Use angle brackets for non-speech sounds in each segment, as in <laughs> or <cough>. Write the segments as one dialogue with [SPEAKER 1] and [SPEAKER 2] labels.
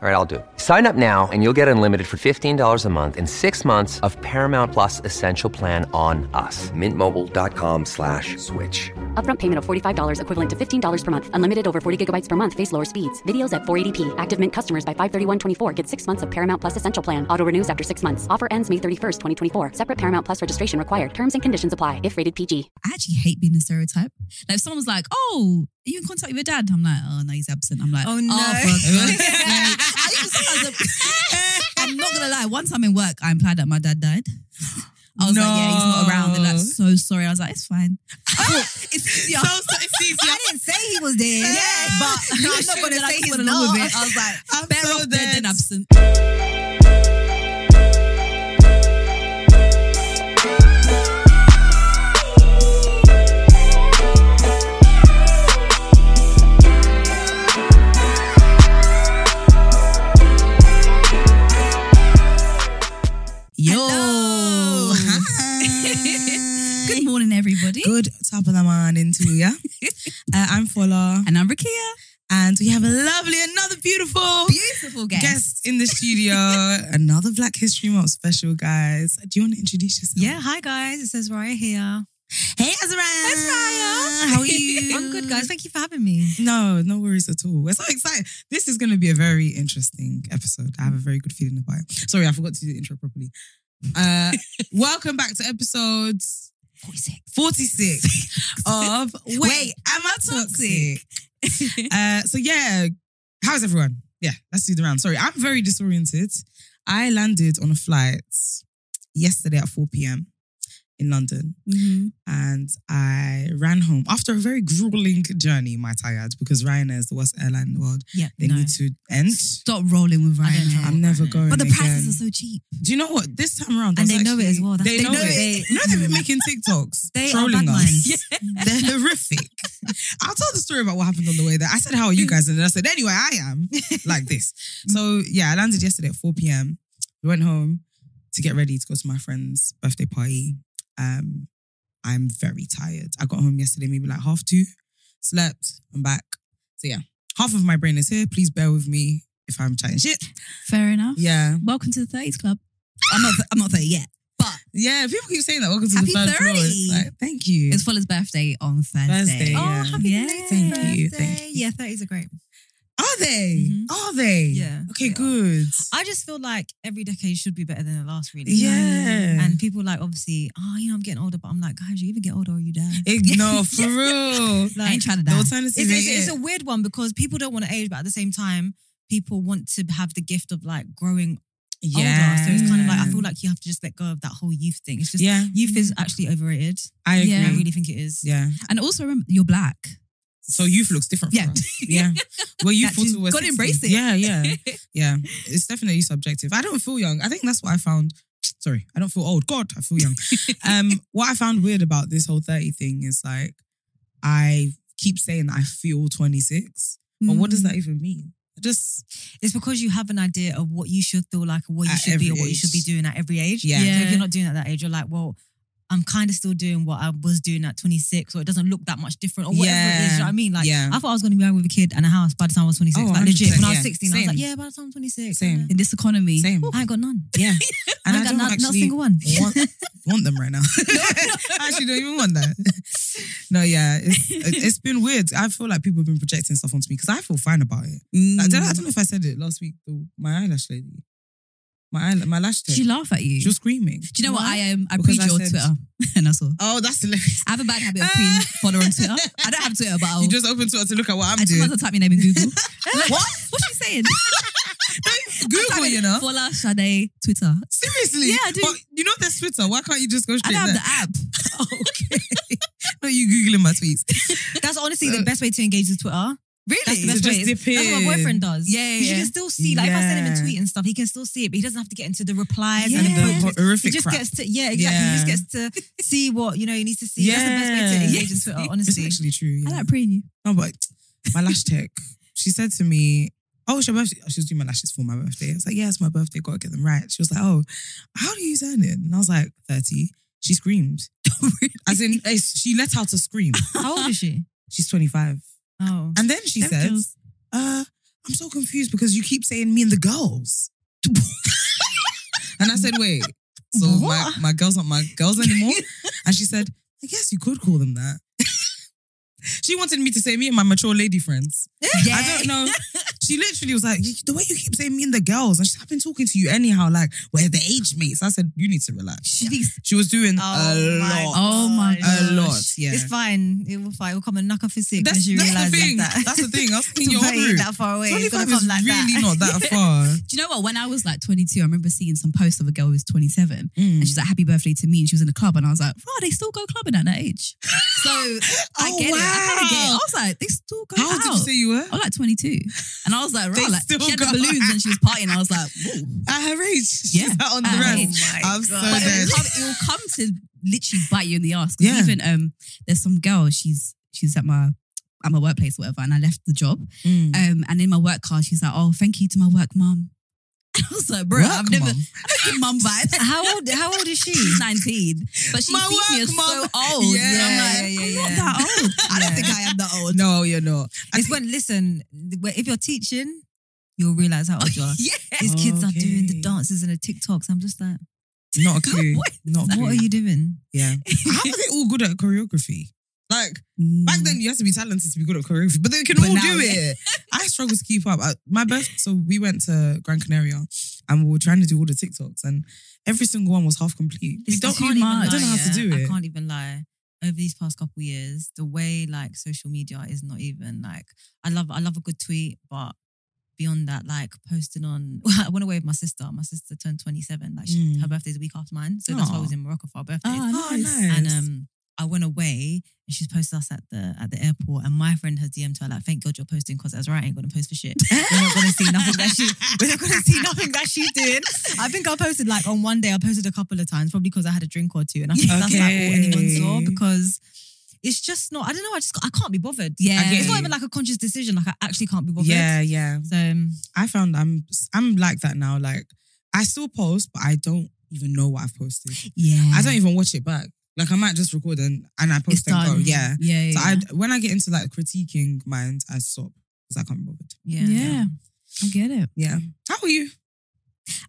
[SPEAKER 1] All right, I'll do. it. Sign up now and you'll get unlimited for $15 a month and six months of Paramount Plus Essential Plan on us. Mintmobile.com slash switch.
[SPEAKER 2] Upfront payment of $45 equivalent to $15 per month. Unlimited over 40 gigabytes per month. Face lower speeds. Videos at 480p. Active Mint customers by 531.24 get six months of Paramount Plus Essential Plan. Auto renews after six months. Offer ends May 31st, 2024. Separate Paramount Plus registration required. Terms and conditions apply if rated PG.
[SPEAKER 3] I actually hate being a stereotype. Like if someone was like, "Oh, are you in contact with your dad?" I'm like, "Oh no, he's absent." I'm like,
[SPEAKER 4] Oh, no.
[SPEAKER 3] for God's
[SPEAKER 4] <laughs>
[SPEAKER 3] sake." I even sometimes I'm, <laughs> I'm not gonna lie. One time in work, I implied that my dad died. I was like, "Yeah, he's not around." They're like,
[SPEAKER 4] No.
[SPEAKER 3] "So sorry." I was like, "It's
[SPEAKER 4] <laughs>
[SPEAKER 3] fine. it's easier."
[SPEAKER 4] it's easier.
[SPEAKER 5] I didn't say he was dead.
[SPEAKER 4] Yeah. <laughs>
[SPEAKER 3] but
[SPEAKER 4] No, I'm
[SPEAKER 3] I'm
[SPEAKER 4] not
[SPEAKER 3] not
[SPEAKER 4] gonna
[SPEAKER 3] going to
[SPEAKER 4] say
[SPEAKER 3] say
[SPEAKER 4] he's
[SPEAKER 3] he's not.
[SPEAKER 4] not.
[SPEAKER 3] I was like,
[SPEAKER 4] I'm
[SPEAKER 3] better
[SPEAKER 4] so
[SPEAKER 3] off
[SPEAKER 4] dead.
[SPEAKER 3] dead than absent. Yo.
[SPEAKER 4] Hello.
[SPEAKER 3] Hi. Good morning, everybody.
[SPEAKER 4] <laughs> Good top of the morning to you. uh, I'm Fola,
[SPEAKER 3] And I'm Rakia.
[SPEAKER 4] and we have a lovely, another beautiful
[SPEAKER 3] Beautiful guest.
[SPEAKER 4] guest in the studio. another Black History Month special, guys. Do you want to introduce yourself?
[SPEAKER 5] Yeah, hi guys. It's Ezraya here.
[SPEAKER 4] Hey, Azariah.
[SPEAKER 5] Ezraya.
[SPEAKER 4] How are you?
[SPEAKER 5] <laughs> I'm good, guys. Thank you for having
[SPEAKER 4] <laughs>
[SPEAKER 5] me.
[SPEAKER 4] No, no worries at all. We're so excited. This is going to be a very interesting episode. I have a very good feeling about it. Sorry, I forgot to do the intro properly. <laughs> Uh, welcome back to episode 46, <laughs> of Wait,
[SPEAKER 3] Wait,
[SPEAKER 4] Am I Toxic? uh, so, yeah, how's everyone? Yeah, let's do the round. Sorry, I'm very disoriented. I landed on a flight yesterday at 4 p.m. in London
[SPEAKER 3] Mhm.
[SPEAKER 4] and I ran home after a very grueling journey. My tired because Ryanair is the worst airline in the world.
[SPEAKER 3] Yeah,
[SPEAKER 4] They
[SPEAKER 3] no.
[SPEAKER 4] need to end.
[SPEAKER 3] Stop rolling with
[SPEAKER 5] I don't
[SPEAKER 3] Ryanair.
[SPEAKER 5] know.
[SPEAKER 4] I'm never going.
[SPEAKER 3] But the
[SPEAKER 4] again.
[SPEAKER 3] prices are so cheap.
[SPEAKER 4] Do you know what? This time around,
[SPEAKER 5] And
[SPEAKER 4] there's
[SPEAKER 5] they know it
[SPEAKER 4] actually-
[SPEAKER 5] as well. That's-
[SPEAKER 4] They,
[SPEAKER 5] they
[SPEAKER 4] know,
[SPEAKER 5] know
[SPEAKER 4] it.
[SPEAKER 5] it.
[SPEAKER 4] You know they've been <laughs> making TikToks
[SPEAKER 5] They are
[SPEAKER 4] trolling
[SPEAKER 5] bad
[SPEAKER 4] us.
[SPEAKER 5] minds.
[SPEAKER 4] <laughs> They're horrific. I'll tell the story about what happened on the way there. I said, "How are
[SPEAKER 5] <laughs>
[SPEAKER 4] you guys?" And then I said, "Anyway, I am like
[SPEAKER 5] Mm-hmm.
[SPEAKER 4] this." So yeah, I landed yesterday at 4 p.m. We went home to get ready to go to my friend's birthday party. Um, I'm very tired. I got home yesterday, maybe like half two. Slept. I'm back. So yeah, half of my brain is here. Please bear with me if I'm chatting shit.
[SPEAKER 3] Fair enough.
[SPEAKER 4] Yeah,
[SPEAKER 3] Welcome to the 30s Club. I'm not I'm not 30 yet.
[SPEAKER 4] yeah. People keep saying that. Welcome to
[SPEAKER 3] Happy
[SPEAKER 4] the third floor.
[SPEAKER 3] 30.
[SPEAKER 4] It's like, thank you.
[SPEAKER 3] It's Fuller's birthday on
[SPEAKER 4] Thursday.
[SPEAKER 3] Thursday.
[SPEAKER 4] Oh,
[SPEAKER 5] Oh,
[SPEAKER 4] Yeah.
[SPEAKER 5] happy
[SPEAKER 3] Yeah.
[SPEAKER 5] belated
[SPEAKER 4] Thank you,
[SPEAKER 5] birthday.
[SPEAKER 4] thank you.
[SPEAKER 5] Yeah, 30s are great.
[SPEAKER 4] Are they?
[SPEAKER 5] Mhm.
[SPEAKER 4] Are they?
[SPEAKER 5] Yeah,
[SPEAKER 4] Okay.
[SPEAKER 5] they are.
[SPEAKER 4] Good.
[SPEAKER 5] I just feel like every decade should be better than the last, really.
[SPEAKER 4] Yeah.
[SPEAKER 5] And people like obviously, oh, you know, I'm getting older, but I'm like, guys, you either get older or you die. <laughs>
[SPEAKER 4] It, no, for real.
[SPEAKER 3] I ain't trying to
[SPEAKER 4] The
[SPEAKER 3] die.
[SPEAKER 4] alternative
[SPEAKER 5] It's, it's,
[SPEAKER 4] ain't
[SPEAKER 5] it's
[SPEAKER 4] it.
[SPEAKER 5] a weird one because people don't want to age, but at the same time, people want to have the gift of like growing older. So it's kind of like I feel like you have to just let go of that whole youth thing. It's just
[SPEAKER 4] yeah,
[SPEAKER 5] youth is actually overrated.
[SPEAKER 4] I agree.
[SPEAKER 5] I
[SPEAKER 3] Yeah.
[SPEAKER 5] really think it is.
[SPEAKER 4] Yeah.
[SPEAKER 3] And also remember, you're black.
[SPEAKER 4] So youth looks different for
[SPEAKER 3] Yeah.
[SPEAKER 4] us. Yeah. Well, youth
[SPEAKER 3] That
[SPEAKER 4] thought
[SPEAKER 3] too.
[SPEAKER 4] it was
[SPEAKER 3] Gotta
[SPEAKER 4] 60.
[SPEAKER 3] embrace it.
[SPEAKER 5] <laughs>
[SPEAKER 4] Yeah, yeah. Yeah. It's definitely subjective. I don't feel young. I think that's what I found. Sorry, I don't feel old. God, I feel young. um, what I found weird about this whole 30 thing is like I keep saying that I feel 26. But what does that even mean? I Just
[SPEAKER 5] It's because you have an idea of what you should feel like, what you
[SPEAKER 4] At
[SPEAKER 5] should be, or
[SPEAKER 4] every
[SPEAKER 5] what you should be
[SPEAKER 4] age.
[SPEAKER 5] doing at every age.
[SPEAKER 4] Yeah.
[SPEAKER 5] So if
[SPEAKER 3] Yeah.
[SPEAKER 5] you're not doing it at that age, you're like, well, I'm kind of still doing what I was doing at 26, or it doesn't look that much different, or whatever it is.
[SPEAKER 4] Yeah.
[SPEAKER 5] You know what I mean? Like,
[SPEAKER 4] Yeah.
[SPEAKER 5] I thought I was going to be married with a kid and a house by the time I was 26.
[SPEAKER 4] Oh,
[SPEAKER 5] like, legit.
[SPEAKER 4] 100%,
[SPEAKER 5] When I was
[SPEAKER 4] yeah.
[SPEAKER 5] 16, I was
[SPEAKER 4] Same.
[SPEAKER 5] like, yeah, by the time I'm 26.
[SPEAKER 4] Same.
[SPEAKER 5] yeah.
[SPEAKER 3] In this economy.
[SPEAKER 4] same.
[SPEAKER 5] I ain't got none.
[SPEAKER 4] Yeah. And
[SPEAKER 5] I
[SPEAKER 4] I,
[SPEAKER 5] ain't got
[SPEAKER 4] don't
[SPEAKER 5] not,
[SPEAKER 4] actually
[SPEAKER 5] not a single one.
[SPEAKER 4] want,
[SPEAKER 5] <laughs>
[SPEAKER 4] want them right now. <laughs> I actually don't even want that. No, yeah, it's it's been weird. I feel like people have been projecting stuff onto me because I feel fine about it. Like, I, don't,
[SPEAKER 5] Mm.
[SPEAKER 4] I don't know if I said it last week. Though, my eyelash lady, my eye, my lash tech,
[SPEAKER 3] She
[SPEAKER 4] she,
[SPEAKER 3] laugh at you.
[SPEAKER 4] was screaming.
[SPEAKER 3] Do you know what,
[SPEAKER 5] Why?
[SPEAKER 3] I um, I
[SPEAKER 4] Because
[SPEAKER 3] pre
[SPEAKER 4] I
[SPEAKER 3] your
[SPEAKER 4] said-
[SPEAKER 3] Twitter <laughs> and I saw.
[SPEAKER 4] Oh, that's hilarious.
[SPEAKER 3] I have a bad habit of pre follow on Twitter. I don't have Twitter, but I'll,
[SPEAKER 4] You just opened Twitter to look at what I'm
[SPEAKER 3] I just
[SPEAKER 4] doing.
[SPEAKER 3] want to type my name in Google.
[SPEAKER 5] <laughs>
[SPEAKER 4] What?
[SPEAKER 3] What's she
[SPEAKER 4] <laughs>
[SPEAKER 3] saying?
[SPEAKER 4] Google, you know.
[SPEAKER 3] Fola Sade Twitter.
[SPEAKER 4] Seriously?
[SPEAKER 3] Yeah, I do.
[SPEAKER 4] But you know there's Twitter. Why can't you just go
[SPEAKER 3] I
[SPEAKER 4] straight
[SPEAKER 3] don't have
[SPEAKER 4] there?
[SPEAKER 3] the app.
[SPEAKER 4] <laughs> Oh, okay. no, you googling my tweets.
[SPEAKER 5] <laughs> That's honestly
[SPEAKER 4] So-
[SPEAKER 5] the best way to engage with Twitter.
[SPEAKER 3] Really?
[SPEAKER 5] That's the
[SPEAKER 4] So
[SPEAKER 5] best
[SPEAKER 4] just
[SPEAKER 5] way.
[SPEAKER 4] dip
[SPEAKER 5] That's what
[SPEAKER 4] in.
[SPEAKER 5] my boyfriend does.
[SPEAKER 3] Yeah, yeah,
[SPEAKER 5] Because you
[SPEAKER 3] yeah.
[SPEAKER 5] can still see. Like if I send him
[SPEAKER 4] Yeah.
[SPEAKER 5] a tweet and stuff, he can still see it, but he doesn't have to get into the replies and
[SPEAKER 4] And
[SPEAKER 5] the
[SPEAKER 4] the
[SPEAKER 5] posts. He
[SPEAKER 4] horrific
[SPEAKER 5] just
[SPEAKER 4] crap.
[SPEAKER 5] gets to yeah, exactly. He just gets
[SPEAKER 4] <laughs>
[SPEAKER 5] to see what you know he needs to see. That's the best way to
[SPEAKER 4] Yeah.
[SPEAKER 5] engage with
[SPEAKER 4] <laughs>
[SPEAKER 5] Twitter,
[SPEAKER 4] It's
[SPEAKER 5] honestly.
[SPEAKER 4] actually true. Yeah.
[SPEAKER 3] I like preying
[SPEAKER 4] <laughs>
[SPEAKER 3] you.
[SPEAKER 4] No, but my lash tech, she said to me, Oh, it's your birthday. She was doing my lashes for my birthday. I was like, Yeah, it's my birthday. Gotta get them right. She was like, Oh, how do you use earning? And I was like, 30. She screamed. <laughs> As in, eh, she let out a scream.
[SPEAKER 6] How old is she?
[SPEAKER 4] She's 25.
[SPEAKER 6] Oh.
[SPEAKER 4] And then she
[SPEAKER 6] Them
[SPEAKER 4] says,
[SPEAKER 6] girls.
[SPEAKER 4] uh, I'm so confused because you keep saying me and the girls. and I said, wait, so my,
[SPEAKER 6] What?
[SPEAKER 4] my girls aren't my girls anymore? and she said, I guess you could call them that. <laughs> she wanted me to say me and my mature lady friends. I don't know. She literally was like, the way you keep saying me and the girls, and she's, I've been talking to you anyhow, like, we're the age mates. I said, you need to relax. She was doing a lot.
[SPEAKER 6] Oh
[SPEAKER 4] Oh A
[SPEAKER 6] my gosh.
[SPEAKER 4] lot, yeah.
[SPEAKER 6] It's fine. It will fine. It will come and knock off his sick
[SPEAKER 4] That's,
[SPEAKER 6] as you
[SPEAKER 4] that's
[SPEAKER 6] realize
[SPEAKER 4] the thing.
[SPEAKER 6] that.
[SPEAKER 4] That's the
[SPEAKER 6] <laughs>
[SPEAKER 4] thing. I was thinking
[SPEAKER 6] It's
[SPEAKER 4] you're
[SPEAKER 6] not
[SPEAKER 4] rude.
[SPEAKER 6] that far away. It's gonna
[SPEAKER 4] 25 is
[SPEAKER 6] come like
[SPEAKER 4] really
[SPEAKER 6] that.
[SPEAKER 4] not that far.
[SPEAKER 5] Do you know what? When I was like 22, I remember seeing some post of a girl who was 27 and
[SPEAKER 4] Mm.
[SPEAKER 5] she's like, Happy birthday to me. And she was in the club. And I was like, Wow, they still go clubbing at that
[SPEAKER 4] <laughs>
[SPEAKER 5] age. So I
[SPEAKER 4] Oh,
[SPEAKER 5] get it. I kind of get it.
[SPEAKER 4] wow.
[SPEAKER 5] I was like, They still go
[SPEAKER 4] How old
[SPEAKER 5] out.
[SPEAKER 4] did you say you were?
[SPEAKER 5] I was like 22. And I was like,
[SPEAKER 4] They
[SPEAKER 5] right, like,
[SPEAKER 4] still
[SPEAKER 5] she had the
[SPEAKER 4] go
[SPEAKER 5] balloons and she was partying. I was
[SPEAKER 4] <laughs>
[SPEAKER 5] like, Whoa.
[SPEAKER 4] At her age, <laughs> she's
[SPEAKER 5] Yeah,
[SPEAKER 4] out on the
[SPEAKER 5] at her
[SPEAKER 4] rest.
[SPEAKER 5] age.
[SPEAKER 4] I'm so
[SPEAKER 5] But it
[SPEAKER 4] dead.
[SPEAKER 5] will come, it will come to literally bite you in the ass. 'Cause
[SPEAKER 4] Yeah.
[SPEAKER 5] Even um, there's some girl. She's she's at my at my workplace, or whatever. And I left the job.
[SPEAKER 4] Mm.
[SPEAKER 5] Um, and in my work card, she's like, "Oh, thank you to my work mum." <laughs> I was like, "Bro,
[SPEAKER 4] Work
[SPEAKER 5] I've never
[SPEAKER 4] mum?
[SPEAKER 5] I don't give <laughs> mum vibes."
[SPEAKER 6] <laughs> How old? How old is she?
[SPEAKER 5] She's 19, but she
[SPEAKER 4] My
[SPEAKER 5] sees me
[SPEAKER 4] work
[SPEAKER 5] as so
[SPEAKER 4] mum.
[SPEAKER 5] old.
[SPEAKER 4] Yeah,
[SPEAKER 5] and I'm like,
[SPEAKER 6] yeah,
[SPEAKER 5] I'm
[SPEAKER 6] yeah,
[SPEAKER 5] not
[SPEAKER 6] yeah.
[SPEAKER 5] that
[SPEAKER 6] <laughs>
[SPEAKER 5] old. I don't
[SPEAKER 6] Yeah.
[SPEAKER 5] think I am that old.
[SPEAKER 4] No, you're not. I
[SPEAKER 6] It's
[SPEAKER 4] think-
[SPEAKER 6] when listen. If you're teaching, you'll realize how old you are.
[SPEAKER 5] <laughs> Yeah.
[SPEAKER 6] These kids are doing the
[SPEAKER 4] Okay.
[SPEAKER 6] dances and the TikToks. I'm just like,
[SPEAKER 4] <laughs> not a clue.
[SPEAKER 5] What
[SPEAKER 4] not a clue.
[SPEAKER 6] what are you doing?
[SPEAKER 5] <laughs>
[SPEAKER 4] Yeah. <laughs> How are they all good at choreography? Like
[SPEAKER 6] Mm.
[SPEAKER 4] back then, you had to be talented to be good at choreography, but they can
[SPEAKER 5] But
[SPEAKER 4] all
[SPEAKER 5] now,
[SPEAKER 4] do
[SPEAKER 5] yeah.
[SPEAKER 4] it. I struggle to keep up. I, my birth, so we went to Gran Canaria, and we were trying to do all the TikToks, and every single one was half complete. We
[SPEAKER 5] It's
[SPEAKER 4] don't,
[SPEAKER 5] too
[SPEAKER 4] we
[SPEAKER 5] much.
[SPEAKER 4] don't know how to
[SPEAKER 6] yeah.
[SPEAKER 4] do
[SPEAKER 6] I
[SPEAKER 4] it.
[SPEAKER 6] can't even lie. Over these past couple years, the way like social media is not even like I love I love a good tweet, but beyond that, like posting on <laughs> I went away with my sister. My sister turned 27. Like she,
[SPEAKER 4] Mm.
[SPEAKER 6] her birthday's a week after mine. So that's why I was
[SPEAKER 4] Aw.
[SPEAKER 6] in Morocco for our birthday.
[SPEAKER 4] Oh, nice.
[SPEAKER 6] And um I went away and she's posted us at the at the airport and my friend has DM'd her like, thank God you're posting because Ezra ain't gonna post for shit. <laughs> We're not gonna see nothing that she <laughs> we're not gonna see nothing that she's
[SPEAKER 5] <laughs>
[SPEAKER 6] doing. I think I posted like on one day I posted a couple of times, probably because I had a drink or two. And I think that's like all anyone saw
[SPEAKER 4] Okay.
[SPEAKER 6] because it's just not, I don't know, I just I can't be bothered.
[SPEAKER 5] Yeah.
[SPEAKER 4] I get
[SPEAKER 6] It's
[SPEAKER 4] you.
[SPEAKER 6] not even like a conscious decision. Like I actually can't be bothered.
[SPEAKER 4] yeah, yeah.
[SPEAKER 6] So um,
[SPEAKER 4] I found I'm I'm like that now. Like I still post, but I don't even know what I've posted.
[SPEAKER 5] Yeah.
[SPEAKER 4] I don't even watch it back. Like I might just record and, and I
[SPEAKER 5] Mm. It's
[SPEAKER 4] post and go.
[SPEAKER 5] done.
[SPEAKER 4] Yeah.
[SPEAKER 5] Yeah. yeah.
[SPEAKER 4] So I when I get into like critiquing mind, I stop because I can't be bothered.
[SPEAKER 6] yeah.
[SPEAKER 5] yeah. I get it.
[SPEAKER 4] Yeah. How are you?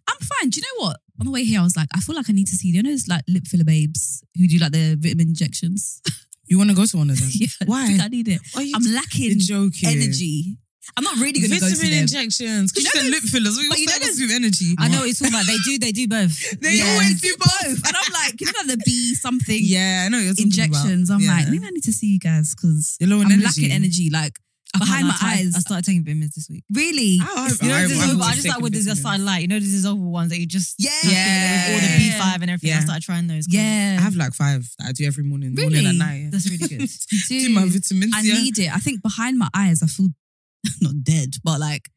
[SPEAKER 5] I'm fine. Do you know what? On the way here, I was like, I feel like I need to see. You know those like lip filler babes who do like the vitamin injections?
[SPEAKER 4] You want to go to one of them?
[SPEAKER 5] <laughs> yeah, I
[SPEAKER 4] Why?
[SPEAKER 5] think I need it.
[SPEAKER 4] Are you
[SPEAKER 5] I'm
[SPEAKER 4] you're
[SPEAKER 5] lacking
[SPEAKER 4] joking?
[SPEAKER 5] energy. I'm not really going to go to
[SPEAKER 4] Vitamin
[SPEAKER 5] them.
[SPEAKER 4] injections. Because
[SPEAKER 5] You
[SPEAKER 4] you,
[SPEAKER 5] know
[SPEAKER 4] said lip
[SPEAKER 5] those-
[SPEAKER 4] fillers.
[SPEAKER 5] but
[SPEAKER 4] We
[SPEAKER 5] you know
[SPEAKER 4] start
[SPEAKER 5] those-
[SPEAKER 4] with energy.
[SPEAKER 6] I know what it's all about. They do, they
[SPEAKER 5] <laughs>
[SPEAKER 6] do both.
[SPEAKER 4] They
[SPEAKER 6] yeah.
[SPEAKER 4] always do both.
[SPEAKER 5] And I'm like, you know the B something
[SPEAKER 4] Yeah, I know. what You're talking
[SPEAKER 5] injections. I'm
[SPEAKER 4] About. yeah.
[SPEAKER 5] like, maybe I need to see you guys because
[SPEAKER 4] You're low
[SPEAKER 5] I'm
[SPEAKER 4] on energy.
[SPEAKER 5] lacking energy. Like
[SPEAKER 6] I can't
[SPEAKER 5] behind my
[SPEAKER 6] lie, I started- I
[SPEAKER 5] eyes.
[SPEAKER 6] started taking vitamins this week.
[SPEAKER 5] Really?
[SPEAKER 4] I,
[SPEAKER 6] You know,
[SPEAKER 4] I, I,
[SPEAKER 6] this is
[SPEAKER 4] I,
[SPEAKER 6] over. I just started with this. I started like, you know, this is over ones that you just
[SPEAKER 5] Yeah.
[SPEAKER 6] chuck in with all the B five and everything. I
[SPEAKER 4] Yeah.
[SPEAKER 6] started trying those. 'cause
[SPEAKER 5] Yeah.
[SPEAKER 4] I have like five that I do every morning,
[SPEAKER 5] Really?
[SPEAKER 4] morning and night. yeah.
[SPEAKER 6] that's really good.
[SPEAKER 5] You
[SPEAKER 4] <laughs> do my vitamins.
[SPEAKER 5] I
[SPEAKER 4] yeah.
[SPEAKER 5] need it. I think behind my eyes, I feel not dead, but like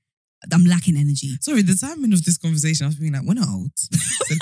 [SPEAKER 5] I'm lacking energy.
[SPEAKER 4] Sorry, the timing of this conversation, I was being like, we're not old. <laughs>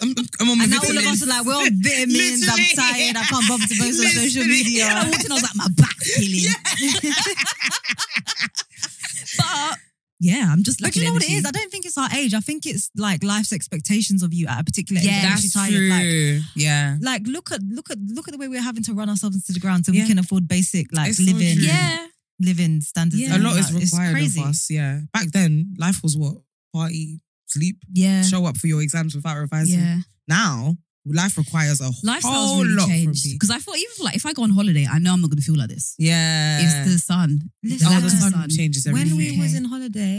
[SPEAKER 4] I'm, I'm on my
[SPEAKER 6] And now all of
[SPEAKER 4] vitamins.
[SPEAKER 6] us are like,
[SPEAKER 4] <laughs>
[SPEAKER 6] we're on vitamins. I'm
[SPEAKER 4] Literally.
[SPEAKER 6] tired. I can't bother to post on social
[SPEAKER 4] Literally. <laughs>
[SPEAKER 6] media.
[SPEAKER 5] I walked in, I was like, my back's killing. <laughs> but yeah, I'm just
[SPEAKER 6] But
[SPEAKER 5] lacking
[SPEAKER 6] you know what it
[SPEAKER 4] Mm-hmm.
[SPEAKER 5] energy.
[SPEAKER 6] is? I don't think it's our age. I think it's like life's expectations of you at a particular age.
[SPEAKER 5] Yeah,
[SPEAKER 6] that makes you
[SPEAKER 4] That's
[SPEAKER 6] tired.
[SPEAKER 4] true.
[SPEAKER 6] Like,
[SPEAKER 4] yeah.
[SPEAKER 6] like look at look at look at the way we're having to run ourselves into the ground so
[SPEAKER 4] Yeah.
[SPEAKER 6] we can afford basic like
[SPEAKER 4] It's so
[SPEAKER 6] living
[SPEAKER 4] true.
[SPEAKER 5] yeah.
[SPEAKER 6] living standards.
[SPEAKER 5] Yeah.
[SPEAKER 4] A
[SPEAKER 6] and
[SPEAKER 4] lot is
[SPEAKER 6] that. It's
[SPEAKER 4] required
[SPEAKER 6] crazy.
[SPEAKER 4] of us. Yeah. Back then, life was what? Party, sleep,
[SPEAKER 5] Yeah.
[SPEAKER 4] show up for your exams without revising.
[SPEAKER 5] Yeah.
[SPEAKER 4] Now, life requires a
[SPEAKER 5] Lifestyle's
[SPEAKER 4] whole
[SPEAKER 5] really
[SPEAKER 4] lot
[SPEAKER 5] changed.
[SPEAKER 4] from me.
[SPEAKER 5] Because I thought even like if I go on holiday, I know I'm not gonna feel like this.
[SPEAKER 4] Yeah.
[SPEAKER 5] It's the sun.
[SPEAKER 6] Listen,
[SPEAKER 5] I
[SPEAKER 4] oh,
[SPEAKER 5] lack
[SPEAKER 4] the
[SPEAKER 5] of
[SPEAKER 4] sun,
[SPEAKER 5] sun.
[SPEAKER 4] changes everything.
[SPEAKER 6] When we was
[SPEAKER 5] Okay.
[SPEAKER 6] in holiday,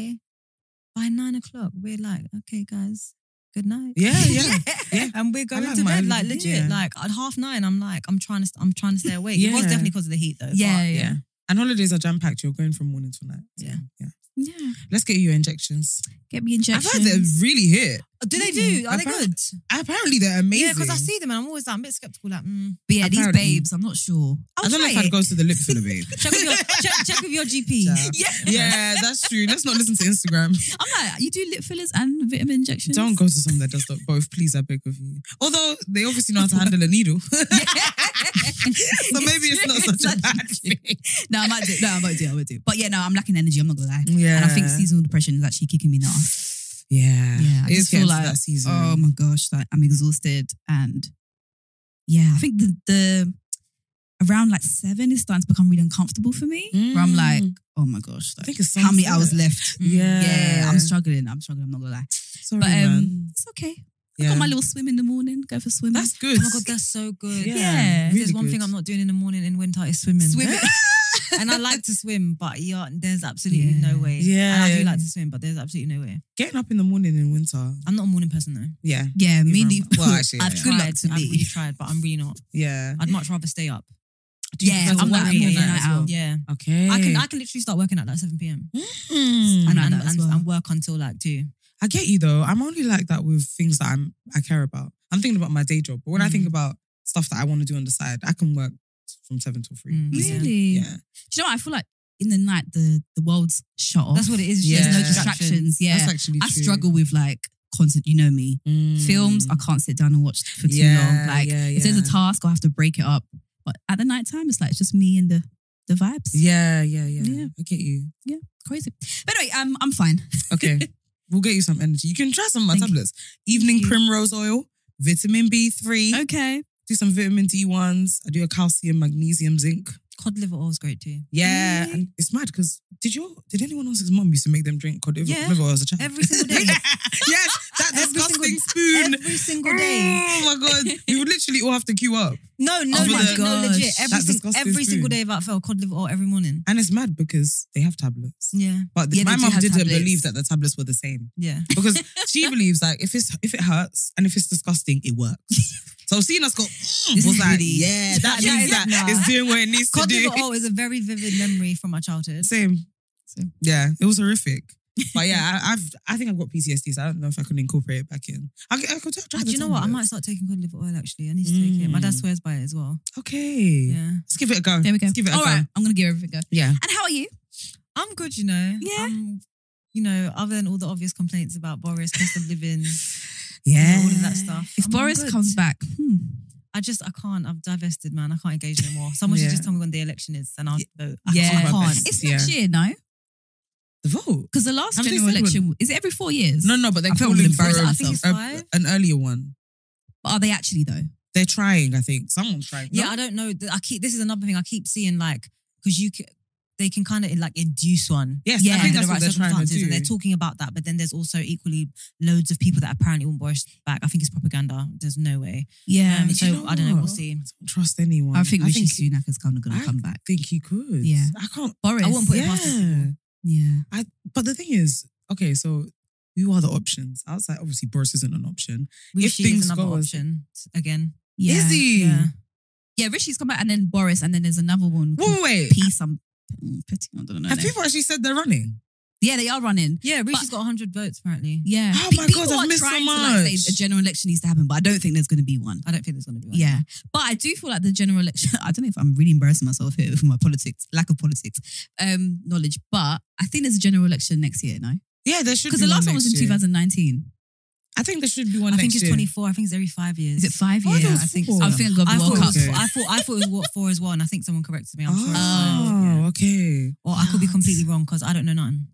[SPEAKER 6] by nine o'clock, we're like, okay, guys, good night.
[SPEAKER 4] Yeah,
[SPEAKER 6] <laughs>
[SPEAKER 4] yeah, yeah.
[SPEAKER 6] And we're going
[SPEAKER 4] like
[SPEAKER 6] to bed
[SPEAKER 4] mine,
[SPEAKER 6] like legit,
[SPEAKER 4] yeah.
[SPEAKER 6] like at half nine. I'm like, I'm trying to, I'm trying to stay awake. It was
[SPEAKER 4] Yeah.
[SPEAKER 6] definitely because of the heat though.
[SPEAKER 5] Yeah,
[SPEAKER 6] but-
[SPEAKER 5] yeah.
[SPEAKER 4] and holidays are jam packed. You're going from morning to night. So,
[SPEAKER 6] Yeah.
[SPEAKER 4] yeah.
[SPEAKER 5] Yeah.
[SPEAKER 4] Let's get you your injections.
[SPEAKER 5] Get me injections.
[SPEAKER 4] I've heard they're really hit.
[SPEAKER 6] Do they do? Are they good?
[SPEAKER 4] Apparently, they're amazing.
[SPEAKER 6] Yeah, because I see them and I'm always like, I'm a bit skeptical. Like, mm.
[SPEAKER 5] but yeah, these
[SPEAKER 4] apparently.
[SPEAKER 5] babes, I'm not sure. Oh, I'll
[SPEAKER 4] I don't know
[SPEAKER 5] try
[SPEAKER 4] if I'd
[SPEAKER 5] it.
[SPEAKER 4] go to the lip filler, babe.
[SPEAKER 5] <laughs>
[SPEAKER 6] check, with your, check, check with your GP.
[SPEAKER 4] Yeah.
[SPEAKER 5] Yeah.
[SPEAKER 4] yeah, that's true. Let's not listen to
[SPEAKER 5] <laughs>
[SPEAKER 4] Instagram.
[SPEAKER 5] I'm like, you do lip fillers and vitamin injections.
[SPEAKER 4] Don't go to someone that does not both, please. I beg of you. Although they obviously know how to handle
[SPEAKER 5] <laughs>
[SPEAKER 4] a needle, so maybe it's not
[SPEAKER 5] It's
[SPEAKER 4] such a
[SPEAKER 5] such
[SPEAKER 4] bad thing.
[SPEAKER 5] No, I might do. No, I might do. I might do. But yeah, no, I'm lacking energy. I'm not gonna lie.
[SPEAKER 4] <laughs> Yeah,
[SPEAKER 5] And I think seasonal depression is actually kicking me in the ass.
[SPEAKER 4] Yeah,
[SPEAKER 5] Yeah, I
[SPEAKER 4] it's
[SPEAKER 5] just feel
[SPEAKER 4] getting to
[SPEAKER 5] like, um,
[SPEAKER 4] that season.
[SPEAKER 5] Oh my gosh, like I'm exhausted and yeah, I think the the around like seven is starting to become really uncomfortable for me. Where I'm like, oh my gosh,
[SPEAKER 4] Mm. I
[SPEAKER 5] like,
[SPEAKER 4] think it's
[SPEAKER 5] how many
[SPEAKER 4] sunset.
[SPEAKER 5] hours left?
[SPEAKER 4] Yeah.
[SPEAKER 5] yeah, I'm struggling. I'm struggling. I'm not gonna lie,
[SPEAKER 4] Sorry,
[SPEAKER 5] but um,
[SPEAKER 4] man.
[SPEAKER 5] it's okay.
[SPEAKER 4] Yeah.
[SPEAKER 5] I got my little swim in the morning. Go for swimming.
[SPEAKER 4] That's good.
[SPEAKER 6] Oh my god, that's so good.
[SPEAKER 4] Yeah,
[SPEAKER 6] If
[SPEAKER 4] really
[SPEAKER 6] there's one thing
[SPEAKER 4] good.
[SPEAKER 6] I'm not doing in the morning in winter is
[SPEAKER 4] <laughs>
[SPEAKER 6] swimming.
[SPEAKER 5] Swimming.
[SPEAKER 6] <laughs> and I like to swim, but yeah, there's absolutely
[SPEAKER 5] Yeah.
[SPEAKER 6] no way.
[SPEAKER 4] Yeah.
[SPEAKER 6] And I do like to swim, but there's absolutely no way.
[SPEAKER 4] Getting up in the morning in winter.
[SPEAKER 6] I'm not a morning person though.
[SPEAKER 4] Yeah.
[SPEAKER 5] yeah, me
[SPEAKER 4] You're
[SPEAKER 5] neither.
[SPEAKER 4] wrong.
[SPEAKER 6] <laughs>
[SPEAKER 4] Well, actually,
[SPEAKER 5] I've
[SPEAKER 4] yeah.
[SPEAKER 5] good luck
[SPEAKER 6] Tried,
[SPEAKER 5] to
[SPEAKER 6] I've really
[SPEAKER 5] me.
[SPEAKER 6] tried, but I'm really not.
[SPEAKER 4] Yeah.
[SPEAKER 6] I'd much rather stay up.
[SPEAKER 4] Do you
[SPEAKER 5] Yeah,
[SPEAKER 4] prefer to
[SPEAKER 5] I'm
[SPEAKER 4] work
[SPEAKER 5] like
[SPEAKER 4] in the
[SPEAKER 5] more
[SPEAKER 4] night
[SPEAKER 5] night
[SPEAKER 4] as well?
[SPEAKER 5] owl.
[SPEAKER 6] Yeah.
[SPEAKER 4] Okay.
[SPEAKER 6] I can I can literally start working at like 7 p.m.
[SPEAKER 4] Mm.
[SPEAKER 5] I'm
[SPEAKER 6] and,
[SPEAKER 5] like
[SPEAKER 6] and,
[SPEAKER 5] that as
[SPEAKER 6] and,
[SPEAKER 5] well.
[SPEAKER 6] and work until like 2.
[SPEAKER 4] I get you though. I'm only like that with things that I'm I care about. I'm thinking about my day job, but when I think
[SPEAKER 5] Mm.
[SPEAKER 4] about stuff that I want to do on the side, I can work from seven till three.
[SPEAKER 6] Mm.
[SPEAKER 4] easily.
[SPEAKER 5] Really?
[SPEAKER 4] Yeah.
[SPEAKER 5] Do you know what? I feel like in the night the the world's shut off.
[SPEAKER 6] That's what it is.
[SPEAKER 4] Oh. Yeah.
[SPEAKER 5] There's no
[SPEAKER 6] distraction.
[SPEAKER 5] distractions. Yeah,
[SPEAKER 4] That's actually
[SPEAKER 5] I
[SPEAKER 4] true.
[SPEAKER 5] struggle with like content. You know me.
[SPEAKER 4] Mm.
[SPEAKER 5] Films, I can't sit down and watch for too
[SPEAKER 4] Yeah,
[SPEAKER 5] long. Like
[SPEAKER 4] yeah,
[SPEAKER 5] if there's
[SPEAKER 4] yeah.
[SPEAKER 5] a task, I have to break it up. But at the night time, it's like it's just me and the the vibes.
[SPEAKER 4] Yeah, yeah, yeah,
[SPEAKER 5] Yeah.
[SPEAKER 4] I get you.
[SPEAKER 5] <laughs> Crazy. But anyway, um, I'm
[SPEAKER 6] <laughs>
[SPEAKER 5] fine.
[SPEAKER 4] Okay. we'll get you some energy. You can try some of my
[SPEAKER 5] Thank you.
[SPEAKER 4] tablets. Evening
[SPEAKER 5] you.
[SPEAKER 4] primrose oil, vitamin B3.
[SPEAKER 5] Okay.
[SPEAKER 4] Do some vitamin D ones. I do a calcium, magnesium, zinc.
[SPEAKER 6] Cod liver oil is great too.
[SPEAKER 4] Yeah.
[SPEAKER 5] Really?
[SPEAKER 4] And it's mad because did your did anyone else's mom used to make them drink cod liver
[SPEAKER 6] Yeah.
[SPEAKER 4] liver oil as a child? <laughs>
[SPEAKER 6] Every single day.
[SPEAKER 4] yes, that
[SPEAKER 6] <laughs> Every
[SPEAKER 4] disgusting
[SPEAKER 6] single-
[SPEAKER 4] spoon.
[SPEAKER 6] Every single day.
[SPEAKER 4] Oh my god, we would literally all have to queue up,
[SPEAKER 6] No, no,
[SPEAKER 4] Oh my
[SPEAKER 6] legit, no,
[SPEAKER 5] gosh.
[SPEAKER 6] legit. Every,
[SPEAKER 4] That
[SPEAKER 6] sing-
[SPEAKER 4] disgusting
[SPEAKER 6] every single
[SPEAKER 4] spoon.
[SPEAKER 6] day without fail, cod liver oil every morning.
[SPEAKER 4] and it's mad because they have tablets.
[SPEAKER 6] Yeah,
[SPEAKER 4] But the-
[SPEAKER 5] Yeah, they
[SPEAKER 4] my
[SPEAKER 5] do
[SPEAKER 4] mom
[SPEAKER 5] have
[SPEAKER 4] didn't
[SPEAKER 5] tablets.
[SPEAKER 4] believe that the tablets were the same
[SPEAKER 6] yeah. <laughs>
[SPEAKER 4] because she believes like if it's if it hurts and if it's disgusting, it
[SPEAKER 6] <laughs>
[SPEAKER 4] works. So seeing us go, mm,
[SPEAKER 6] This
[SPEAKER 4] was
[SPEAKER 6] is
[SPEAKER 4] like,
[SPEAKER 6] really-
[SPEAKER 4] yeah, that
[SPEAKER 6] that
[SPEAKER 4] means
[SPEAKER 6] is-
[SPEAKER 4] that
[SPEAKER 6] nah.
[SPEAKER 4] it's doing what it needs to
[SPEAKER 6] Cod
[SPEAKER 4] do.
[SPEAKER 6] liver oil is a very vivid memory from my childhood.
[SPEAKER 4] <laughs> Same.
[SPEAKER 6] Same.
[SPEAKER 4] Yeah, it was horrific. But yeah, I, I've I think I've got PTSD, so I don't know if I could incorporate it back in. I, c- I could try. try
[SPEAKER 6] Ah,
[SPEAKER 4] the
[SPEAKER 6] do you know what? I might
[SPEAKER 4] tablets.
[SPEAKER 6] start taking cod liver oil actually. I need to take it. My dad
[SPEAKER 4] Mm.
[SPEAKER 6] swears by it as well.
[SPEAKER 4] Okay.
[SPEAKER 6] Yeah.
[SPEAKER 4] Let's give it a go.
[SPEAKER 5] There we go.
[SPEAKER 4] Let's give it a
[SPEAKER 5] All
[SPEAKER 4] go.
[SPEAKER 5] right. I'm gonna give everything a go.
[SPEAKER 4] Yeah.
[SPEAKER 5] And how are you?
[SPEAKER 6] I'm good, you know.
[SPEAKER 5] Yeah.
[SPEAKER 6] I'm, you know, other than all the obvious complaints about Boris, cost of living, you
[SPEAKER 4] Yeah.
[SPEAKER 6] know, all of that stuff.
[SPEAKER 5] If
[SPEAKER 6] I'm- I'm
[SPEAKER 5] Boris
[SPEAKER 6] good.
[SPEAKER 5] comes back, hmm,
[SPEAKER 6] I just, I can't. I've divested, man. I can't engage no more. Someone
[SPEAKER 4] Yeah.
[SPEAKER 6] should just tell me when the election is and I'll vote. I
[SPEAKER 5] yeah,
[SPEAKER 6] can't. I
[SPEAKER 4] Can't.
[SPEAKER 6] can't.
[SPEAKER 5] it's next year, no?
[SPEAKER 4] The vote.
[SPEAKER 5] Because the last
[SPEAKER 4] Haven't they
[SPEAKER 5] general
[SPEAKER 4] said when?
[SPEAKER 5] election is it every four years?
[SPEAKER 4] No, no, but they're
[SPEAKER 5] I feel
[SPEAKER 4] calling
[SPEAKER 5] really
[SPEAKER 4] for
[SPEAKER 5] embarrassed.
[SPEAKER 4] a-
[SPEAKER 5] I think
[SPEAKER 6] it's
[SPEAKER 4] a-
[SPEAKER 6] five.
[SPEAKER 4] uh, an earlier one.
[SPEAKER 5] But are they actually though?
[SPEAKER 4] They're trying, I think. Someone's trying.
[SPEAKER 6] Yeah,
[SPEAKER 4] No?
[SPEAKER 6] I don't know. I keep, this is another thing I keep seeing, like, because you, c- they can kind of like induce one.
[SPEAKER 4] yes,
[SPEAKER 5] yeah,
[SPEAKER 4] I think that's
[SPEAKER 6] under the
[SPEAKER 4] what
[SPEAKER 6] right
[SPEAKER 4] they're trying to
[SPEAKER 6] circumstances,
[SPEAKER 4] do.
[SPEAKER 6] and they're talking about that. But then there's also equally loads of people that apparently want Boris back. I think it's propaganda. There's no way.
[SPEAKER 5] Yeah.
[SPEAKER 6] Um,
[SPEAKER 4] Do you
[SPEAKER 6] so
[SPEAKER 4] know
[SPEAKER 6] I don't know. We'll
[SPEAKER 4] what?
[SPEAKER 6] see.
[SPEAKER 4] I don't trust anyone.
[SPEAKER 5] I think Rishi
[SPEAKER 4] you
[SPEAKER 5] Sunak is kind of gonna
[SPEAKER 4] I
[SPEAKER 5] come back.
[SPEAKER 4] think he could.
[SPEAKER 5] Yeah.
[SPEAKER 4] I can't.
[SPEAKER 5] Boris.
[SPEAKER 6] I wouldn't put it
[SPEAKER 4] yeah.
[SPEAKER 6] past these people.
[SPEAKER 5] Yeah.
[SPEAKER 4] I, but the thing is, okay, so who are the options? Outside, obviously, Boris isn't an option. If
[SPEAKER 6] Rishi
[SPEAKER 4] things
[SPEAKER 6] is another
[SPEAKER 4] go as-
[SPEAKER 6] option again.
[SPEAKER 5] Yeah.
[SPEAKER 4] Is he?
[SPEAKER 6] Yeah.
[SPEAKER 5] Yeah, Rishi's come back and then Boris and then there's another one.
[SPEAKER 4] Wait, wait, wait.
[SPEAKER 5] P some Petit, I don't know.
[SPEAKER 4] Have
[SPEAKER 5] no.
[SPEAKER 4] people actually said they're running?
[SPEAKER 5] Yeah, they are running.
[SPEAKER 6] Yeah, Rishi's got 100 votes apparently.
[SPEAKER 5] Yeah.
[SPEAKER 4] Oh my
[SPEAKER 5] people
[SPEAKER 4] God, I've
[SPEAKER 5] are
[SPEAKER 4] missed so
[SPEAKER 5] trying To, like,
[SPEAKER 4] much.
[SPEAKER 5] say a general election needs to happen, but I don't think there's going to be one.
[SPEAKER 6] I don't think there's going to be one.
[SPEAKER 5] Yeah. But I do feel like the general election, <laughs> I don't know if I'm really embarrassing myself here for my politics, lack of politics, um, knowledge, but I think there's a general election next year, no?
[SPEAKER 4] Yeah, there should be
[SPEAKER 5] Because the last
[SPEAKER 4] one
[SPEAKER 5] one was in
[SPEAKER 4] next year.
[SPEAKER 5] 2019.
[SPEAKER 4] I think there should be one
[SPEAKER 6] I
[SPEAKER 4] next
[SPEAKER 6] think it's
[SPEAKER 4] year.
[SPEAKER 6] 24. I think it's every five years.
[SPEAKER 5] Is it five
[SPEAKER 4] Oh, I thought
[SPEAKER 5] years?
[SPEAKER 4] it was
[SPEAKER 5] I think
[SPEAKER 4] four.
[SPEAKER 5] I'm thinking of
[SPEAKER 6] I
[SPEAKER 5] the
[SPEAKER 6] thought,
[SPEAKER 5] World
[SPEAKER 6] it
[SPEAKER 5] Cup.
[SPEAKER 6] was,
[SPEAKER 4] Okay.
[SPEAKER 6] I thought I thought it was what four as well, and I think someone corrected me. I'm sure it's five.
[SPEAKER 4] Oh, okay.
[SPEAKER 6] Or I could be completely wrong because I don't know nothing.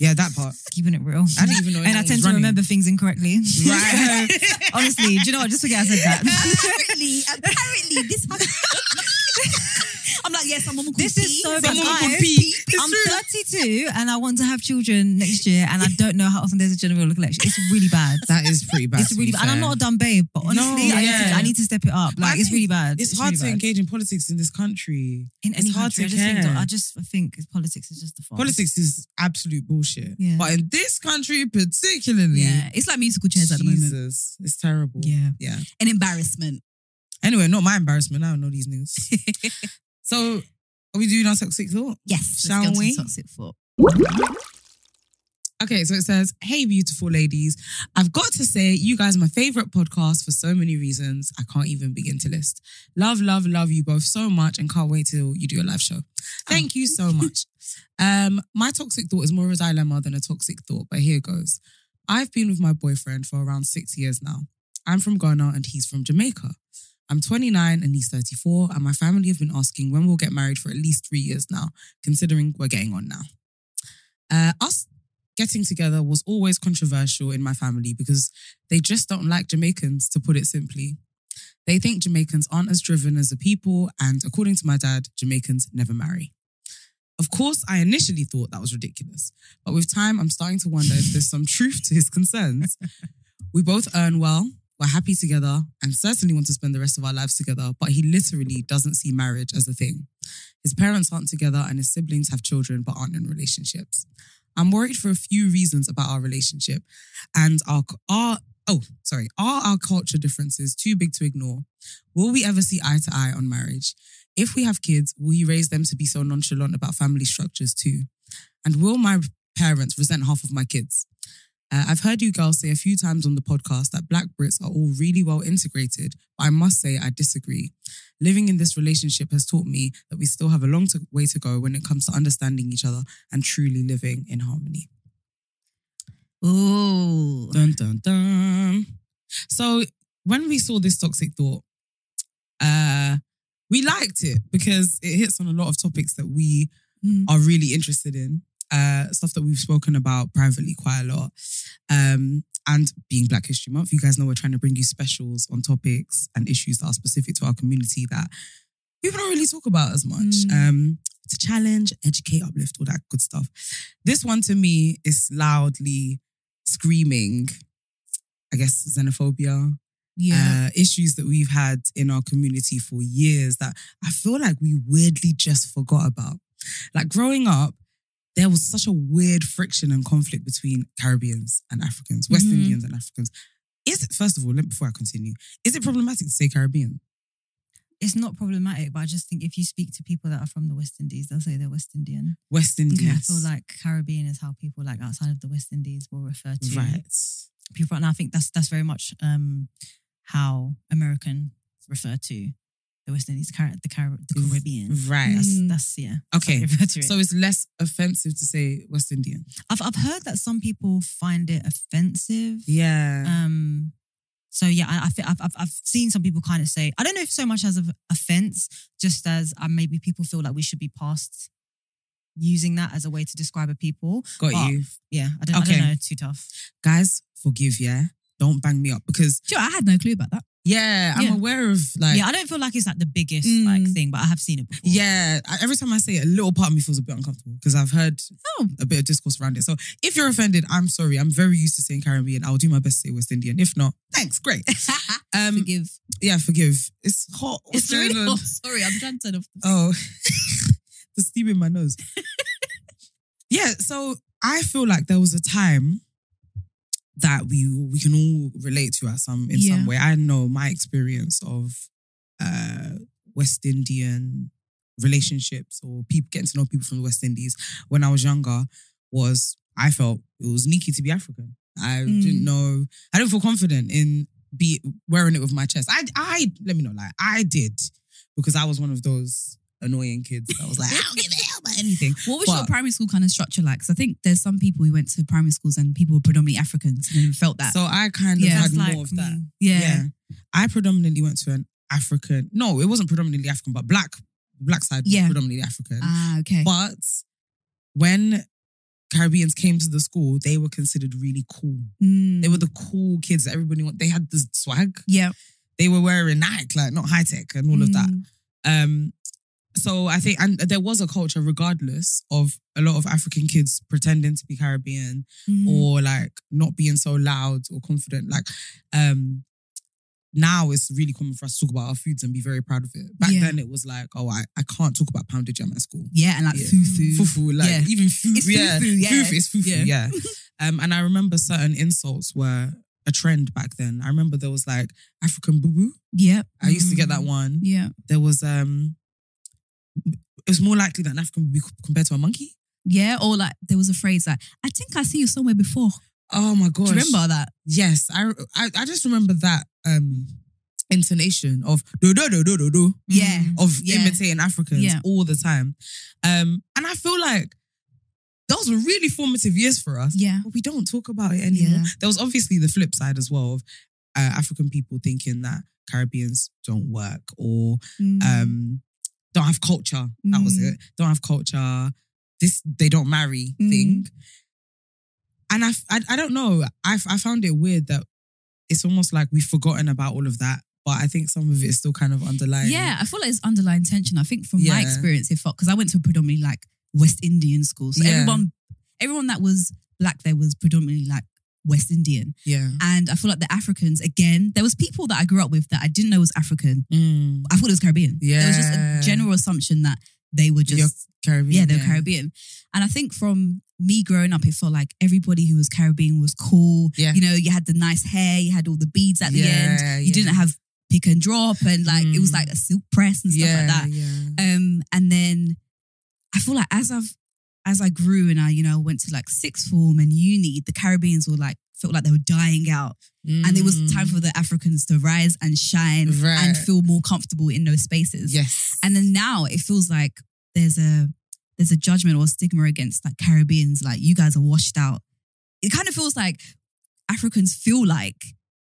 [SPEAKER 4] Yeah, that part.
[SPEAKER 6] Keeping it real.
[SPEAKER 4] I didn't even know.
[SPEAKER 6] and I
[SPEAKER 4] anyone
[SPEAKER 6] tend
[SPEAKER 4] was
[SPEAKER 6] to
[SPEAKER 4] running.
[SPEAKER 6] <laughs> remember things incorrectly.
[SPEAKER 4] Right.
[SPEAKER 6] <laughs> Honestly, do you know what? Just forget I said <laughs> that.
[SPEAKER 5] <laughs> apparently, uh, apparently, this happened. I'm like, yes, I'm a
[SPEAKER 6] This is so bad.
[SPEAKER 4] Someone
[SPEAKER 6] Guys,
[SPEAKER 4] could pee. It's
[SPEAKER 6] I'm
[SPEAKER 4] true.
[SPEAKER 6] 32 and I want to have children next year, and I don't know how often there's a general election. It's really bad.
[SPEAKER 4] <laughs> That is pretty bad.
[SPEAKER 6] it's
[SPEAKER 4] to
[SPEAKER 6] really
[SPEAKER 4] be
[SPEAKER 6] bad. And I'm
[SPEAKER 4] fair.
[SPEAKER 6] not a dumb babe, but
[SPEAKER 4] No,
[SPEAKER 6] honestly, I, need
[SPEAKER 4] yeah.
[SPEAKER 6] to, I need to step it up.
[SPEAKER 4] But I
[SPEAKER 6] Like, it's
[SPEAKER 4] think
[SPEAKER 6] really bad.
[SPEAKER 4] It's, hard
[SPEAKER 6] really
[SPEAKER 4] to
[SPEAKER 6] bad.
[SPEAKER 4] engage in politics in this country.
[SPEAKER 6] in any
[SPEAKER 4] it's hard to
[SPEAKER 6] country. I just, think,
[SPEAKER 4] care.
[SPEAKER 6] I just think politics is just the fun.
[SPEAKER 4] Politics is absolute bullshit.
[SPEAKER 6] Yeah.
[SPEAKER 4] But in this country, particularly,
[SPEAKER 5] Yeah, it's like musical chairs
[SPEAKER 4] Jesus,
[SPEAKER 5] at the moment.
[SPEAKER 4] it's terrible.
[SPEAKER 5] Yeah,
[SPEAKER 4] Yeah.
[SPEAKER 5] an embarrassment.
[SPEAKER 4] Anyway, not my embarrassment. I don't know these niggas. so, are we doing our toxic thought?
[SPEAKER 5] Yes,
[SPEAKER 4] Shall
[SPEAKER 5] let's go to
[SPEAKER 4] we?
[SPEAKER 5] Toxic Four.
[SPEAKER 4] Okay, so it says, Hey, beautiful ladies. I've got to say, you guys are my favorite podcast for so many reasons. I can't even begin to list. Love, love, love you both so much and can't wait till you do a live show. Thank you so much. um, my toxic thought is more a dilemma than a toxic thought, but here goes. I've been with my boyfriend for around six years now. I'm from Ghana and he's from Jamaica. I'm 29 and he's 34, and my family have been asking when we'll get married for at least three years now, considering we're getting on now. Uh, us getting together was always controversial in my family because they just don't like Jamaicans, to put it simply. They think Jamaicans aren't as driven as the people, and according to my dad, Jamaicans never marry. Of course, I initially thought that was ridiculous, but with time, I'm starting to wonder if there's some <laughs> truth to his concerns. We both earn well, we're happy together, and certainly want to spend the rest of our lives together, but he literally doesn't see marriage as a thing. His parents aren't together, and his siblings have children but aren't in relationships. I'm worried for a few reasons about our relationship and our, our oh, sorry, are our culture differences too big to ignore? Will we ever see eye to eye on marriage? If we have kids, will you raise them to be so nonchalant about family structures too? And will my parents resent half of my kids? Uh, I've heard you girls say a few times on the podcast that Black Brits are all really well integrated, but I must say I disagree. Living in this relationship has taught me that we still have a long to- way to go when it comes to understanding each other and truly living in harmony.
[SPEAKER 6] Ooh.
[SPEAKER 4] Dun dun dun. So when we saw this toxic thought, uh, we liked it because it hits on a lot of topics that we
[SPEAKER 5] Mm.
[SPEAKER 4] are really interested in. Uh, stuff that we've spoken about privately quite a lot. Um, and being Black History Month, you guys know we're trying to bring you specials on topics and issues that are specific to our community that people don't really talk about as much.
[SPEAKER 5] Mm.
[SPEAKER 6] Hmm.
[SPEAKER 4] Um, to challenge, educate, uplift, all that good stuff. This one to me is loudly screaming, I guess, xenophobia,
[SPEAKER 6] Yeah.
[SPEAKER 4] uh, issues that we've had in our community for years that I feel like we weirdly just forgot about. Like growing up, there was such a weird friction and conflict between Caribbeans and Africans, West
[SPEAKER 6] Mm-hmm.
[SPEAKER 5] Mhm.
[SPEAKER 4] Indians and Africans. Is it, first of all, let- before I continue, is it problematic to say Caribbean?
[SPEAKER 6] it's not problematic, but I just think if you speak to people that are from the West Indies, they'll say they're West Indian.
[SPEAKER 4] West
[SPEAKER 6] I
[SPEAKER 4] Indians.
[SPEAKER 6] feel like Caribbean is how people like outside of the West Indies will refer to
[SPEAKER 4] right.
[SPEAKER 6] people, and I think that's that's very much um, how American refer to the West Indies, Car- the, Car- the
[SPEAKER 4] Mm.
[SPEAKER 6] Caribbean.
[SPEAKER 4] Right.
[SPEAKER 6] That's,
[SPEAKER 5] Mm.
[SPEAKER 6] <laughs> that's yeah.
[SPEAKER 4] Okay.
[SPEAKER 6] Refer to it.
[SPEAKER 4] So it's less offensive to say West Indian.
[SPEAKER 6] I've I've heard that some people find it offensive.
[SPEAKER 4] Yeah.
[SPEAKER 6] Um. So yeah, I, I feel, I've, I've I've seen some people kind of say I don't know if so much as of offense, just as uh, maybe people feel like we should be past using that as a way to describe a people.
[SPEAKER 4] Got
[SPEAKER 6] but-
[SPEAKER 4] you.
[SPEAKER 6] Yeah, I don't, I
[SPEAKER 4] Okay.
[SPEAKER 6] don't know. Too tough.
[SPEAKER 4] Guys, forgive, yeah? Don't bang me up because,
[SPEAKER 5] Do you know, I had no clue about that.
[SPEAKER 4] yeah, I'm
[SPEAKER 6] Yeah.
[SPEAKER 4] aware of like,
[SPEAKER 6] yeah, I don't feel like it's like the biggest
[SPEAKER 5] Mm.
[SPEAKER 6] like thing, but I have seen it before. <laughs>
[SPEAKER 4] Yeah, I- every time I say it, a little part of me feels a bit uncomfortable because I've heard
[SPEAKER 5] Oh.
[SPEAKER 4] a bit of discourse around it. So if you're offended, I'm sorry. I'm very used to saying Caribbean. I'll do my best to say West Indian. If not,
[SPEAKER 5] <laughs>
[SPEAKER 4] thanks. Great. Um,
[SPEAKER 6] Forgive.
[SPEAKER 4] Yeah, forgive. It's hot. What's
[SPEAKER 5] It's really
[SPEAKER 4] going on?
[SPEAKER 5] oh, <laughs> sorry. I'm trying to turn off. The
[SPEAKER 4] Oh, <laughs> the steam in my nose. yeah, so I feel like there was a time that we we can all relate to at some in
[SPEAKER 5] Yeah.
[SPEAKER 4] some way. I know my experience of uh, West Indian relationships or people getting to know people from the West Indies when I was younger was I felt it was sneaky to be African. I
[SPEAKER 5] Mm.
[SPEAKER 4] didn't know. I didn't feel confident in be wearing it with my chest. I, I let me not lie. I did because I was one of those annoying kids that was like, I
[SPEAKER 5] <laughs>
[SPEAKER 4] don't give a hell about anything.
[SPEAKER 5] What was your
[SPEAKER 4] But-
[SPEAKER 5] primary school kind of structure like? Because I think there's some people who went to primary schools and people were predominantly Africans and then felt that.
[SPEAKER 4] So I kind of
[SPEAKER 5] Yeah.
[SPEAKER 4] had
[SPEAKER 6] That's like
[SPEAKER 4] more of that.
[SPEAKER 6] me.
[SPEAKER 5] yeah.
[SPEAKER 4] I predominantly went to an African. No, it wasn't predominantly African, but black black side was
[SPEAKER 5] Yeah.
[SPEAKER 4] predominantly African.
[SPEAKER 5] Ah, okay.
[SPEAKER 4] But when Caribbeans came to the school, they were considered really cool.
[SPEAKER 5] Mm.
[SPEAKER 4] They were the cool kids that everybody wanted. They had the swag.
[SPEAKER 5] yeah.
[SPEAKER 4] They were wearing Nike, like not high tech and all of that.
[SPEAKER 5] Mm.
[SPEAKER 4] Um, so I think, and there was a culture, regardless of a lot of African kids pretending to be Caribbean
[SPEAKER 5] Mm-hmm. Mm.
[SPEAKER 4] or like not being so loud or confident. Like, um, now it's really common for us to talk about our foods and be very proud of it. Back
[SPEAKER 5] Yeah.
[SPEAKER 4] then, it was like, oh, I, I can't talk about pounded jam at school.
[SPEAKER 5] yeah, and like
[SPEAKER 4] Yeah.
[SPEAKER 5] fufu.
[SPEAKER 4] Fufu, like
[SPEAKER 5] Yeah.
[SPEAKER 4] even fufu,
[SPEAKER 5] It's
[SPEAKER 4] yeah,
[SPEAKER 5] fufu, yeah.
[SPEAKER 4] fufu, it's fufu,
[SPEAKER 5] Yeah.
[SPEAKER 4] yeah. um, and I remember certain insults were a trend back then. I remember there was like African boo boo.
[SPEAKER 5] Yeah.
[SPEAKER 4] I used to get that one
[SPEAKER 5] Mm. Yeah.
[SPEAKER 4] there was um it was more likely that an African would be compared to a monkey.
[SPEAKER 5] Yeah. Or like there was a phrase like, I think I see you somewhere before.
[SPEAKER 4] Oh my gosh.
[SPEAKER 5] Do you remember that?
[SPEAKER 4] Yes. I I, I just remember that um intonation of do do do do do do mm,
[SPEAKER 5] Yeah.
[SPEAKER 4] of
[SPEAKER 5] Yeah.
[SPEAKER 4] imitating Africans
[SPEAKER 5] Yeah.
[SPEAKER 4] all the time. Um and I feel like those were really formative years for us.
[SPEAKER 5] Yeah.
[SPEAKER 4] But we don't talk about it anymore.
[SPEAKER 5] Yeah.
[SPEAKER 4] There was obviously the flip side as well of uh, African people thinking that Caribbeans don't work or
[SPEAKER 5] Mm.
[SPEAKER 4] um don't have culture that was
[SPEAKER 5] Mm.
[SPEAKER 4] it don't have culture this they don't marry
[SPEAKER 5] Mm.
[SPEAKER 4] thing and I, f- I I don't know I f- I found it weird that it's almost like we've forgotten about all of that but I think some of it's still kind of underlying.
[SPEAKER 5] Yeah, I feel like it's underlying tension. I think from my
[SPEAKER 4] Yeah.
[SPEAKER 5] experience, if because I went to a predominantly like West Indian school, so
[SPEAKER 4] Yeah.
[SPEAKER 5] everyone, everyone that was black there was predominantly like West Indian,
[SPEAKER 4] Yeah.
[SPEAKER 5] and I feel like the Africans again. There was people that I grew up with that I didn't know was African.
[SPEAKER 4] Mm.
[SPEAKER 5] I thought it was Caribbean. There was just a
[SPEAKER 4] Yeah.
[SPEAKER 5] general assumption that they were
[SPEAKER 4] You're
[SPEAKER 5] just
[SPEAKER 4] Caribbean.
[SPEAKER 5] yeah, they're Caribbean. And I think from me growing up, it felt like everybody who was Caribbean was cool.
[SPEAKER 4] Yeah.
[SPEAKER 5] You know, you had the nice hair, you had all the beads at the end,
[SPEAKER 4] Yeah,
[SPEAKER 5] you
[SPEAKER 4] yeah.
[SPEAKER 5] didn't have pick and drop, and like it was
[SPEAKER 4] Mm.
[SPEAKER 5] like a silk press and stuff
[SPEAKER 4] yeah,
[SPEAKER 5] like that.
[SPEAKER 4] Yeah.
[SPEAKER 5] Um, and then I feel like as I've as I grew and I, you know, went to like sixth form and uni, the Caribbeans were like felt like they were dying out. And it
[SPEAKER 4] Mm.
[SPEAKER 5] was time for the Africans to rise and shine
[SPEAKER 4] Right.
[SPEAKER 5] and feel more comfortable in those spaces.
[SPEAKER 4] Yes.
[SPEAKER 5] And then now it feels like there's a there's a judgment or stigma against like Caribbeans, like you guys are washed out. It kind of feels like Africans feel like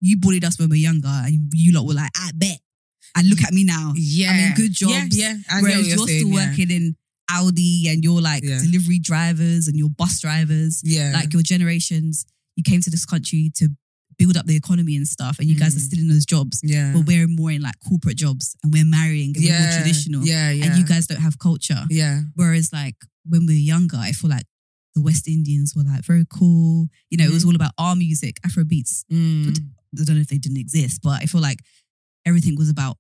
[SPEAKER 5] you bullied us when we were younger, and you lot were like, I bet. And look at me now.
[SPEAKER 4] yeah.
[SPEAKER 5] I'm in good jobs.
[SPEAKER 4] Yeah. yeah. I
[SPEAKER 5] Whereas you're,
[SPEAKER 4] get what you're, saying,
[SPEAKER 5] still
[SPEAKER 4] yeah.
[SPEAKER 5] working in Audi and you're like
[SPEAKER 4] Yeah.
[SPEAKER 5] delivery drivers and you're bus drivers.
[SPEAKER 4] Yeah.
[SPEAKER 5] Like your generations, you came to this country to build up the economy and stuff, and you guys are
[SPEAKER 4] Mm.
[SPEAKER 5] still in those jobs.
[SPEAKER 4] yeah.
[SPEAKER 5] But we're more in like corporate jobs and we're marrying and we're more traditional.
[SPEAKER 4] Yeah. Yeah.
[SPEAKER 5] And you guys don't have culture.
[SPEAKER 4] Yeah.
[SPEAKER 5] Whereas like when we were younger, I feel like the West Indians were like very cool. You know, it
[SPEAKER 6] Mm-hmm.
[SPEAKER 5] was all about our music, Afro beats.
[SPEAKER 4] Mm.
[SPEAKER 5] I don't know if they didn't exist, but I feel like everything was about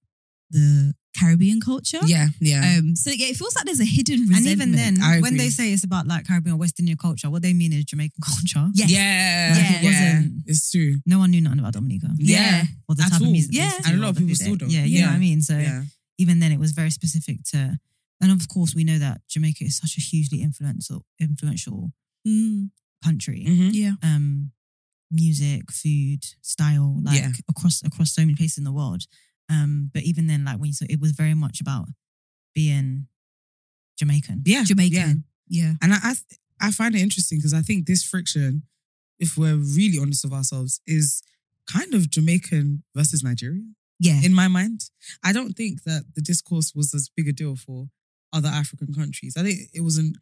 [SPEAKER 5] the Caribbean culture.
[SPEAKER 4] Yeah. Yeah.
[SPEAKER 5] Um, so yeah, it feels like there's a hidden
[SPEAKER 6] And
[SPEAKER 5] resentment.
[SPEAKER 6] even then,
[SPEAKER 4] I
[SPEAKER 6] when they
[SPEAKER 4] agree.
[SPEAKER 6] say it's about like Caribbean or West Indian culture, what they mean is Jamaican <laughs> culture.
[SPEAKER 5] yes.
[SPEAKER 4] Yeah.
[SPEAKER 6] Like, it wasn't-
[SPEAKER 4] It's true.
[SPEAKER 6] No one knew nothing about Dominica.
[SPEAKER 4] Yeah.
[SPEAKER 6] Or the
[SPEAKER 4] At
[SPEAKER 6] type of
[SPEAKER 4] all.
[SPEAKER 6] music. they
[SPEAKER 5] Yeah.
[SPEAKER 6] used to
[SPEAKER 4] And a
[SPEAKER 6] do,
[SPEAKER 4] lot
[SPEAKER 6] or
[SPEAKER 4] of
[SPEAKER 6] the
[SPEAKER 4] people
[SPEAKER 6] food
[SPEAKER 4] still
[SPEAKER 6] they-
[SPEAKER 4] don't.
[SPEAKER 6] Yeah, you know
[SPEAKER 4] Yeah.
[SPEAKER 6] what I mean? So
[SPEAKER 4] yeah.
[SPEAKER 6] even then it was very specific to and of course we know that Jamaica is such a hugely influential influential
[SPEAKER 5] Mm,
[SPEAKER 6] country.
[SPEAKER 4] Mhm.
[SPEAKER 5] yeah.
[SPEAKER 6] Um music, food, style, like
[SPEAKER 4] Yeah.
[SPEAKER 6] across across so many places in the world. Um but even then like when you saw it was very much about being Jamaican.
[SPEAKER 4] Yeah. Yeah.
[SPEAKER 5] Jamaican. Yeah.
[SPEAKER 4] And I, I, th- I find it interesting because I think this friction, if we're really honest with ourselves, is kind of Jamaican versus Nigerian
[SPEAKER 5] Yeah.
[SPEAKER 4] in my mind. I don't think that the discourse was as big a deal for other African countries. I think it wasn't.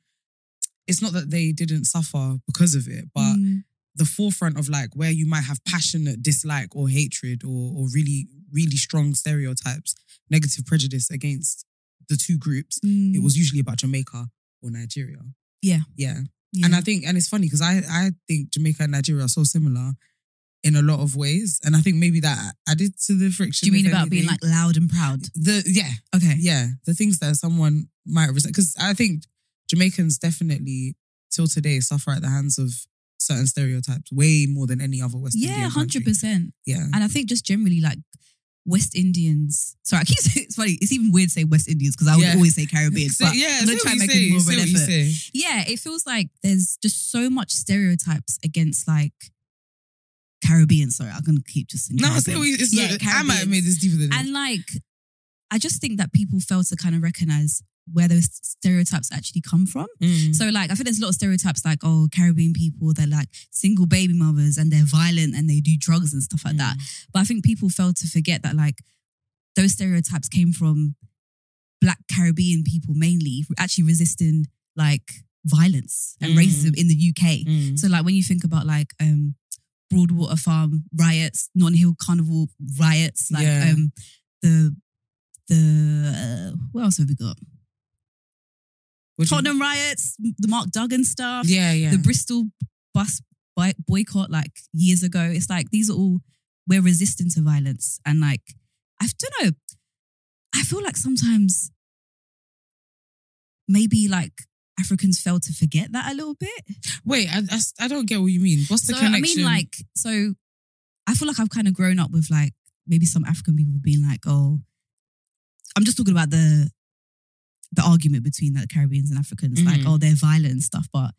[SPEAKER 4] It's not that they didn't suffer because of it, but
[SPEAKER 5] Mm,
[SPEAKER 4] the forefront of like where you might have passionate dislike or hatred or or really really strong stereotypes, negative prejudice against the two groups.
[SPEAKER 5] mm,
[SPEAKER 4] It was usually about Jamaica or Nigeria.
[SPEAKER 5] Yeah.
[SPEAKER 4] Yeah.
[SPEAKER 5] yeah.
[SPEAKER 4] And I think, and it's funny because I, I think Jamaica and Nigeria are so similar in a lot of ways. And I think maybe that added to the friction.
[SPEAKER 5] Do you mean
[SPEAKER 4] if
[SPEAKER 5] about being
[SPEAKER 4] anything.
[SPEAKER 5] like loud and proud?
[SPEAKER 4] the, yeah,
[SPEAKER 5] Okay.
[SPEAKER 4] yeah, the things that someone might resent. Because I think Jamaicans definitely, till today, suffer at the hands of certain stereotypes way more than any other West
[SPEAKER 5] Yeah,
[SPEAKER 4] Indian
[SPEAKER 5] hundred
[SPEAKER 4] country.
[SPEAKER 5] percent.
[SPEAKER 4] Yeah.
[SPEAKER 5] And I think just generally like West Indians. Sorry, I keep <laughs> saying it's funny. It's even weird to say West Indians because I would
[SPEAKER 4] Yeah.
[SPEAKER 5] always say Caribbean.
[SPEAKER 4] <laughs> So,
[SPEAKER 5] but I'm
[SPEAKER 4] yeah, see
[SPEAKER 5] gonna
[SPEAKER 4] what
[SPEAKER 5] try and
[SPEAKER 4] you
[SPEAKER 5] make
[SPEAKER 4] say,
[SPEAKER 5] it more of
[SPEAKER 4] see
[SPEAKER 5] an
[SPEAKER 4] what you
[SPEAKER 5] effort.
[SPEAKER 4] say.
[SPEAKER 5] Yeah, it feels like there's just so much stereotypes against like Caribbean. Sorry, I'm gonna keep just saying
[SPEAKER 4] No, I
[SPEAKER 5] Caribbean.
[SPEAKER 4] see what you it's
[SPEAKER 5] Yeah,
[SPEAKER 4] not- I might have
[SPEAKER 5] Caribbean.
[SPEAKER 4] made this deeper than
[SPEAKER 5] And like, I just think that people fail to kind of recognize where those stereotypes actually come from.
[SPEAKER 4] this.
[SPEAKER 5] So like, I think there's a lot of stereotypes like, oh, Caribbean people, they're like single baby mothers and they're violent and they do drugs and stuff like that.
[SPEAKER 4] Mm.
[SPEAKER 5] But I think people fail to forget that like those stereotypes came from black Caribbean people mainly actually resisting like violence and
[SPEAKER 4] Mm.
[SPEAKER 5] racism in the UK.
[SPEAKER 6] Mm-hmm.
[SPEAKER 4] Mm.
[SPEAKER 5] So like when you think about like um Broadwater Farm riots, Non Hill Carnival riots, like
[SPEAKER 4] Yeah.
[SPEAKER 5] um the the uh, what else have we got?
[SPEAKER 4] Would you-
[SPEAKER 5] Tottenham riots, the Mark Duggan stuff,
[SPEAKER 4] Yeah, yeah.
[SPEAKER 5] the Bristol bus boy- boycott like years ago. It's like these are all we're resistant to violence and like I don't know. I feel like sometimes maybe like Africans fail to forget that a little bit.
[SPEAKER 4] Wait, I, I s- I don't get what you mean. What's the
[SPEAKER 5] so I
[SPEAKER 4] connection?
[SPEAKER 5] mean, like, so I feel like I've kind of grown up with like maybe some African people being like, "Oh, I'm just talking about the the argument between like Caribbeans and Africans, like,
[SPEAKER 4] Mhm.
[SPEAKER 5] oh, they're violent and stuff." But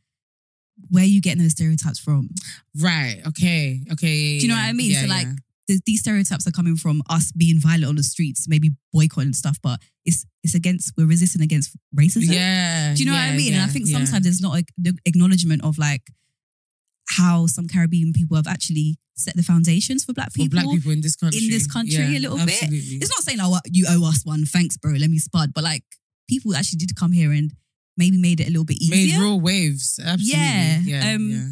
[SPEAKER 5] where are you getting those stereotypes from?
[SPEAKER 4] right? Okay, okay.
[SPEAKER 5] Do you know
[SPEAKER 4] yeah,
[SPEAKER 5] what I mean?
[SPEAKER 4] yeah,
[SPEAKER 5] so like,
[SPEAKER 4] yeah.
[SPEAKER 5] th- these stereotypes are coming from us being violent on the streets, maybe boycott and stuff, but it's it's against we're resisting against racism.
[SPEAKER 4] yeah.
[SPEAKER 5] Do you know
[SPEAKER 4] yeah,
[SPEAKER 5] what I mean? and I
[SPEAKER 4] yeah,
[SPEAKER 5] think
[SPEAKER 4] yeah.
[SPEAKER 5] sometimes there's not like the acknowledgement of like how some Caribbean people have actually set the foundations for black
[SPEAKER 4] for
[SPEAKER 5] people.
[SPEAKER 4] black people in this country,
[SPEAKER 5] this country
[SPEAKER 4] yeah,
[SPEAKER 5] a little bit.
[SPEAKER 4] absolutely.
[SPEAKER 5] It's not saying like "Oh, you owe us one, thanks, bro, let me spud, but like people actually did come here and maybe made it a little bit
[SPEAKER 4] made
[SPEAKER 5] easier.
[SPEAKER 4] real waves. Absolutely,
[SPEAKER 5] Yeah,
[SPEAKER 4] yeah, yeah,
[SPEAKER 5] um,
[SPEAKER 4] yeah.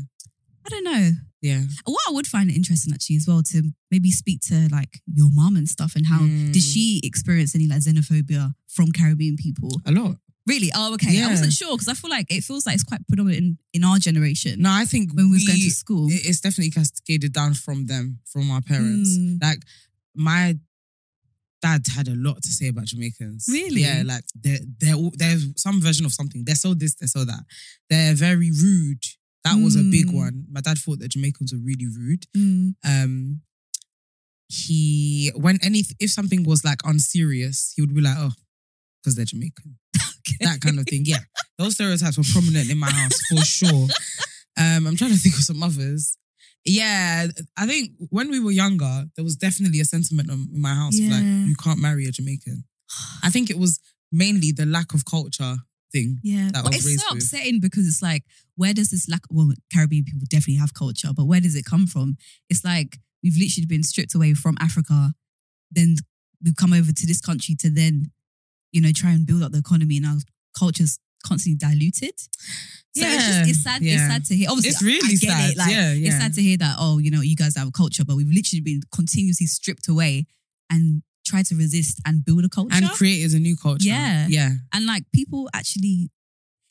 [SPEAKER 5] I don't know.
[SPEAKER 4] Yeah.
[SPEAKER 5] What I would find interesting actually as well to maybe speak to like your mom and stuff and how did
[SPEAKER 4] Mm.
[SPEAKER 5] she experience any like xenophobia from Caribbean people?
[SPEAKER 4] A lot.
[SPEAKER 5] Really? Oh, okay.
[SPEAKER 4] Yeah.
[SPEAKER 5] I wasn't sure because I feel like it feels like it's quite predominant in, in our generation
[SPEAKER 4] No, I think
[SPEAKER 5] when we was going to school.
[SPEAKER 4] it- it's definitely cascaded down from them, from our parents.
[SPEAKER 5] Mm.
[SPEAKER 4] Like my dad had a lot to say about Jamaicans.
[SPEAKER 5] Really?
[SPEAKER 4] Yeah, like they're they're all, there's some version of something. They're so this, they're so that. They're very rude. That was a big
[SPEAKER 5] Mm.
[SPEAKER 4] one. My dad thought that Jamaicans were really rude.
[SPEAKER 5] Mm.
[SPEAKER 4] Um, he when any if something was like unserious, he would be like, oh, because they're Jamaican that kind of thing. Yeah, those stereotypes were prominent in my house for sure. Um, I'm trying to think of some others. Yeah, I think when we were younger, there was definitely a sentiment on- in my house like
[SPEAKER 5] Yeah.
[SPEAKER 4] you can't marry a Jamaican. I think it was mainly the lack of culture thing.
[SPEAKER 5] Yeah,
[SPEAKER 4] that I
[SPEAKER 5] but
[SPEAKER 4] was
[SPEAKER 5] it's
[SPEAKER 4] raised
[SPEAKER 5] so
[SPEAKER 4] with.
[SPEAKER 5] upsetting because it's like, where does this lack? Well, Caribbean people definitely have culture, but where does it come from? It's like we've literally been stripped away from Africa, then we've come over to this country to then, you know, try and build up the economy, and our culture's constantly diluted. So it's,
[SPEAKER 4] Yeah,
[SPEAKER 5] just, it's sad.
[SPEAKER 4] yeah.
[SPEAKER 5] It's sad to hear. Obviously,
[SPEAKER 4] It's
[SPEAKER 5] I-
[SPEAKER 4] really
[SPEAKER 5] I get
[SPEAKER 4] sad.
[SPEAKER 5] It. Like,
[SPEAKER 4] Yeah, yeah.
[SPEAKER 5] It's sad to hear that. Oh, you know, you guys have a culture, but we've literally been continuously stripped away and try to resist and build a culture
[SPEAKER 4] And created a new culture.
[SPEAKER 5] Yeah.
[SPEAKER 4] Yeah.
[SPEAKER 5] and like people actually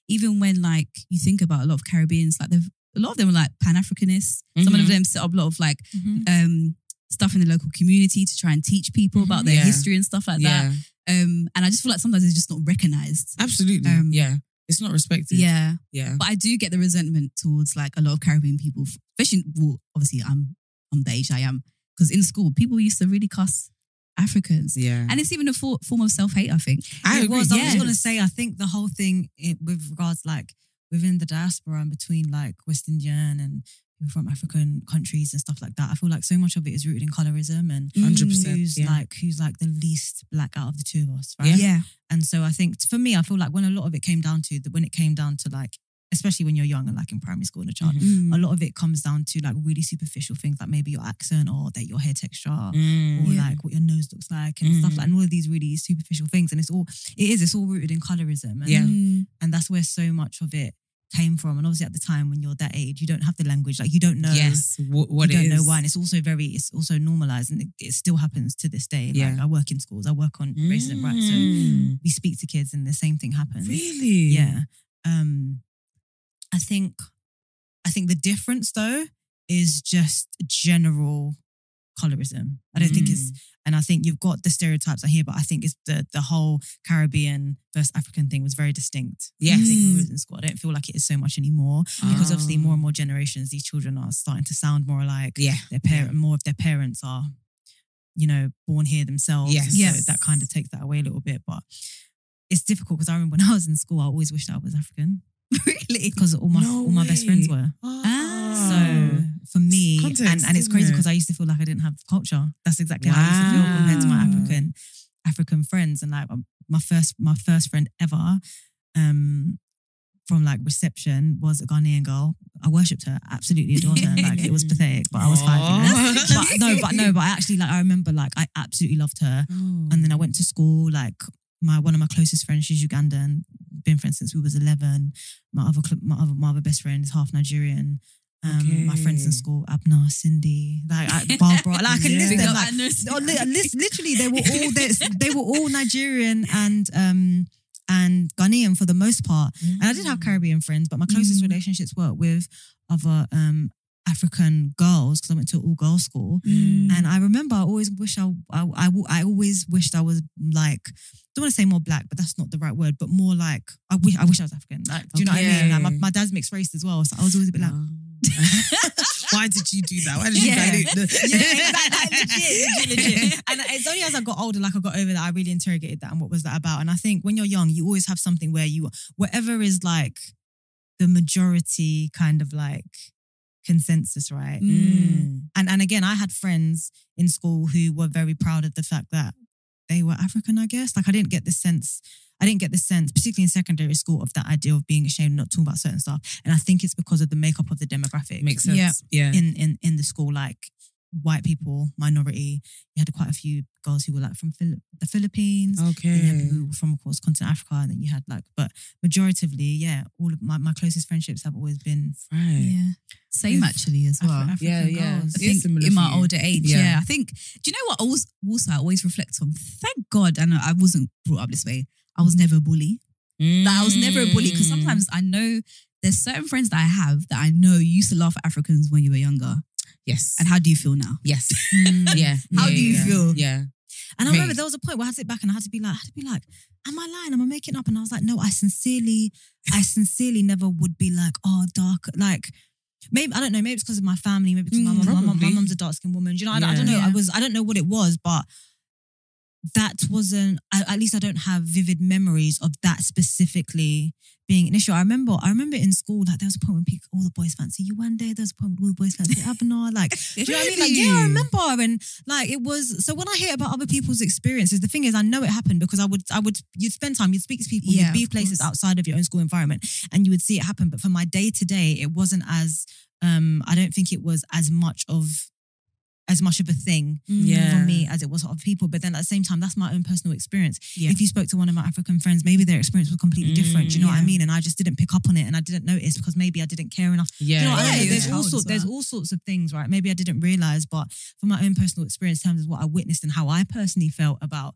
[SPEAKER 5] even when like you think about a lot of caribbeans like they've a lot of them are like pan-africanists some of
[SPEAKER 4] Mhm.
[SPEAKER 5] them set up a lot of like
[SPEAKER 4] Mm-hmm.
[SPEAKER 5] um stuff in the local community to try and teach people about their
[SPEAKER 4] Yeah.
[SPEAKER 5] history and stuff like
[SPEAKER 4] yeah.
[SPEAKER 5] that um and i just feel like sometimes it's just not recognized
[SPEAKER 4] Absolutely.
[SPEAKER 5] Um,
[SPEAKER 4] yeah. It's not respected.
[SPEAKER 5] yeah
[SPEAKER 4] Yeah.
[SPEAKER 5] but i do get the resentment towards like a lot of caribbean people especially well obviously i'm i'm the age i am because in school people used to really cuss africans
[SPEAKER 4] Yeah.
[SPEAKER 5] and it's even a for- form of self-hate i think
[SPEAKER 4] I
[SPEAKER 6] it
[SPEAKER 4] agree.
[SPEAKER 6] was. I was
[SPEAKER 5] yeah.
[SPEAKER 6] gonna say. I think the whole thing it, with regards like within the diaspora and between like West Indian and people from African countries and stuff like that. I feel like so much of it is rooted in colorism and
[SPEAKER 5] Mm.
[SPEAKER 4] 100%,
[SPEAKER 6] who's
[SPEAKER 4] yeah.
[SPEAKER 6] like who's like the least black out of the two of us, right?
[SPEAKER 5] yeah
[SPEAKER 6] And so I think for me, I feel like when a lot of it came down to that, when it came down to like, especially when you're young and like in primary school and a child,
[SPEAKER 4] Mm-hmm.
[SPEAKER 6] a lot of it comes down to like really superficial things like maybe your accent or that your hair texture
[SPEAKER 4] Mm.
[SPEAKER 6] or
[SPEAKER 5] Yeah.
[SPEAKER 6] like what your nose looks like and
[SPEAKER 4] Mm-hmm.
[SPEAKER 6] stuff like and all of these really superficial things. And it's all it is, it's all rooted in colorism. And,
[SPEAKER 4] Yeah.
[SPEAKER 6] and that's where so much of it came from. And obviously at the time when you're that age, you don't have the language, like you don't know
[SPEAKER 4] Yes. What, what
[SPEAKER 6] you
[SPEAKER 4] it
[SPEAKER 6] don't know
[SPEAKER 4] is.
[SPEAKER 6] why. And it's also very, it's also normalized and it, it still happens to this day.
[SPEAKER 4] Yeah.
[SPEAKER 6] Like I work in schools, I work on racism, right? So
[SPEAKER 4] Mm.
[SPEAKER 6] we speak to kids and the same thing happens.
[SPEAKER 4] Really?
[SPEAKER 6] Yeah. Um I think I think the difference though is just general colorism. I don't think it's
[SPEAKER 4] Mm.
[SPEAKER 6] and I think you've got the stereotypes I hear, but I think it's the the whole Caribbean versus African thing was very distinct. I
[SPEAKER 4] Yes.
[SPEAKER 6] think when we
[SPEAKER 5] Mm.
[SPEAKER 6] was in school. I don't feel like it is so much anymore
[SPEAKER 4] Mm.
[SPEAKER 6] because obviously more and more generations, these children are starting to sound more like
[SPEAKER 4] Oh. Yeah.
[SPEAKER 6] their parent, more of their parents are, you know, born here themselves.
[SPEAKER 4] Yes.
[SPEAKER 6] So
[SPEAKER 5] Yes.
[SPEAKER 6] that kind of takes that away a little bit, but it's difficult because I remember when I was in school, I always wished I was African <laughs>
[SPEAKER 5] really
[SPEAKER 6] because all my
[SPEAKER 4] No
[SPEAKER 6] all my best friends
[SPEAKER 4] way.
[SPEAKER 6] were.
[SPEAKER 4] Ah.
[SPEAKER 6] So for me,
[SPEAKER 4] context,
[SPEAKER 6] and, and it's
[SPEAKER 4] isn't
[SPEAKER 6] crazy
[SPEAKER 4] it?
[SPEAKER 6] because I used to feel like I didn't have culture. That's exactly how I used to feel compared to my
[SPEAKER 4] Wow.
[SPEAKER 6] African African friends. And like um, my first my first friend ever um, from like reception was a Ghanaian girl. I worshipped her, absolutely adored
[SPEAKER 4] <laughs>
[SPEAKER 6] her. Like it was pathetic, but I was five. You know?
[SPEAKER 4] Aw.
[SPEAKER 6] <laughs> But no, but no, but I actually like I remember like I absolutely loved her.
[SPEAKER 4] Oh.
[SPEAKER 6] And then I went to school, like my one of my closest friends, she's Ugandan, been friends since we was eleven. My other cl- my other my other best friend is half Nigerian. Um, My friends in
[SPEAKER 4] Okay.
[SPEAKER 6] school, Abna, Cindy, like
[SPEAKER 5] <laughs>
[SPEAKER 6] I, Barbara,
[SPEAKER 4] <laughs>
[SPEAKER 6] like I can
[SPEAKER 4] Yeah.
[SPEAKER 6] list
[SPEAKER 4] Big
[SPEAKER 6] them.
[SPEAKER 4] up
[SPEAKER 6] Like, oh, li- lis- literally, they were all they, they were all Nigerian and um and Ghanaian for the most part. And I did have Caribbean friends, but my closest
[SPEAKER 5] Mm.
[SPEAKER 6] relationships were with other um African girls because I went to an all girls school.
[SPEAKER 5] Mm.
[SPEAKER 4] Mm.
[SPEAKER 6] And I remember I always wish I, I, I, w- I always wished I was like, don't want to say more black, but that's not the right word, but more like, I wish I wish I was African. Like, do you know what I mean? Like, my,
[SPEAKER 4] Okay.
[SPEAKER 6] my dad's mixed race as well. So I was always a bit like,
[SPEAKER 4] <laughs> Why did you do that? Why did you
[SPEAKER 6] Yeah.
[SPEAKER 4] dilute the-
[SPEAKER 6] <laughs> yeah, exactly. Like, legit,
[SPEAKER 4] <laughs>
[SPEAKER 6] legit, legit. And it's only as I got older, like I got over that, I really interrogated that and what was that about. And I think when you're young, you always have something where you, whatever is like the majority kind of like consensus, right?
[SPEAKER 4] Mm.
[SPEAKER 6] And and again, I had friends in school who were very proud of the fact that they were African, I guess. Like I didn't get the sense, I didn't get the sense, particularly in secondary school, of that idea of being ashamed and not talking about certain stuff. And I think it's because of the makeup of the demographic
[SPEAKER 4] Makes sense. Yeah.
[SPEAKER 6] in in in the school. Like white people, minority. You had quite a few girls who were like from Philip the
[SPEAKER 4] Oh,
[SPEAKER 6] Philippines. Then you had
[SPEAKER 4] Okay.
[SPEAKER 6] people who were from, of course, continental Africa, and then you had like, but majoritively, yeah, all of my, my closest friendships have always been
[SPEAKER 4] Right.
[SPEAKER 5] Yeah. Same
[SPEAKER 6] With
[SPEAKER 5] actually as
[SPEAKER 6] Afri-
[SPEAKER 5] well.
[SPEAKER 6] African
[SPEAKER 4] Yeah, yeah.
[SPEAKER 6] girls.
[SPEAKER 5] I
[SPEAKER 4] It's
[SPEAKER 5] think
[SPEAKER 4] similar
[SPEAKER 5] in
[SPEAKER 4] for
[SPEAKER 5] my
[SPEAKER 4] you.
[SPEAKER 5] older age,
[SPEAKER 4] Yeah.
[SPEAKER 5] yeah. I think. Do you know what? I always, also, I always reflect on. Thank God, and I wasn't brought up this way. I was never a bully. Like, I was never a bully
[SPEAKER 4] Mm.
[SPEAKER 5] because sometimes I know there's certain friends that I have that I know used to laugh at Africans when you were younger.
[SPEAKER 4] Yes.
[SPEAKER 5] And how do you feel now?
[SPEAKER 4] yes.
[SPEAKER 6] Mm.
[SPEAKER 4] <laughs> Yeah.
[SPEAKER 5] How
[SPEAKER 4] Yeah,
[SPEAKER 5] do you
[SPEAKER 4] yeah,
[SPEAKER 5] feel?
[SPEAKER 4] Yeah.
[SPEAKER 6] And I
[SPEAKER 4] Right.
[SPEAKER 6] remember there was a point where I had to sit back and I had to be like, I had to be like, am I lying? Am I making up? And I was like, no, I sincerely, I sincerely never would be like, oh, dark, like. Maybe I don't know. Maybe it's because of my family. Maybe it's 'cause
[SPEAKER 4] Mm,
[SPEAKER 6] my mum. My mum- my
[SPEAKER 4] probably.
[SPEAKER 6] mum's a dark skinned woman. Do you know? I, I
[SPEAKER 4] Yeah.
[SPEAKER 6] don't know.
[SPEAKER 5] Yeah.
[SPEAKER 6] I was. I don't know what it was, but that wasn't. I, at least I don't have vivid memories of that specifically being an issue. I remember. I remember in school like there was a point when people, all the boys fancy you one day. There was a point when all the boys fancy Abner. Like do you know what I mean? Like, yeah, I remember. And like it was so when I hear about other people's experiences, the thing is I know it happened because I would I would you'd spend time, you'd speak to people,
[SPEAKER 5] Yeah,
[SPEAKER 6] you'd be
[SPEAKER 5] of
[SPEAKER 6] places
[SPEAKER 5] course.
[SPEAKER 6] outside of your own school environment and you would see it happen. But for my day to day, it wasn't as um I don't think it was as much of as much of a thing
[SPEAKER 4] Yeah.
[SPEAKER 5] Mm.
[SPEAKER 6] for me as it was for other people. But then at the same time, that's my own personal experience.
[SPEAKER 5] Yeah.
[SPEAKER 6] If you spoke to one of my African friends, maybe their experience was completely different. Do you know what I
[SPEAKER 5] Yeah.
[SPEAKER 6] mean? And I just didn't pick up on it and I didn't notice because maybe I didn't care enough
[SPEAKER 4] Yeah.
[SPEAKER 6] you know,
[SPEAKER 5] Yeah,
[SPEAKER 6] I don't
[SPEAKER 5] yeah,
[SPEAKER 6] know. There's
[SPEAKER 5] yeah.
[SPEAKER 6] all
[SPEAKER 5] Child as
[SPEAKER 6] sorts. There's
[SPEAKER 5] well.
[SPEAKER 6] all sorts of things, right? Maybe I didn't realize, but from my own personal experience, in terms of what I witnessed and how I personally felt about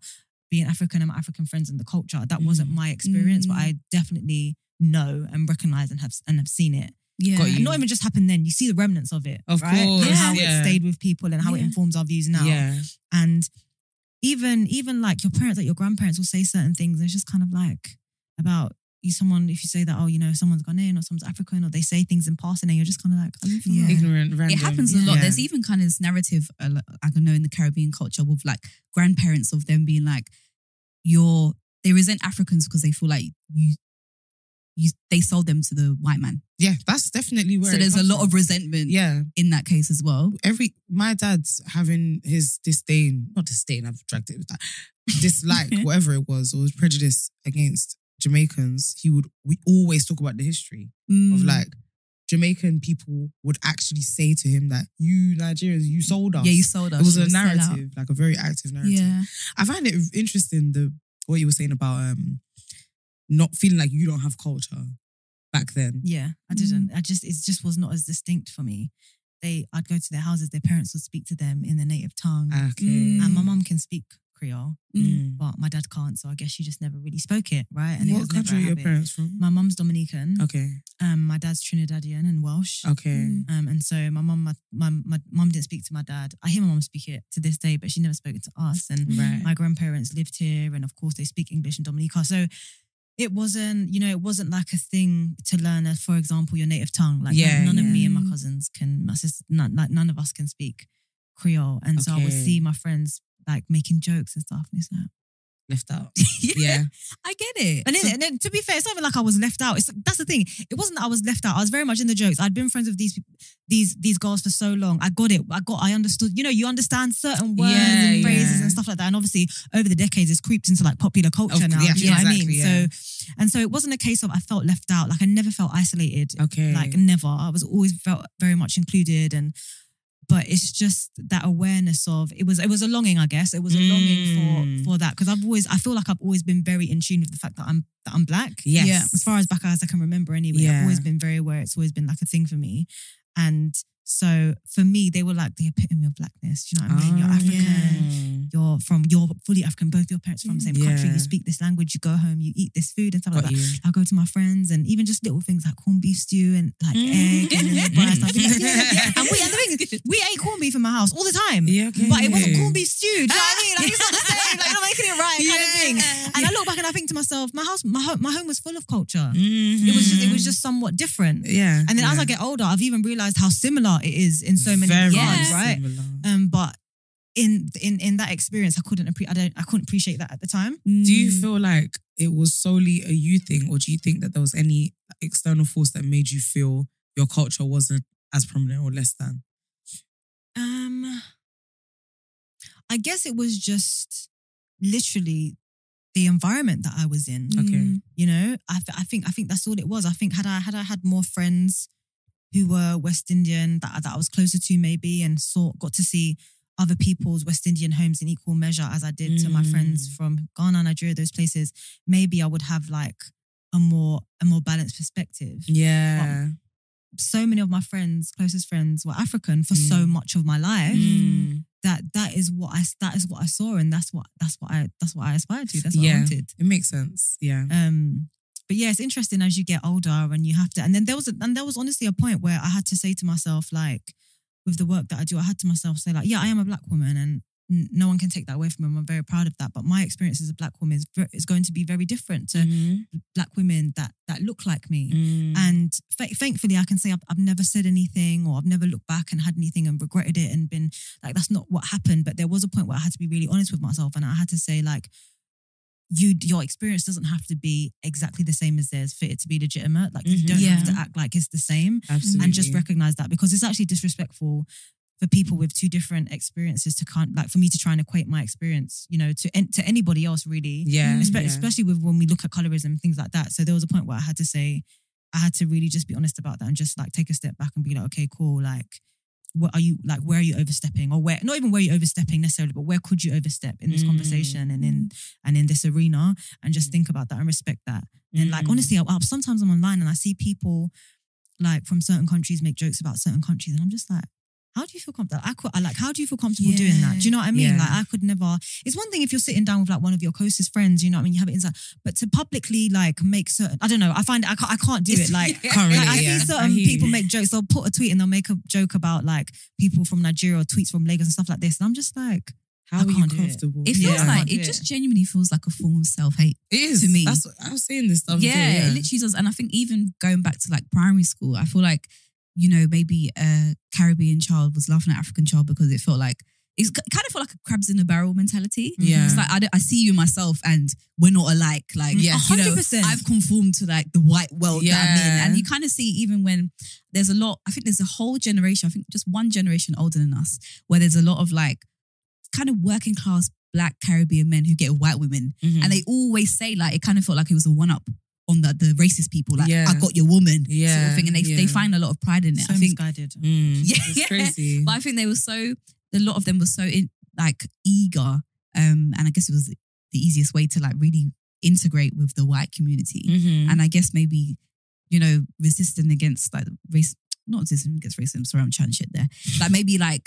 [SPEAKER 6] being African and my African friends and the culture, that wasn't my experience, but
[SPEAKER 5] Mm.
[SPEAKER 6] I definitely know and recognize and have and have seen it.
[SPEAKER 5] Yeah.
[SPEAKER 4] Got
[SPEAKER 6] And not even just happened then. You see the remnants of it,
[SPEAKER 4] Of
[SPEAKER 6] right? And
[SPEAKER 4] course,
[SPEAKER 6] how
[SPEAKER 4] yeah.
[SPEAKER 6] it stayed with people and how it
[SPEAKER 5] Yeah.
[SPEAKER 6] informs our views now.
[SPEAKER 4] Yeah.
[SPEAKER 6] And even even like your parents, like your grandparents will say certain things. And it's just kind of like about you someone if you say that, oh, you know, someone's gone in or someone's African, or they say things in passing, and you're just kind of like, oh,
[SPEAKER 5] Yeah.
[SPEAKER 6] yeah.
[SPEAKER 4] Ignorant. Random.
[SPEAKER 5] It happens a lot.
[SPEAKER 4] Yeah.
[SPEAKER 5] There's e- even kind of this narrative, uh, like, I don't know, in the Caribbean culture with like grandparents of them being like, you're, they resent Africans because they feel like you, you, they sold them to the white man.
[SPEAKER 4] Yeah. That's definitely where.
[SPEAKER 5] so
[SPEAKER 4] it
[SPEAKER 5] there's a
[SPEAKER 4] comes
[SPEAKER 5] lot
[SPEAKER 4] from.
[SPEAKER 5] of resentment
[SPEAKER 4] Yeah.
[SPEAKER 5] in that case as well.
[SPEAKER 4] every my dad's having his disdain, not disdain, I've dragged it with
[SPEAKER 5] <laughs>
[SPEAKER 4] that, dislike, whatever it was, or his prejudice against Jamaicans, he would we always talk about the history of
[SPEAKER 5] Mm.
[SPEAKER 4] like Jamaican people would actually say to him that you Nigerians, you sold
[SPEAKER 6] oh,
[SPEAKER 4] us.
[SPEAKER 5] Mm. yeah, you sold us.
[SPEAKER 4] it was
[SPEAKER 5] You're
[SPEAKER 4] a
[SPEAKER 5] sellout.
[SPEAKER 4] narrative, like a very active narrative.
[SPEAKER 5] Yeah.
[SPEAKER 4] I find it interesting the what you were saying about um not feeling like you don't have culture back then.
[SPEAKER 6] Yeah, I
[SPEAKER 5] Mm.
[SPEAKER 6] didn't. I just it just was not as distinct for me. They, I'd go to their houses. Their parents would speak to them in their native tongue,
[SPEAKER 4] Okay.
[SPEAKER 5] Mm.
[SPEAKER 6] and my mum can speak Creole,
[SPEAKER 5] Mm.
[SPEAKER 4] Mm.
[SPEAKER 6] but my dad can't. So I guess she just never really spoke it, right? it was
[SPEAKER 4] What
[SPEAKER 6] never
[SPEAKER 4] country
[SPEAKER 6] a
[SPEAKER 4] are your
[SPEAKER 6] habit.
[SPEAKER 4] parents from?
[SPEAKER 6] My mum's Dominican.
[SPEAKER 4] Okay.
[SPEAKER 6] Um, my dad's Trinidadian and Welsh.
[SPEAKER 4] Okay. <laughs>
[SPEAKER 5] Mm.
[SPEAKER 6] Um, and so my mum, my my my mum didn't speak to my dad. I hear my mum speak it to this day, but she never spoke it to us. And
[SPEAKER 4] Right.
[SPEAKER 6] my grandparents lived here, and of course they speak English in Dominica. So it wasn't, you know, it wasn't like a thing to learn. As for example, your native tongue. Like
[SPEAKER 4] Yeah,
[SPEAKER 6] none of me and my
[SPEAKER 5] yeah.
[SPEAKER 6] cousins can. My sister, none, like none of us can speak Creole. And so I would
[SPEAKER 4] Okay.
[SPEAKER 6] see my friends like making jokes and stuff, and it's like.
[SPEAKER 4] left
[SPEAKER 6] <laughs>
[SPEAKER 4] out.
[SPEAKER 5] yeah. I get it.
[SPEAKER 6] And then, and then, to be fair, it's not even like I was left out. It's that's the thing. It wasn't that I was left out. I was very much in the jokes. I'd been friends with these these these girls for so long. I got it. I got. I understood. You know, you understand certain words
[SPEAKER 4] Yeah,
[SPEAKER 6] and phrases
[SPEAKER 4] yeah.
[SPEAKER 6] and stuff like that. And obviously, over the decades, it's creeped into like popular culture
[SPEAKER 4] Of-
[SPEAKER 6] now.
[SPEAKER 4] yeah,
[SPEAKER 6] do you know what I mean?
[SPEAKER 4] exactly, yeah.
[SPEAKER 6] So, and so it wasn't a case of I felt left out. Like I never felt isolated.
[SPEAKER 4] Okay.
[SPEAKER 6] Like never. I was always felt very much included and. But it's just that awareness of it was it was a longing, I guess. It was a longing
[SPEAKER 4] Mm.
[SPEAKER 6] for for that because I've always I feel like I've always been very in tune with the fact that I'm that I'm black.
[SPEAKER 4] yes.
[SPEAKER 5] Yeah.
[SPEAKER 6] As far as back as I can remember, anyway,
[SPEAKER 4] Yeah.
[SPEAKER 6] I've always been very aware. It's always been like a thing for me, and so for me, they were like the epitome of blackness. Do you know what I mean? You're
[SPEAKER 4] Ah,
[SPEAKER 6] African.
[SPEAKER 4] yeah.
[SPEAKER 6] You're from you're fully African. Both your parents from the same country.
[SPEAKER 4] Yeah.
[SPEAKER 6] You speak this language. You go home. You eat this food and stuff like
[SPEAKER 4] Got
[SPEAKER 6] that.
[SPEAKER 4] you.
[SPEAKER 6] I'll go to my friends and even just little things like corned beef stew and like
[SPEAKER 4] Mm. <laughs>
[SPEAKER 6] egg and then rice. I'll be like, yeah, yeah. And we, and the thing is, we ate corned beef in my house all the time.
[SPEAKER 4] Yeah, okay.
[SPEAKER 6] But it wasn't corned beef stew. Do you know what I mean? Like, it's not the same. Like, you're not making it right kind
[SPEAKER 4] Yeah.
[SPEAKER 6] of thing. And I look back and I think to myself, my house, my home, my home was full of culture. It was just, it was just somewhat different.
[SPEAKER 4] Mm. Mm-hmm. Yeah.
[SPEAKER 6] And then as
[SPEAKER 4] yeah.
[SPEAKER 6] I get older, I've even realized how similar it is in so many
[SPEAKER 4] Very
[SPEAKER 6] regards,
[SPEAKER 5] Yes.
[SPEAKER 6] right?
[SPEAKER 4] similar.
[SPEAKER 6] Um, but in in in that experience, I couldn't appre- I don't I couldn't appreciate that at the time.
[SPEAKER 5] mm,
[SPEAKER 4] Do you feel like it was solely a you thing, or do you think that there was any external force that made you feel your culture wasn't as prominent or less than?
[SPEAKER 6] Um, I guess it was just literally the environment that I was in.
[SPEAKER 4] Okay.
[SPEAKER 6] You know, I, th- I think I think that's all it was. I think had I had I had more friends who were West Indian that, that I was closer to maybe and saw got to see other people's West Indian homes in equal measure as I did to my
[SPEAKER 4] Mm.
[SPEAKER 6] friends from Ghana, Nigeria, those places, maybe I would have like a more a more balanced perspective.
[SPEAKER 4] Mm. Yeah.
[SPEAKER 6] So many of my friends, closest friends, were African for so much of my life
[SPEAKER 4] Mm.
[SPEAKER 6] that that is what I that is what I saw and that's what that's what I that's what I aspired to. That's what I
[SPEAKER 4] Yeah.
[SPEAKER 6] wanted.
[SPEAKER 4] It makes sense. Yeah.
[SPEAKER 6] Um, but yeah, it's interesting as you get older and you have to. And then there was a, and there was honestly a point where I had to say to myself, like, with the work that I do, I had to myself say, like, yeah, I am a black woman, and n- no one can take that away from me. I'm very proud of that. But my experience as a black woman is ver- is going to be very
[SPEAKER 4] Mm.
[SPEAKER 6] different to black women that that look like me.
[SPEAKER 5] mm.
[SPEAKER 4] Mm.
[SPEAKER 6] And fa- thankfully, I can say I've, I've never said anything or I've never looked back and had anything and regretted it and been like, that's not what happened. But there was a point where I had to be really honest with myself and I had to say, like, you, your experience doesn't have to be exactly the same as theirs for it to be legitimate. Like, you
[SPEAKER 4] Mhm.
[SPEAKER 6] don't have
[SPEAKER 5] Yeah.
[SPEAKER 6] to act like it's the same
[SPEAKER 4] Absolutely.
[SPEAKER 6] and just recognize that because it's actually disrespectful for people with two different experiences to can't, like, for me to try and equate my experience, you know, to, to anybody else really.
[SPEAKER 4] yeah.
[SPEAKER 6] Espe-
[SPEAKER 4] yeah.
[SPEAKER 6] especially with when we look at colorism things like that so there was a point where i had to say i had to really just be honest about that and just like take a step back and be like okay cool like what are you like where are you overstepping or where not even where you're overstepping necessarily but where could you overstep in this
[SPEAKER 4] Mm.
[SPEAKER 6] conversation and in and in this arena and just
[SPEAKER 4] Mm.
[SPEAKER 6] think about that and respect that and like
[SPEAKER 4] Mm.
[SPEAKER 6] honestly I, I, sometimes i'm online and i see people like from certain countries make jokes about certain countries and i'm just like how do you feel comfortable? I could, I like, how do you feel comfortable doing that? Do you know what I mean?
[SPEAKER 4] Yeah.
[SPEAKER 6] Like, I could never. It's one thing if you're sitting down with like one of your closest friends, you know what I mean? You have it inside, but to publicly like make certain, I don't know. I find I can't, I can't do it. <laughs> Like,
[SPEAKER 4] Currently,
[SPEAKER 6] like, I
[SPEAKER 4] yeah.
[SPEAKER 6] see
[SPEAKER 4] I
[SPEAKER 6] certain
[SPEAKER 4] hear you.
[SPEAKER 6] people make jokes. They'll put a tweet and they'll make a joke about like people from Nigeria or tweets from Lagos and stuff like this. And I'm just like,
[SPEAKER 4] How
[SPEAKER 6] I
[SPEAKER 4] are you
[SPEAKER 6] can't do it.
[SPEAKER 4] comfortable?
[SPEAKER 5] It
[SPEAKER 6] Yeah,
[SPEAKER 5] feels
[SPEAKER 6] I
[SPEAKER 5] like
[SPEAKER 6] can't do
[SPEAKER 5] it
[SPEAKER 6] it.
[SPEAKER 5] just genuinely feels like a form of self hate.
[SPEAKER 4] it is
[SPEAKER 5] to me.
[SPEAKER 4] That's what, I was saying this stuff.
[SPEAKER 5] yeah, it literally does. And I think even going back to like primary school, I feel like, you know, maybe a Caribbean child was laughing at African child because it felt like it's k- kind of felt like a crabs in a barrel mentality.
[SPEAKER 4] Yeah.
[SPEAKER 5] It's like I, don't- I see you myself and we're not alike. Like,
[SPEAKER 4] Yeah.
[SPEAKER 5] you know,
[SPEAKER 6] 100%.
[SPEAKER 5] I've conformed to like the white world that I'm
[SPEAKER 4] Yeah.
[SPEAKER 5] in. And you kind of see even when there's a lot, I think there's a whole generation, I think just one generation older than us, where there's a lot of like kind of working class black Caribbean men who get white women
[SPEAKER 4] Mm-hmm.
[SPEAKER 5] and they always say like it kind of felt like it was a one up on the, the racist people. Like
[SPEAKER 4] Yeah.
[SPEAKER 5] I got your woman, sort
[SPEAKER 4] Yeah,
[SPEAKER 5] of thing, and they they
[SPEAKER 4] yeah. Mm.
[SPEAKER 5] find a lot of pride in it.
[SPEAKER 6] so
[SPEAKER 5] I think,
[SPEAKER 6] misguided.
[SPEAKER 5] <laughs> Yeah,
[SPEAKER 4] It's
[SPEAKER 5] yeah.
[SPEAKER 4] crazy.
[SPEAKER 5] but I think they were so a lot of them were so in, like eager, um, and I guess it was the easiest way to like really integrate with the white community,
[SPEAKER 4] Mhm.
[SPEAKER 5] and I guess maybe you know resisting against like race, not resisting against racism. Sorry, I'm trying shit there. Like maybe like.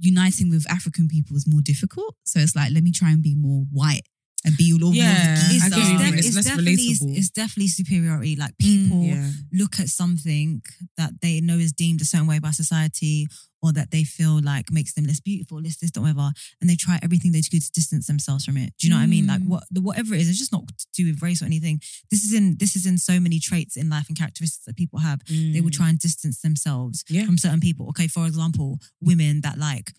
[SPEAKER 5] Uniting with African people is more difficult, so it's like let me try and be more white and be all over
[SPEAKER 4] Yeah, I
[SPEAKER 5] the geezer.
[SPEAKER 4] get what you mean.
[SPEAKER 6] def-
[SPEAKER 4] It's less
[SPEAKER 6] definitely,
[SPEAKER 4] relatable. Mm,
[SPEAKER 6] it's definitely superiority. Like people
[SPEAKER 4] Yeah.
[SPEAKER 6] look at something that they know is deemed a certain way by society or that they feel like makes them less beautiful, less this, that, whatever, and they try everything they do to distance themselves from it. Do you know what I mean? Like what the whatever it is, it's just not to do with race or anything. This is in this is in so many traits in life and characteristics that people have. They
[SPEAKER 4] Mm.
[SPEAKER 6] will try and distance themselves
[SPEAKER 4] Yeah.
[SPEAKER 6] from certain people. Okay, for example, women that like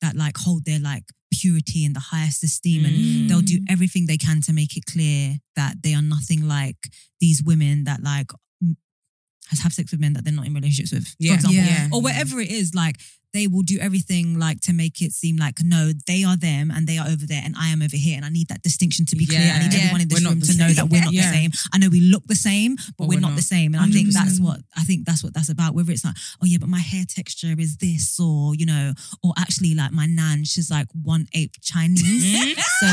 [SPEAKER 6] that like hold their like purity in the highest esteem and
[SPEAKER 4] Mm.
[SPEAKER 6] they'll do everything they can to make it clear that they are nothing like these women that like m- has have sex with men that they're not in relationships with,
[SPEAKER 4] Yeah.
[SPEAKER 6] for example,
[SPEAKER 4] Yeah.
[SPEAKER 6] or whatever it is. Like they will do everything like to make it seem like no, they are them and they are over there and I am over here, and I need that distinction to be clear. I need
[SPEAKER 4] Yeah.
[SPEAKER 6] everyone in this
[SPEAKER 4] We're not
[SPEAKER 6] room
[SPEAKER 4] the
[SPEAKER 6] to know
[SPEAKER 4] same.
[SPEAKER 6] that we're not
[SPEAKER 4] Yeah.
[SPEAKER 6] the same. I know we look the same, but, we're, not, the same. And I think that's
[SPEAKER 4] 100%.
[SPEAKER 6] what I think that's what that's about. Whether it's like, oh yeah, but my hair texture is this, or you know, or actually like my nan, she's like one eighth Chinese.
[SPEAKER 4] <laughs>
[SPEAKER 6] so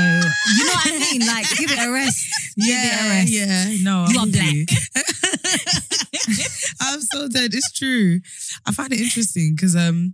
[SPEAKER 6] you know what I mean? Like give it a rest. Give it
[SPEAKER 5] <laughs>
[SPEAKER 6] a rest.
[SPEAKER 4] yeah. No, I'm
[SPEAKER 6] You are
[SPEAKER 4] with
[SPEAKER 5] <laughs>
[SPEAKER 4] <laughs> I'm so dead. It's true. I find it interesting because um,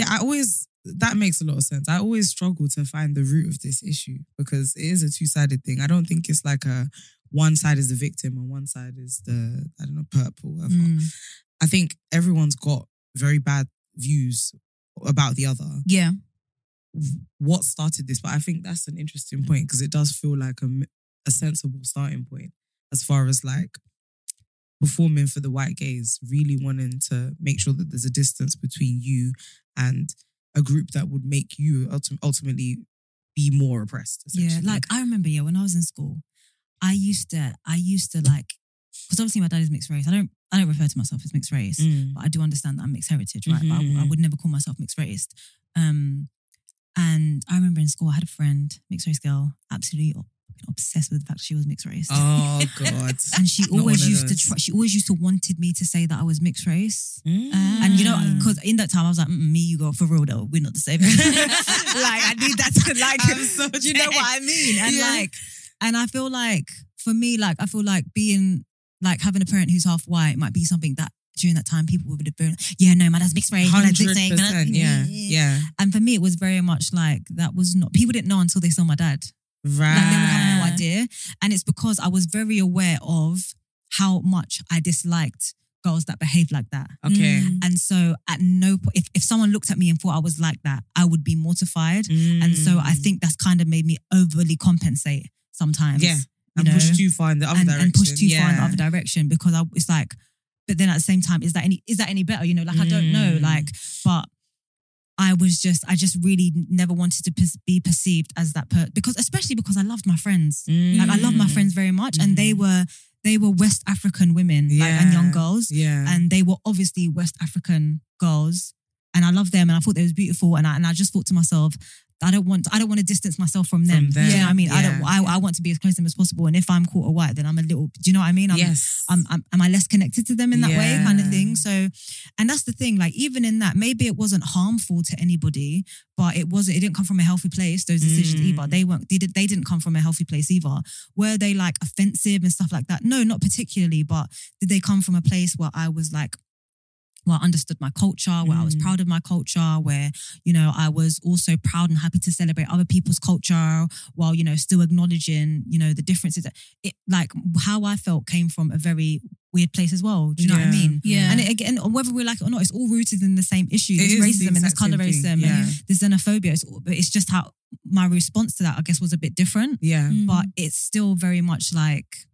[SPEAKER 4] yeah, I always that makes a lot of sense. I always struggle to find the root of this issue because it is a two sided thing. I don't think it's like a one side is the victim and one side is the I don't know purple whatever. I think everyone's got very bad views about the other.
[SPEAKER 5] Yeah.
[SPEAKER 4] what started this, but I think that's an interesting point because it does feel like a, m- a sensible starting point as far as like performing for the white gays, really wanting to make sure that there's a distance between you and a group that would make you ultim- ultimately be more oppressed.
[SPEAKER 6] Yeah,
[SPEAKER 4] essentially.
[SPEAKER 6] like I remember, yeah, when I was in school, I used to, I used to like, because obviously my dad is mixed race. I don't, I don't refer to myself as mixed race,
[SPEAKER 4] Mm.
[SPEAKER 6] but I do understand that I'm mixed heritage, right? But I w- I,
[SPEAKER 4] Mhm.
[SPEAKER 6] would never call myself mixed race. Um, and I remember in school, I had a friend, mixed race girl, absolutely o- obsessed with the fact she was mixed race. <laughs>
[SPEAKER 4] oh god,
[SPEAKER 6] And
[SPEAKER 4] <laughs>
[SPEAKER 6] she
[SPEAKER 4] Not one
[SPEAKER 6] always
[SPEAKER 4] of
[SPEAKER 6] used to
[SPEAKER 4] those.
[SPEAKER 6] try, she always used to wanted me to say that I was mixed race.
[SPEAKER 4] Mm.
[SPEAKER 6] And you know,
[SPEAKER 4] <laughs>
[SPEAKER 6] because in that time I was like, mm, me, you go for real though. We're not the same. <laughs> like I need that to like.
[SPEAKER 4] I'm <laughs> so
[SPEAKER 6] do you know
[SPEAKER 4] dead.
[SPEAKER 6] what I mean? And
[SPEAKER 4] Yeah.
[SPEAKER 6] like, and I feel like for me, like I feel like being like having a parent who's half white might be something that during that time people would have been, yeah, no, my dad's mixed race. my dad's
[SPEAKER 4] hundred
[SPEAKER 6] mixed race, my dad's
[SPEAKER 4] percent, yeah, yeah,
[SPEAKER 6] And for me, it was very much like that was not people didn't know until they saw my dad.
[SPEAKER 4] right.
[SPEAKER 6] Like they would have
[SPEAKER 4] Ah.
[SPEAKER 6] no idea. And it's because I was very aware of how much I disliked girls that behaved like that.
[SPEAKER 4] Okay.
[SPEAKER 6] And so at no point, if, if someone looked at me and thought I was like that, I would be mortified. And so I
[SPEAKER 4] Mm.
[SPEAKER 6] think that's kind of made me overly compensate sometimes.
[SPEAKER 4] Yeah.
[SPEAKER 6] you
[SPEAKER 4] and
[SPEAKER 6] know,
[SPEAKER 4] push too far in the other
[SPEAKER 6] and,
[SPEAKER 4] direction.
[SPEAKER 6] and push too far in the
[SPEAKER 4] Yeah.
[SPEAKER 6] other direction because I, it's like, but then at the same time, is that any is that any better? You know, like I don't know,
[SPEAKER 4] Mm.
[SPEAKER 6] like, but I was just, I just really never wanted to pers- be perceived as that person because, especially because I loved my friends. Like I love my
[SPEAKER 4] Mm.
[SPEAKER 6] friends very much, and they were they were West African women, like and young
[SPEAKER 4] Yeah.
[SPEAKER 6] girls
[SPEAKER 4] Mm. Yeah.
[SPEAKER 6] and they were obviously West African girls, and I loved them, and I thought they was beautiful, and I, and I just thought to myself, I don't want, I don't want to distance myself from them.
[SPEAKER 4] From them,
[SPEAKER 6] You know what I mean? I don't,
[SPEAKER 4] yeah.
[SPEAKER 6] I, I want to be as close to them as possible, and if I'm quarter white, then I'm a little. Do you know what I mean? I'm,
[SPEAKER 4] yes.
[SPEAKER 6] I'm, I'm, am I less connected to them in that way, kind of
[SPEAKER 4] Yeah.
[SPEAKER 6] thing? So, and that's the thing. Like even in that, maybe it wasn't harmful to anybody, but it wasn't. It didn't come from a healthy place. Those decisions
[SPEAKER 4] Mm.
[SPEAKER 6] either. They weren't. They, did, they didn't come from a healthy place either. Were they like offensive and stuff like that? No, not particularly. But did they come from a place where I was like? Where I understood my culture, where I was
[SPEAKER 4] Mm.
[SPEAKER 6] proud of my culture, where, you know, I was also proud and happy to celebrate other people's culture while, you know, still acknowledging, you know, the differences. It, like how I felt came from a very weird place as well. Do you know what
[SPEAKER 4] Yeah.
[SPEAKER 6] I mean?
[SPEAKER 5] Yeah.
[SPEAKER 6] And it, again, whether we like it or not, it's all rooted in the same issue.
[SPEAKER 4] It
[SPEAKER 6] There's
[SPEAKER 4] is the
[SPEAKER 6] racism and there's
[SPEAKER 4] exact same
[SPEAKER 6] colorism
[SPEAKER 4] thing, yeah.
[SPEAKER 6] and there's xenophobia. It's, all- but it's just how my response to that, I guess, was a bit different.
[SPEAKER 4] yeah.
[SPEAKER 6] But it's still very much like,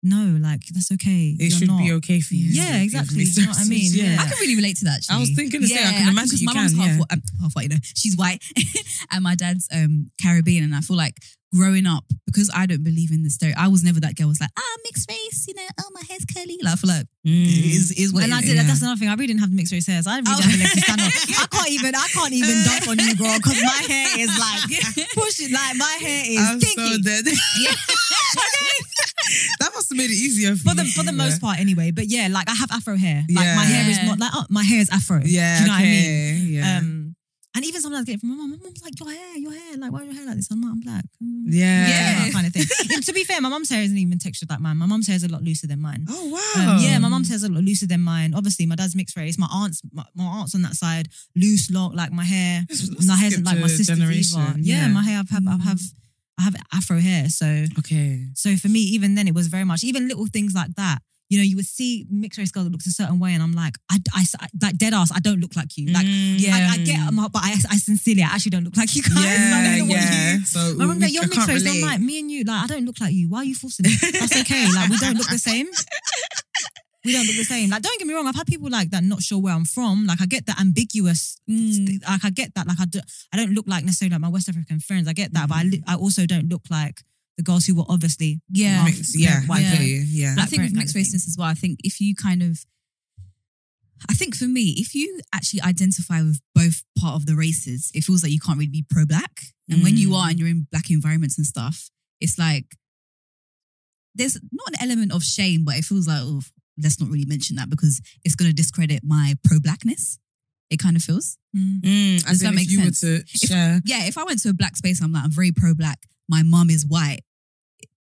[SPEAKER 6] no, like that's okay.
[SPEAKER 4] It should be okay for you.
[SPEAKER 6] Yeah,
[SPEAKER 4] to
[SPEAKER 6] exactly.
[SPEAKER 4] give me
[SPEAKER 6] Do you know what I
[SPEAKER 4] some-
[SPEAKER 6] mean? Yeah.
[SPEAKER 5] I can really relate to that. Actually.
[SPEAKER 4] I was thinking the same. I can
[SPEAKER 5] think-
[SPEAKER 4] imagine
[SPEAKER 5] 'cause
[SPEAKER 4] you
[SPEAKER 5] my mum's
[SPEAKER 4] can,
[SPEAKER 5] half,
[SPEAKER 4] yeah.
[SPEAKER 5] um, half white. You know, she's white, <laughs> and my dad's um, Caribbean. And I feel like growing up because I don't believe in the stereotype. I was never that girl. Was like ah mixed race. You know, oh my hair's curly. Like I feel like
[SPEAKER 4] Mm.
[SPEAKER 5] Mm. it is is what.
[SPEAKER 6] and
[SPEAKER 5] it
[SPEAKER 6] I
[SPEAKER 5] is.
[SPEAKER 6] did. That's another thing. I really didn't have mixed race hairs. I really
[SPEAKER 5] Oh.
[SPEAKER 6] didn't have a leg to stand on. I can't even. I can't even dump on you, girl, because my hair is like pushing. Like my hair is
[SPEAKER 4] I'm
[SPEAKER 6] kinky.
[SPEAKER 4] so
[SPEAKER 6] <laughs>
[SPEAKER 4] dead. <laughs> that must have made it easier for
[SPEAKER 6] for the
[SPEAKER 4] you,
[SPEAKER 6] for the
[SPEAKER 4] yeah.
[SPEAKER 6] most part, anyway. But yeah, like I have afro hair. Like
[SPEAKER 4] Yeah.
[SPEAKER 6] my hair is not like oh, my hair is afro.
[SPEAKER 4] Yeah.
[SPEAKER 6] do you know what I mean?
[SPEAKER 4] okay, Yeah.
[SPEAKER 6] Um, and even sometimes I get it from my mum. My mum's like, "Your hair, your hair. Like, why is your hair like this?" I'm like, "I'm black." Mm.
[SPEAKER 4] Yeah.
[SPEAKER 6] that kind of thing. And to be fair, my mum's hair isn't even textured like mine. My mum's hair is a lot looser than mine.
[SPEAKER 4] Oh wow.
[SPEAKER 6] Um, yeah, my mum's hair's a lot looser than mine. Obviously, my dad's mixed race. My aunts, my, my aunts on that side, loose, long, like my hair.
[SPEAKER 4] Let's
[SPEAKER 6] My hair isn't
[SPEAKER 4] skip
[SPEAKER 6] like my
[SPEAKER 4] to
[SPEAKER 6] sister's either.
[SPEAKER 4] generation,
[SPEAKER 6] Yeah,
[SPEAKER 4] yeah.
[SPEAKER 6] my hair, I've have, I've have, I have afro hair. So
[SPEAKER 4] Okay.
[SPEAKER 6] so for me, even then, it was very much even little things like that. You know, you would see mixed race girl that looks a certain way, and I'm like, I, I, like dead ass. I don't look like you. Like,
[SPEAKER 4] yeah.
[SPEAKER 6] I, I get, I'm, but I, I sincerely, I actually don't look like you guys. <laughs> I
[SPEAKER 4] Mm. Yeah.
[SPEAKER 6] don't know
[SPEAKER 4] yeah.
[SPEAKER 6] what you.
[SPEAKER 4] So
[SPEAKER 6] <laughs> My mum,
[SPEAKER 4] we-
[SPEAKER 6] like, you're
[SPEAKER 4] I
[SPEAKER 6] mixed
[SPEAKER 4] can't
[SPEAKER 6] race. I'm
[SPEAKER 4] relate.
[SPEAKER 6] like, me and you, like, I don't look like you. Why are you forcing it? That's okay. Like, we don't look the same. We don't look the same. Like, don't get me wrong. I've had people like that, not sure where I'm from. Like, I get that ambiguous.
[SPEAKER 4] Mm.
[SPEAKER 6] th- Like, I get that. Like, I, do, I don't look like necessarily like my West African friends. I get that, but I,
[SPEAKER 4] Mm.
[SPEAKER 6] li- I also don't look like the girls who were obviously
[SPEAKER 5] yeah.
[SPEAKER 6] half
[SPEAKER 4] Mixed, yeah.
[SPEAKER 6] white.
[SPEAKER 5] Yeah.
[SPEAKER 4] okay, Yeah.
[SPEAKER 5] I
[SPEAKER 6] Black
[SPEAKER 5] think
[SPEAKER 6] parent
[SPEAKER 5] with
[SPEAKER 6] kind
[SPEAKER 5] mixed
[SPEAKER 6] of thing.
[SPEAKER 5] raceness as well. I think if you kind of, I think for me, if you actually identify with both part of the races, it feels like you can't really be pro black. And when you
[SPEAKER 4] Mm.
[SPEAKER 5] are and you're in black environments and stuff, it's like there's not an element of shame, but it feels like oh, let's not really mention that because it's going to discredit my pro blackness. It kind of feels.
[SPEAKER 4] Mm, as
[SPEAKER 5] that
[SPEAKER 4] in if
[SPEAKER 5] make
[SPEAKER 4] you
[SPEAKER 5] sense?
[SPEAKER 4] were to share.
[SPEAKER 5] Yeah, if I went to a black space, I'm like I'm very pro black. My mum is white.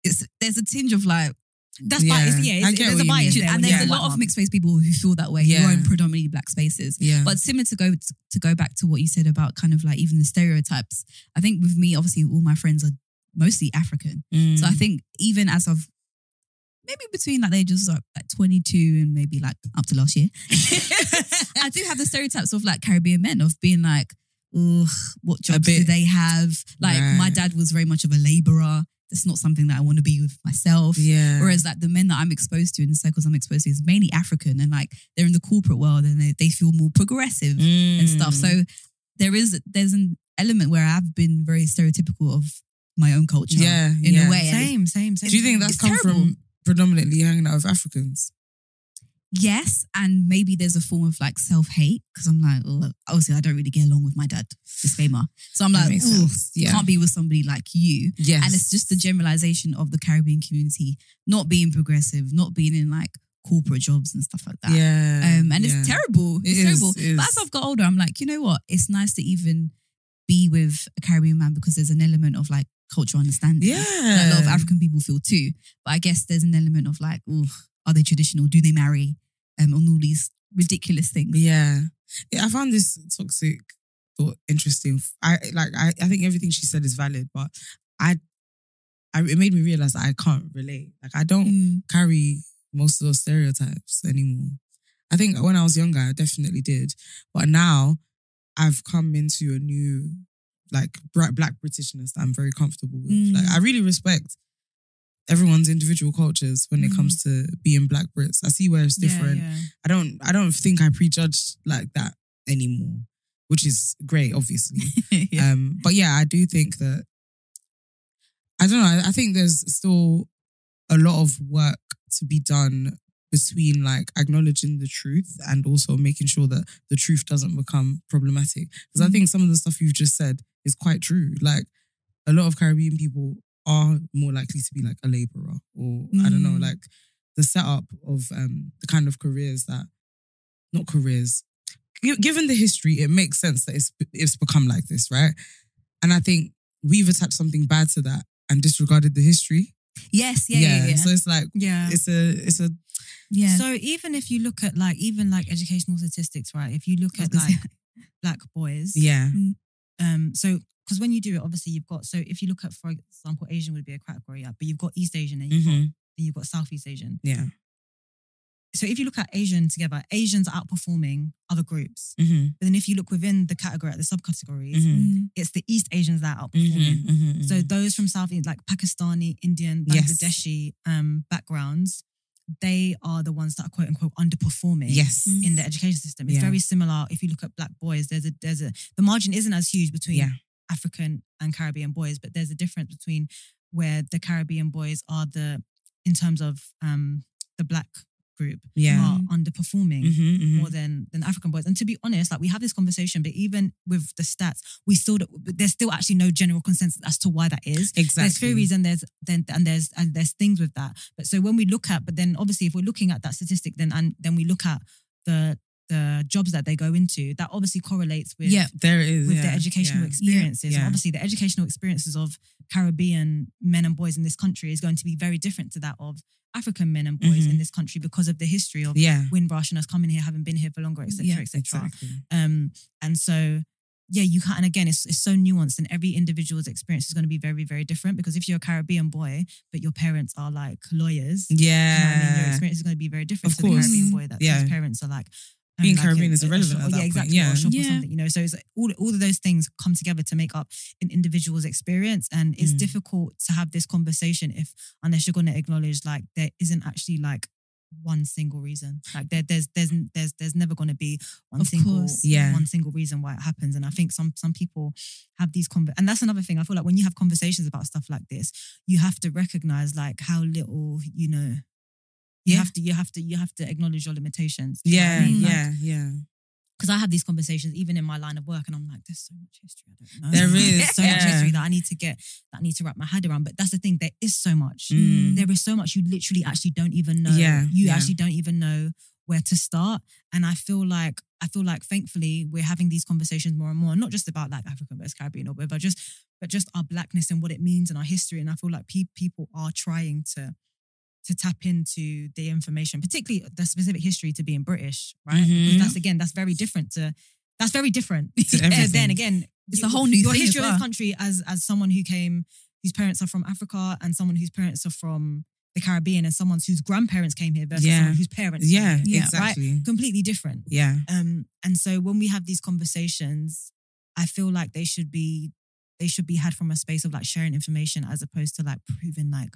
[SPEAKER 5] It's there's a tinge of like
[SPEAKER 6] That's
[SPEAKER 4] Yeah.
[SPEAKER 6] bias. Yeah, it's-
[SPEAKER 4] I get
[SPEAKER 6] there's
[SPEAKER 4] what
[SPEAKER 6] a
[SPEAKER 4] you
[SPEAKER 6] bias.
[SPEAKER 4] mean.
[SPEAKER 6] There
[SPEAKER 5] and
[SPEAKER 6] when
[SPEAKER 5] there's
[SPEAKER 6] you're
[SPEAKER 5] a
[SPEAKER 6] white
[SPEAKER 5] lot of
[SPEAKER 6] mom.
[SPEAKER 5] mixed race people who feel that way who
[SPEAKER 4] Yeah.
[SPEAKER 5] are in predominantly black spaces.
[SPEAKER 4] Yeah.
[SPEAKER 5] But similar to go to go back to what you said about kind of like even the stereotypes. I think with me, obviously, all my friends are mostly African,
[SPEAKER 4] Mm.
[SPEAKER 5] so I think even as of maybe between like they just like, like 22 and maybe like up to last year, <laughs> I do have the stereotypes of like Caribbean men of being like. Ugh, what jobs do
[SPEAKER 4] bit-
[SPEAKER 5] they have? Like my
[SPEAKER 4] Right.
[SPEAKER 5] dad was very much of a labourer. It's not something that I want to be with myself.
[SPEAKER 4] Yeah.
[SPEAKER 5] Whereas like the men that I'm exposed to in the circles I'm exposed to is mainly African and like they're in the corporate world and they, they feel more progressive
[SPEAKER 4] Mm.
[SPEAKER 5] and stuff. So there is there's an element where I've been very stereotypical of my own culture.
[SPEAKER 4] Yeah,
[SPEAKER 5] in
[SPEAKER 4] yeah.
[SPEAKER 5] a way. And
[SPEAKER 6] Same, same, same.
[SPEAKER 4] do you think that's
[SPEAKER 5] It's
[SPEAKER 4] come
[SPEAKER 5] terrible.
[SPEAKER 4] from predominantly hanging out with Africans?
[SPEAKER 5] Yes, and maybe there's a form of like self hate because I'm like, oh, obviously I don't really get along with my dad. Disclaimer. So I'm
[SPEAKER 4] That
[SPEAKER 5] like,
[SPEAKER 4] makes
[SPEAKER 5] "Ooh,
[SPEAKER 4] sense. Yeah.
[SPEAKER 5] can't be with somebody like you.
[SPEAKER 4] Yes.
[SPEAKER 5] And it's just the generalization of the Caribbean community not being progressive, not being in like corporate jobs and stuff like that.
[SPEAKER 4] Yeah.
[SPEAKER 5] Um, and
[SPEAKER 4] yeah.
[SPEAKER 5] it's terrible.
[SPEAKER 4] It
[SPEAKER 5] It's
[SPEAKER 4] is,
[SPEAKER 5] terrible.
[SPEAKER 4] it is.
[SPEAKER 5] But as I've got older, I'm like, you know what? It's nice to even be with a Caribbean man because there's an element of like cultural understanding.
[SPEAKER 4] Yeah.
[SPEAKER 5] That a
[SPEAKER 6] Um,
[SPEAKER 5] lot of African people feel too. But I guess there's an element of like, oh, are they traditional? Do they marry? Um, on all these ridiculous things.
[SPEAKER 4] Yeah. yeah. I found this toxic thought interesting. I like I, I think everything she said is valid, but I I it made me realize that I can't relate. Like I don't
[SPEAKER 6] Hmm.
[SPEAKER 5] Mm.
[SPEAKER 4] carry most of those stereotypes anymore. I think when I was younger, I definitely did, but now I've come into a new like bra- black Britishness that I'm very comfortable with.
[SPEAKER 6] Hmm.
[SPEAKER 5] Mm.
[SPEAKER 4] Like I really respect everyone's individual cultures when it
[SPEAKER 6] Mm.
[SPEAKER 4] comes to being black Brits. I see where it's different.
[SPEAKER 6] Yeah,
[SPEAKER 4] I don't I don't think I prejudge like that anymore, which is great, obviously.
[SPEAKER 5] <laughs> Yeah.
[SPEAKER 4] Um, but yeah, I do think that I don't know. I, I think there's still a lot of work to be done between like acknowledging the truth and also making sure that the truth doesn't become problematic. Because
[SPEAKER 5] Mm-hmm.
[SPEAKER 4] I think some of the stuff you've just said is quite true. Like a lot of Caribbean people are more likely to be like a laborer or I don't know,
[SPEAKER 5] Mm.
[SPEAKER 4] like the setup of um, the kind of careers that not careers. Gi- Given the history, it makes sense that it's it's become like this, right? And I think we've attached something bad to that and disregarded the history.
[SPEAKER 5] Yes, yeah, yeah, yeah.
[SPEAKER 4] So it's like
[SPEAKER 6] yeah.
[SPEAKER 4] it's a it's a
[SPEAKER 5] Yeah.
[SPEAKER 6] So even if you look at like even like educational statistics, right? If you look
[SPEAKER 5] I was
[SPEAKER 6] at
[SPEAKER 5] gonna say-
[SPEAKER 6] like black boys,
[SPEAKER 4] yeah
[SPEAKER 6] Um, so because when you do it, obviously you've got so if you look at for example, Asian would be a category, yeah, but you've got East Asian and you've got
[SPEAKER 4] Mhm.
[SPEAKER 6] then you've got Southeast Asian.
[SPEAKER 4] yeah
[SPEAKER 6] So if you look at Asian together, Asians are outperforming other groups.
[SPEAKER 4] mm-hmm.
[SPEAKER 6] But then if you look within the category at the subcategories,
[SPEAKER 4] Mhm.
[SPEAKER 6] it's the East Asians that
[SPEAKER 4] Mm-hmm.
[SPEAKER 6] are outperforming. So those from South India, like Pakistani, Indian,
[SPEAKER 4] Yes.
[SPEAKER 6] Bangladeshi um, backgrounds, they are the ones that are quote unquote underperforming
[SPEAKER 4] yes
[SPEAKER 6] mm, in the education system. It's
[SPEAKER 4] Yeah.
[SPEAKER 6] very similar if you look at black boys. There's a there's a the margin isn't as huge between
[SPEAKER 4] Yeah.
[SPEAKER 6] African and Caribbean boys, but there's a difference between where the Caribbean boys are the in terms of um the black group
[SPEAKER 4] yeah
[SPEAKER 6] are underperforming
[SPEAKER 4] Mhm, mhm.
[SPEAKER 6] more than than African boys. And to be honest, like we have this conversation, but even with the stats, we still don't- there's still actually no general consensus as to why that is.
[SPEAKER 4] exactly
[SPEAKER 6] There's theories and there's then and there's and there's things with that. But so when we look at, but then obviously if we're looking at that statistic, then and then we look at the the jobs that they go into, that obviously correlates with
[SPEAKER 4] yeah there it is
[SPEAKER 6] with
[SPEAKER 4] yeah.
[SPEAKER 6] their educational
[SPEAKER 4] yeah.
[SPEAKER 6] experiences.
[SPEAKER 4] Yeah.
[SPEAKER 6] And obviously, the educational experiences of Caribbean men and boys in this country is going to be very different to that of African men and boys
[SPEAKER 4] Mhm.
[SPEAKER 6] in this country because of the history of
[SPEAKER 4] yeah
[SPEAKER 6] Windrush and us coming here, having been here for longer, etc.,
[SPEAKER 4] yeah
[SPEAKER 6] etc.
[SPEAKER 4] exactly
[SPEAKER 6] Um, and so, yeah, you can't. And again, it's, it's so nuanced, and every individual's experience is going to be very, very different. Because if you're a Caribbean boy, but your parents are like lawyers, you know what I mean? your
[SPEAKER 4] yeah
[SPEAKER 6] experience is going to be very different
[SPEAKER 4] Of
[SPEAKER 6] to
[SPEAKER 4] course.
[SPEAKER 6] the Caribbean boy that
[SPEAKER 4] Yeah.
[SPEAKER 6] whose parents are like. um,
[SPEAKER 4] Being
[SPEAKER 6] like
[SPEAKER 4] Caribbean
[SPEAKER 6] a-
[SPEAKER 4] is
[SPEAKER 6] a- a
[SPEAKER 4] irrelevant
[SPEAKER 6] shop-
[SPEAKER 4] at that
[SPEAKER 6] yeah,
[SPEAKER 4] point.
[SPEAKER 6] exactly. Or
[SPEAKER 4] Yeah.
[SPEAKER 6] a shop
[SPEAKER 5] Yeah.
[SPEAKER 6] or something, you know. So it's like all all of those things come together to make up an individual's experience, and it's
[SPEAKER 4] Mm.
[SPEAKER 6] difficult to have this conversation if unless you're going to acknowledge like there isn't actually like one single reason. Like there, there's there's there's there's never going to be one
[SPEAKER 5] Of
[SPEAKER 6] single
[SPEAKER 5] course.
[SPEAKER 4] Yeah.
[SPEAKER 6] one single reason why it happens. And I think some some people have these conver- and that's another thing. I feel like when you have conversations about stuff like this, you have to recognize like how little you know. You
[SPEAKER 4] Yeah.
[SPEAKER 6] have to you have to you have to acknowledge your limitations.
[SPEAKER 4] yeah
[SPEAKER 5] mean? Like-
[SPEAKER 4] yeah yeah
[SPEAKER 6] Because I have these conversations even in my line of work, and I'm like, there's so much history I don't know. <laughs>
[SPEAKER 4] There is,
[SPEAKER 6] There's so much
[SPEAKER 4] yeah.
[SPEAKER 6] history that I need to get that I need to wrap my head around. But that's the thing, there is so much
[SPEAKER 4] Mm.
[SPEAKER 6] there is so much you literally actually don't even know.
[SPEAKER 4] Yeah,
[SPEAKER 6] You
[SPEAKER 4] yeah.
[SPEAKER 6] actually don't even know where to start. And I feel like I feel like thankfully we're having these conversations more and more, not just about like African versus Caribbean or whatever, just but just our blackness and what it means and our history. And I feel like pe- people are trying to to tap into the information, particularly the specific history to being British, right?
[SPEAKER 4] Mhm.
[SPEAKER 6] Because that's again, that's very different to that's very different.
[SPEAKER 4] To
[SPEAKER 6] Uh,
[SPEAKER 4] everything.
[SPEAKER 6] <laughs> then again,
[SPEAKER 5] It's
[SPEAKER 6] you-
[SPEAKER 5] a whole new
[SPEAKER 6] your
[SPEAKER 5] thing as
[SPEAKER 6] history of
[SPEAKER 5] well.
[SPEAKER 6] this country as as someone who came whose parents are from Africa and someone whose parents are from the Caribbean and someone whose grandparents came here versus
[SPEAKER 4] Yeah.
[SPEAKER 6] someone whose parents came
[SPEAKER 4] yeah
[SPEAKER 6] here.
[SPEAKER 5] Yeah, right.
[SPEAKER 4] exactly
[SPEAKER 6] completely different.
[SPEAKER 4] yeah
[SPEAKER 6] Um, and so when we have these conversations, I feel like they should be they should be had from a space of like sharing information as opposed to like proving like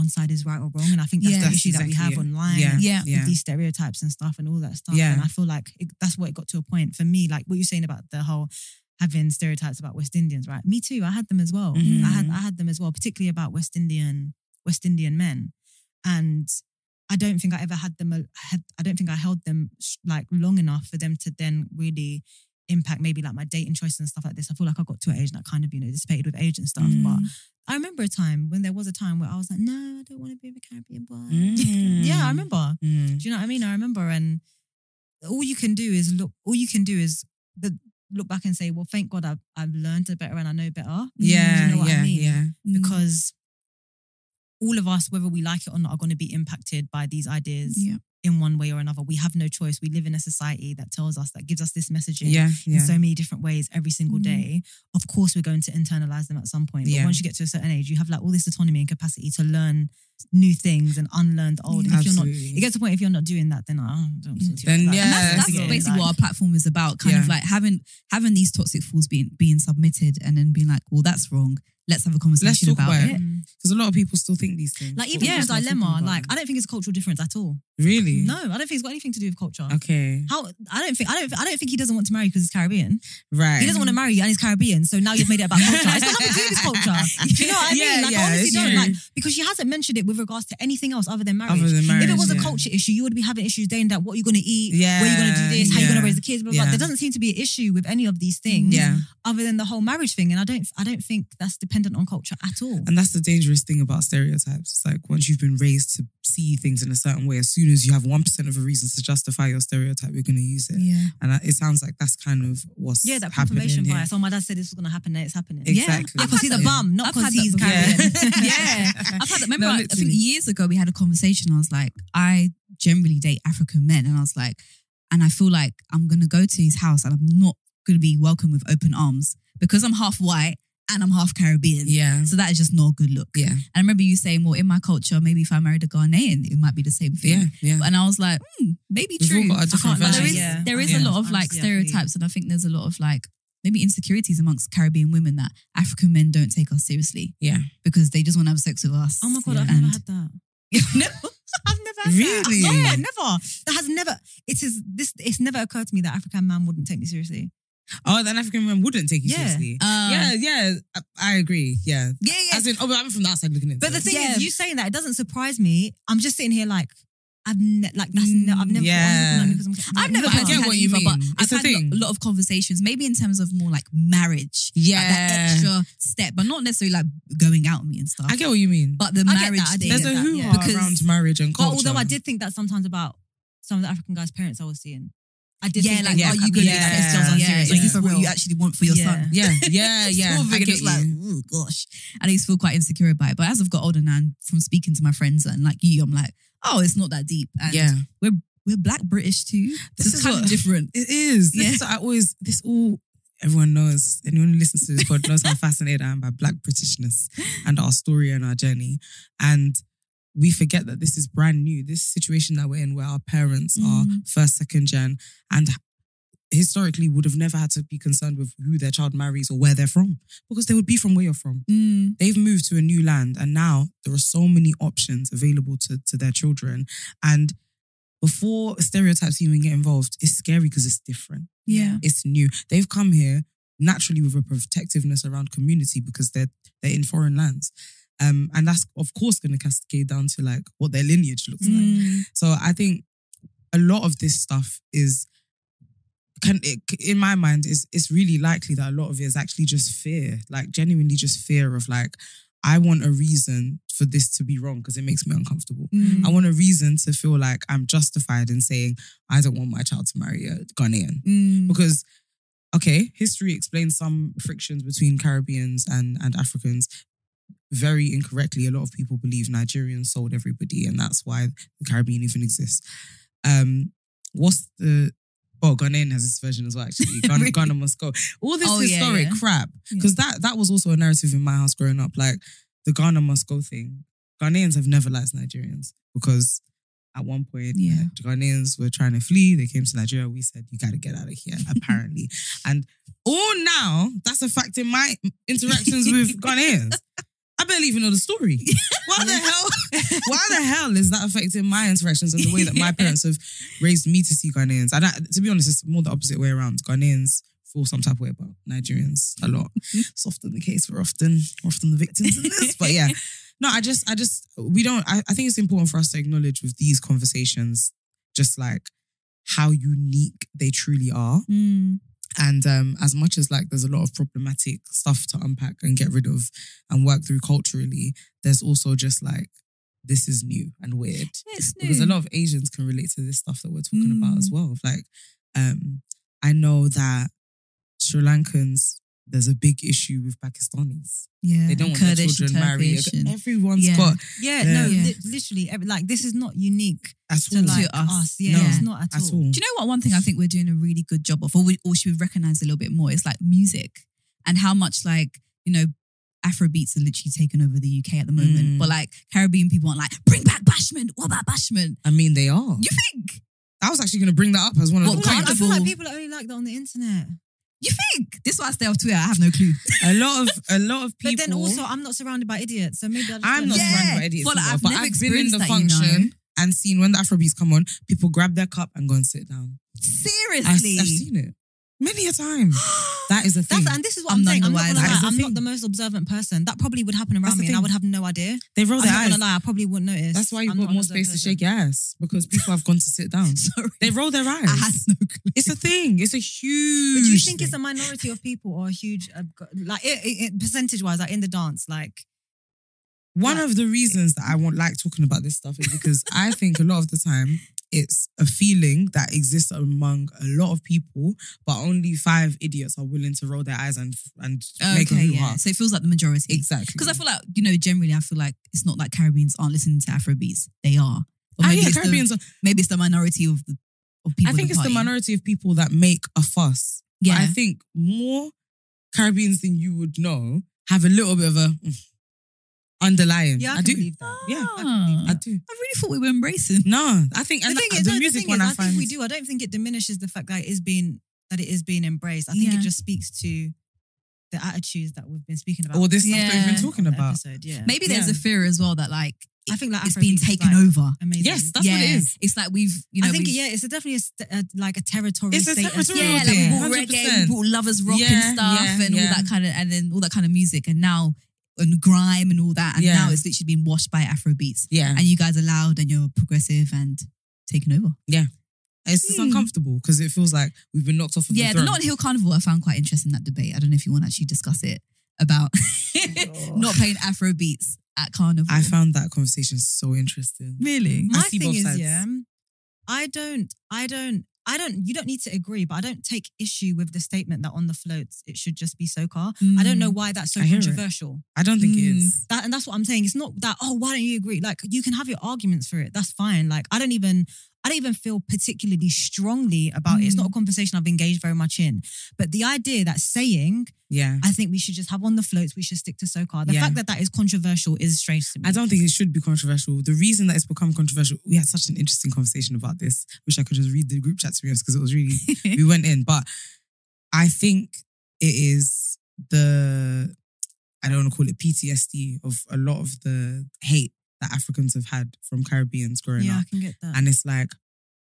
[SPEAKER 6] one side is right or wrong. And I think that's
[SPEAKER 5] Yeah.
[SPEAKER 6] the
[SPEAKER 4] That's
[SPEAKER 6] issue that we
[SPEAKER 4] exactly
[SPEAKER 6] have
[SPEAKER 4] it.
[SPEAKER 6] online.
[SPEAKER 4] Yeah.
[SPEAKER 6] and
[SPEAKER 5] Yeah.
[SPEAKER 6] with
[SPEAKER 4] Yeah.
[SPEAKER 6] these stereotypes and stuff and all that stuff.
[SPEAKER 4] Yeah.
[SPEAKER 6] And I feel like it, that's what it got to a point for me. Like what you're saying about the whole having stereotypes about West Indians, right? Me too. I had them as well.
[SPEAKER 4] Mhm.
[SPEAKER 6] I had I had them as well, particularly about West Indian West Indian men, and I don't think I ever had them. a- Had, I don't think I held them sh- like long enough for them to then really impact maybe like my dating choices and stuff like this. I feel like I got to an age and I kind of you know dissipated with age and stuff, but.
[SPEAKER 4] Mm.
[SPEAKER 6] I remember a time when there was a time where I was like, no, I don't want to be with a Caribbean boy. <laughs> yeah, I remember.
[SPEAKER 4] Mm.
[SPEAKER 6] Do you know what I mean? I remember, and all you can do is look. All you can do is the, look back and say, "Well, thank God I've I've learned better and I know better." Mm,
[SPEAKER 4] Yeah,
[SPEAKER 6] do you know what
[SPEAKER 4] yeah,
[SPEAKER 6] I mean?
[SPEAKER 4] yeah.
[SPEAKER 6] Because all of us, whether we like it or not, are going to be impacted by these ideas
[SPEAKER 5] Yeah.
[SPEAKER 6] in one way or another. We have no choice. We live in a society that tells us that gives us this messaging
[SPEAKER 4] Yeah, yeah. Mm.
[SPEAKER 6] in so many different ways every single day. Of course, we're going to internalize them at some point. But
[SPEAKER 4] Yeah.
[SPEAKER 6] once you get to a certain age, you have like all this autonomy and capacity to learn new things and unlearn the old. And if you're not,
[SPEAKER 4] Absolutely.
[SPEAKER 6] it gets to a point if you're not doing that, then uh, I don't. Talk to you
[SPEAKER 4] Then,
[SPEAKER 6] about that.
[SPEAKER 4] yeah,
[SPEAKER 5] And that's, that's
[SPEAKER 4] Yeah.
[SPEAKER 5] basically what our platform is about. Kind of
[SPEAKER 4] Yeah.
[SPEAKER 5] like having having these toxic fools being being submitted and then being like, well, that's wrong. Let's have a conversation
[SPEAKER 4] talk
[SPEAKER 5] about,
[SPEAKER 4] about
[SPEAKER 5] it.
[SPEAKER 4] it. Because a lot of people still think these things.
[SPEAKER 6] Like even
[SPEAKER 4] Mm. Yeah. Mm.
[SPEAKER 6] the dilemma, like I don't think it's a cultural difference at all.
[SPEAKER 4] Really?
[SPEAKER 6] No, I don't think it's got anything to do with culture.
[SPEAKER 4] Okay.
[SPEAKER 6] How I don't think I don't I don't think he doesn't want to marry because he's Caribbean.
[SPEAKER 4] Right.
[SPEAKER 6] He doesn't want to marry you and he's Caribbean, so now you've made it about culture. It's got nothing to do with
[SPEAKER 4] <laughs>
[SPEAKER 6] culture. Do you know what I
[SPEAKER 4] Yeah,
[SPEAKER 6] mean? Like,
[SPEAKER 4] yeah,
[SPEAKER 6] I honestly
[SPEAKER 4] it's
[SPEAKER 6] don't.
[SPEAKER 4] true.
[SPEAKER 6] Like, because she hasn't mentioned it with regards to anything else other than marriage.
[SPEAKER 4] Other than marriage.
[SPEAKER 6] if it was a
[SPEAKER 4] yeah.
[SPEAKER 6] culture issue, you would be having issues then that what you're going to eat, where you're going to
[SPEAKER 4] Yeah,
[SPEAKER 6] do this, how you're going
[SPEAKER 4] yeah,
[SPEAKER 6] to raise the kids. Blah, blah, blah.
[SPEAKER 4] yeah.
[SPEAKER 6] There doesn't seem to be an issue with any of these things
[SPEAKER 4] Yeah.
[SPEAKER 6] other than the whole marriage thing. And I don't, I don't think that's dependent on culture at all.
[SPEAKER 4] And that's the dangerous thing about stereotypes. It's like once you've been raised to see things in a certain way, as soon as you have 1% of a reason to justify your stereotype, you're going to use it.
[SPEAKER 5] Yeah.
[SPEAKER 4] And I- it sounds like that's kind of what's
[SPEAKER 6] yeah, that
[SPEAKER 4] happening
[SPEAKER 6] confirmation
[SPEAKER 4] here.
[SPEAKER 6] bias. Oh, my dad said this was going to happen. Now it's happening.
[SPEAKER 4] Exactly.
[SPEAKER 6] Yeah, because he's a
[SPEAKER 4] Yeah.
[SPEAKER 6] bum, not
[SPEAKER 5] I've had
[SPEAKER 6] because
[SPEAKER 5] that
[SPEAKER 6] he's
[SPEAKER 5] before.
[SPEAKER 6] Caribbean.
[SPEAKER 4] <laughs>
[SPEAKER 6] <laughs>
[SPEAKER 5] yeah. I've had that. Remember,
[SPEAKER 4] No,
[SPEAKER 5] I
[SPEAKER 4] literally.
[SPEAKER 5] think years ago we had a conversation. I was like, I generally date African men, and I was like, and I feel like I'm gonna go to his house, and I'm not gonna be welcomed with open arms because I'm half white and I'm half Caribbean.
[SPEAKER 4] Yeah.
[SPEAKER 5] So that is just not a good look.
[SPEAKER 4] Yeah.
[SPEAKER 5] And I remember you saying, well, in my culture, maybe if I married a Ghanaian, it might be the same thing.
[SPEAKER 4] Yeah. Yeah.
[SPEAKER 5] And I was like, hmm, maybe
[SPEAKER 4] We've all
[SPEAKER 5] true.
[SPEAKER 4] got our
[SPEAKER 5] I can't
[SPEAKER 4] different
[SPEAKER 5] lie. there is,
[SPEAKER 4] versions.
[SPEAKER 6] Yeah.
[SPEAKER 5] there is
[SPEAKER 4] Yeah.
[SPEAKER 5] a lot of like
[SPEAKER 6] Yeah.
[SPEAKER 5] stereotypes, and I think there's a lot of like maybe insecurities amongst Caribbean women that African men don't take us seriously.
[SPEAKER 4] Yeah.
[SPEAKER 5] because they just want to have sex with us.
[SPEAKER 6] Oh my god,
[SPEAKER 5] Yeah.
[SPEAKER 6] I've never
[SPEAKER 5] And-
[SPEAKER 6] had that. <laughs> no, I've never had
[SPEAKER 4] Really?
[SPEAKER 6] that. Yeah, never. That has never. It is this. It's never occurred to me that African man wouldn't take me seriously.
[SPEAKER 4] Oh, that African man wouldn't take you
[SPEAKER 6] Yeah. Uh-uh.
[SPEAKER 4] seriously.
[SPEAKER 5] Uh,
[SPEAKER 4] yeah, yeah. I, I agree. Yeah.
[SPEAKER 6] Yeah,
[SPEAKER 4] As in, oh, but I'm from the outside looking in.
[SPEAKER 6] But the thing
[SPEAKER 5] Yeah.
[SPEAKER 6] is, you saying that it doesn't surprise me. I'm just sitting here like I've ne- like that's
[SPEAKER 5] Mm,
[SPEAKER 6] ne- I've never.
[SPEAKER 4] yeah.
[SPEAKER 6] thought, oh, he's looking at me 'cause I'm-
[SPEAKER 5] I've never
[SPEAKER 4] I
[SPEAKER 5] had
[SPEAKER 4] get
[SPEAKER 5] that
[SPEAKER 4] what you
[SPEAKER 5] either, but
[SPEAKER 4] mean.
[SPEAKER 5] I've
[SPEAKER 4] It's a
[SPEAKER 5] had
[SPEAKER 4] thing.
[SPEAKER 5] a lot of conversations, maybe in terms of more like marriage,
[SPEAKER 4] yeah.
[SPEAKER 5] like that extra step, but not necessarily like going out with me and stuff.
[SPEAKER 4] I get what you mean.
[SPEAKER 5] but the
[SPEAKER 6] I get
[SPEAKER 5] marriage
[SPEAKER 6] that, I do
[SPEAKER 5] thing,
[SPEAKER 6] get
[SPEAKER 4] There's a
[SPEAKER 6] that,
[SPEAKER 4] who
[SPEAKER 6] yeah.
[SPEAKER 5] Because-
[SPEAKER 4] around marriage and
[SPEAKER 6] But
[SPEAKER 4] culture.
[SPEAKER 6] although I did think that sometimes about some of the African guys' parents I was seeing. I did.
[SPEAKER 5] yeah,
[SPEAKER 6] think
[SPEAKER 5] like
[SPEAKER 6] that,
[SPEAKER 5] are
[SPEAKER 6] yeah,
[SPEAKER 5] you going to
[SPEAKER 4] yeah,
[SPEAKER 5] accept yourself?
[SPEAKER 6] yeah,
[SPEAKER 5] Yeah, is
[SPEAKER 6] yeah.
[SPEAKER 5] this
[SPEAKER 6] Yeah.
[SPEAKER 5] what you actually want for your
[SPEAKER 6] Yeah.
[SPEAKER 5] son?
[SPEAKER 4] Yeah,
[SPEAKER 5] <laughs>
[SPEAKER 4] yeah, yeah.
[SPEAKER 5] Small
[SPEAKER 4] I
[SPEAKER 5] thing,
[SPEAKER 4] get
[SPEAKER 5] it's like,
[SPEAKER 4] you.
[SPEAKER 5] oh gosh. And I used to feel quite insecure about it. But as I've got older now, and from speaking to my friends and like you, I'm like, oh, it's not that deep. And
[SPEAKER 4] Yeah.
[SPEAKER 5] we're we're black British too.
[SPEAKER 4] This
[SPEAKER 5] This,
[SPEAKER 4] is
[SPEAKER 5] is kind
[SPEAKER 4] what-
[SPEAKER 5] of different.
[SPEAKER 4] It is. This
[SPEAKER 5] Yeah.
[SPEAKER 4] is what I always. This all. Everyone knows. Anyone who listens to this pod knows how fascinated I am by Black Britishness and our story and our journey. And we forget that this is brand new. This situation that we're in, where our parents are
[SPEAKER 5] Mm.
[SPEAKER 4] first, second gen, and historically would have never had to be concerned with who their child marries or where they're from, because they would be from where you're from.
[SPEAKER 5] Mm.
[SPEAKER 4] They've moved to a new land, and now there are so many options available to to their children. And before stereotypes even get involved, it's scary because it's different.
[SPEAKER 5] Yeah.
[SPEAKER 4] It's new. They've come here naturally with a protectiveness around community because they're they're in foreign lands. Um, and that's of course going to cascade down to like what their lineage looks like. So I think a lot of this stuff is can it, in my mind is it's really likely that a lot of it is actually just fear, like genuinely just fear of like I want a reason for this to be wrong because it makes me uncomfortable.
[SPEAKER 6] Mm,
[SPEAKER 4] I want a reason to feel like I'm justified in saying I don't want my child to marry a Ghanaian
[SPEAKER 5] Mm.
[SPEAKER 4] because okay history explains some frictions between caribbeans and and africans very incorrectly a lot of people believe nigerians sold everybody and that's why the caribbean even exists um what's the Oh, Ghanaian has this version as well,
[SPEAKER 5] <laughs>
[SPEAKER 4] actually. Ghana,
[SPEAKER 5] Really?
[SPEAKER 4] Ghana must go. All this
[SPEAKER 5] Oh, yeah,
[SPEAKER 4] historic
[SPEAKER 5] yeah.
[SPEAKER 4] crap. Because that that was also a narrative in my house growing up. Like the Ghana must go thing. Ghanaians have never liked Nigerians because at one point.
[SPEAKER 5] Yeah.
[SPEAKER 4] Like, the Ghanaians were trying to flee. They came to Nigeria. We said, you got to get out of here, apparently. and all now, that's a fact in my interactions with Ghanaians. I barely even know the story. Why the hell? Why the hell is that affecting my interactions and the way that my parents have raised me to see Ghanaians? And I, to be honest, it's more the opposite way around. Ghanaians feel some type of way about Nigerians a lot. it's often the case. We're often we're often the victims in this. But yeah, no, I just I just we don't. I, I think it's important for us to acknowledge with these conversations, just like how unique they truly are.
[SPEAKER 6] mm.
[SPEAKER 4] And um, as much as like there's a lot of problematic stuff to unpack and get rid of and work through culturally, there's also just like this is new and weird
[SPEAKER 5] It's
[SPEAKER 4] because
[SPEAKER 6] Hmm.
[SPEAKER 4] a lot of Asians can relate to this stuff that we're talking about as well. Of Like, um, I know that Sri Lankans, there's a big issue with Pakistanis.
[SPEAKER 5] yeah.
[SPEAKER 4] They don't want their
[SPEAKER 6] Kurdish,
[SPEAKER 4] children married.
[SPEAKER 6] Turkish
[SPEAKER 5] and-
[SPEAKER 4] Everyone's
[SPEAKER 6] Yeah.
[SPEAKER 4] got
[SPEAKER 6] Yeah,
[SPEAKER 4] Yeah.
[SPEAKER 6] no,
[SPEAKER 5] Yeah.
[SPEAKER 6] li- literally, every, like this is not unique
[SPEAKER 4] that's
[SPEAKER 6] to
[SPEAKER 4] all.
[SPEAKER 6] like
[SPEAKER 5] us.
[SPEAKER 6] us. Yeah,
[SPEAKER 5] No,
[SPEAKER 6] it's not at,
[SPEAKER 4] at
[SPEAKER 6] all.
[SPEAKER 4] all.
[SPEAKER 5] Do you know what? One thing I think we're doing a really good job of, or, we, or should be recognized a little bit more, is like music and how much, like, you know, Afrobeats are literally taking over the UK at the moment.
[SPEAKER 4] Mm.
[SPEAKER 5] But like, Caribbean people aren't like, bring back Bashment. What about Bashment?
[SPEAKER 4] I mean, they are.
[SPEAKER 5] You think?
[SPEAKER 4] I was actually going to bring that up as one of
[SPEAKER 5] What
[SPEAKER 4] the
[SPEAKER 6] Like,
[SPEAKER 4] points.
[SPEAKER 6] I feel like
[SPEAKER 5] Carnival.
[SPEAKER 6] people only like that on the internet.
[SPEAKER 5] You think? This is why I stay off Twitter. I have no clue.
[SPEAKER 4] A lot of a lot of people.
[SPEAKER 6] <laughs> But then also, I'm not surrounded by idiots, so maybe I just
[SPEAKER 4] I'm not
[SPEAKER 6] don't know.
[SPEAKER 5] Yeah.
[SPEAKER 4] surrounded by idiots.
[SPEAKER 5] Well,
[SPEAKER 4] either,
[SPEAKER 5] I've
[SPEAKER 4] but
[SPEAKER 5] never
[SPEAKER 4] I've been in
[SPEAKER 5] experienced
[SPEAKER 4] the
[SPEAKER 5] that, you know.
[SPEAKER 4] function and seen when the Afrobeats come on, people grab their cup and go and sit down. I, have
[SPEAKER 5] Seriously.
[SPEAKER 4] seen it many
[SPEAKER 5] <gasps>
[SPEAKER 4] a time. That is a thing.
[SPEAKER 6] That's, and this is what
[SPEAKER 5] Hmm. I'm
[SPEAKER 6] I'm, saying.
[SPEAKER 5] none
[SPEAKER 6] I'm,
[SPEAKER 5] the
[SPEAKER 6] not, gonna
[SPEAKER 5] wiser.
[SPEAKER 6] lie.
[SPEAKER 4] That's the
[SPEAKER 6] I'm
[SPEAKER 4] thing.
[SPEAKER 6] not the most observant person. That probably would happen
[SPEAKER 4] That's
[SPEAKER 6] around
[SPEAKER 4] the
[SPEAKER 6] me, and I
[SPEAKER 4] thing.
[SPEAKER 6] would have no idea.
[SPEAKER 4] they roll
[SPEAKER 6] I'm
[SPEAKER 4] their
[SPEAKER 6] not
[SPEAKER 4] eyes.
[SPEAKER 6] gonna lie. I probably wouldn't notice.
[SPEAKER 4] That's why
[SPEAKER 6] I'm
[SPEAKER 4] you've
[SPEAKER 6] not
[SPEAKER 4] got
[SPEAKER 6] an
[SPEAKER 4] more
[SPEAKER 6] observant
[SPEAKER 4] space to
[SPEAKER 6] person.
[SPEAKER 4] shake your ass because people have gone to sit
[SPEAKER 5] <laughs>
[SPEAKER 4] down.
[SPEAKER 5] Sorry.
[SPEAKER 4] They roll their eyes.
[SPEAKER 5] I had no clue.
[SPEAKER 4] It's a thing. It's a huge.
[SPEAKER 6] But do you think it's a
[SPEAKER 4] thing.
[SPEAKER 6] minority of people or a huge, uh, g- like it, it, it, percentage-wise, like in the dance, like
[SPEAKER 4] one of the reasons that I won't like talking about this stuff is because I think a lot of the time it's a feeling that exists among a lot of people, but only five idiots are willing to roll their eyes and and make a
[SPEAKER 5] Okay,
[SPEAKER 4] hoo
[SPEAKER 5] yeah.
[SPEAKER 4] ha.
[SPEAKER 5] So it feels like the majority.
[SPEAKER 4] Exactly.
[SPEAKER 5] Because I feel like, you know, generally, I feel like it's not like Caribbeans aren't listening to Afrobeats. They are. Or
[SPEAKER 6] Oh,
[SPEAKER 4] Ah,
[SPEAKER 5] maybe
[SPEAKER 4] yeah,
[SPEAKER 5] it's the-
[SPEAKER 4] Caribbeans. are-
[SPEAKER 5] maybe it's the minority of the of people.
[SPEAKER 4] I
[SPEAKER 5] in
[SPEAKER 4] think it's the
[SPEAKER 5] party.
[SPEAKER 4] minority of people that make a fuss. But
[SPEAKER 5] Yeah,
[SPEAKER 4] I think more Caribbeans than you would know have a little bit of a mm, underlying.
[SPEAKER 6] yeah, I,
[SPEAKER 4] I,
[SPEAKER 6] can
[SPEAKER 4] do.
[SPEAKER 6] believe that.
[SPEAKER 4] Yeah, I,
[SPEAKER 5] Ah.
[SPEAKER 4] I do.
[SPEAKER 5] I really thought we were embracing.
[SPEAKER 4] No, I think and
[SPEAKER 6] the
[SPEAKER 4] the,
[SPEAKER 6] thing is,
[SPEAKER 4] the
[SPEAKER 6] no, the
[SPEAKER 4] music
[SPEAKER 6] thing
[SPEAKER 4] one
[SPEAKER 6] is,
[SPEAKER 4] I,
[SPEAKER 6] I,
[SPEAKER 4] find.
[SPEAKER 6] think we do. I don't think it diminishes the fact that it is being that it is being embraced. I think
[SPEAKER 5] Yeah.
[SPEAKER 6] it just speaks to the attitudes that we've been speaking about.
[SPEAKER 4] All this stuff that we've
[SPEAKER 5] Yeah.
[SPEAKER 4] been talking
[SPEAKER 6] on the
[SPEAKER 4] about.
[SPEAKER 6] Episode, yeah.
[SPEAKER 5] Maybe there's
[SPEAKER 4] Yeah.
[SPEAKER 5] a fear as well that like
[SPEAKER 6] I think like
[SPEAKER 5] it's being
[SPEAKER 6] Afrobeat is,
[SPEAKER 5] taken
[SPEAKER 6] like,
[SPEAKER 5] over.
[SPEAKER 6] Amazing.
[SPEAKER 4] Yes, that's
[SPEAKER 5] yeah.
[SPEAKER 4] what it is.
[SPEAKER 5] It's like we've you know
[SPEAKER 6] I think
[SPEAKER 5] we've-
[SPEAKER 6] yeah, it's a definitely a, st- a, like a territory.
[SPEAKER 4] It's a
[SPEAKER 6] status.
[SPEAKER 4] territorial
[SPEAKER 5] yeah,
[SPEAKER 4] real
[SPEAKER 5] like we
[SPEAKER 4] thing.
[SPEAKER 5] brought reggae, we
[SPEAKER 4] 100%.
[SPEAKER 5] brought lovers rock
[SPEAKER 4] Yeah,
[SPEAKER 5] and stuff,
[SPEAKER 4] yeah,
[SPEAKER 5] and all
[SPEAKER 4] yeah.
[SPEAKER 5] that kind of, and then all that kind of music, and now and grime and all that, and
[SPEAKER 4] Yeah.
[SPEAKER 5] now it's literally being washed by Afrobeats,
[SPEAKER 4] Yeah,
[SPEAKER 5] and you guys are loud and you're progressive and taking over.
[SPEAKER 4] it's just
[SPEAKER 5] Hmm.
[SPEAKER 4] uncomfortable because it feels like we've been knocked off. Of
[SPEAKER 5] yeah,
[SPEAKER 4] the,
[SPEAKER 5] the
[SPEAKER 4] throne.
[SPEAKER 5] Notting Hill Carnival I found quite interesting that debate. I don't know if you want to actually discuss it about <laughs> not playing Afro beats at carnival.
[SPEAKER 4] I found that conversation so interesting.
[SPEAKER 5] really.
[SPEAKER 4] I
[SPEAKER 6] My
[SPEAKER 4] see
[SPEAKER 6] thing
[SPEAKER 4] both
[SPEAKER 6] is,
[SPEAKER 4] sides.
[SPEAKER 6] yeah, I don't, I don't, I don't. You don't need to agree, but I don't take issue with the statement that on the floats it should just be SoCar. I don't know Mm. why that's so
[SPEAKER 4] I hear it.
[SPEAKER 6] controversial.
[SPEAKER 4] Mm. I don't think it
[SPEAKER 5] Hmm.
[SPEAKER 4] is.
[SPEAKER 6] That and that's what I'm saying. It's not that. Oh, why don't you agree? Like you can have your arguments for it. That's fine. Like I don't even. I don't even feel particularly strongly about it. It's
[SPEAKER 4] Mm.
[SPEAKER 6] not a conversation I've engaged very much in. But the idea that saying,
[SPEAKER 4] Yeah,
[SPEAKER 6] I think we should just have on the floats, we should stick to SoCar, the
[SPEAKER 4] Yeah.
[SPEAKER 6] fact that that is controversial is strange to me.
[SPEAKER 4] I don't think it should be controversial. The reason that it's become controversial, we had such an interesting conversation about this. Wish I could just read the group chat to be honest, because it was really
[SPEAKER 6] <laughs>
[SPEAKER 4] we went in. But I think it is the I don't want to call it PTSD of a lot of the hate that Africans have had from Caribbeans growing
[SPEAKER 6] yeah,
[SPEAKER 4] up.
[SPEAKER 6] I can get that.
[SPEAKER 4] And it's like,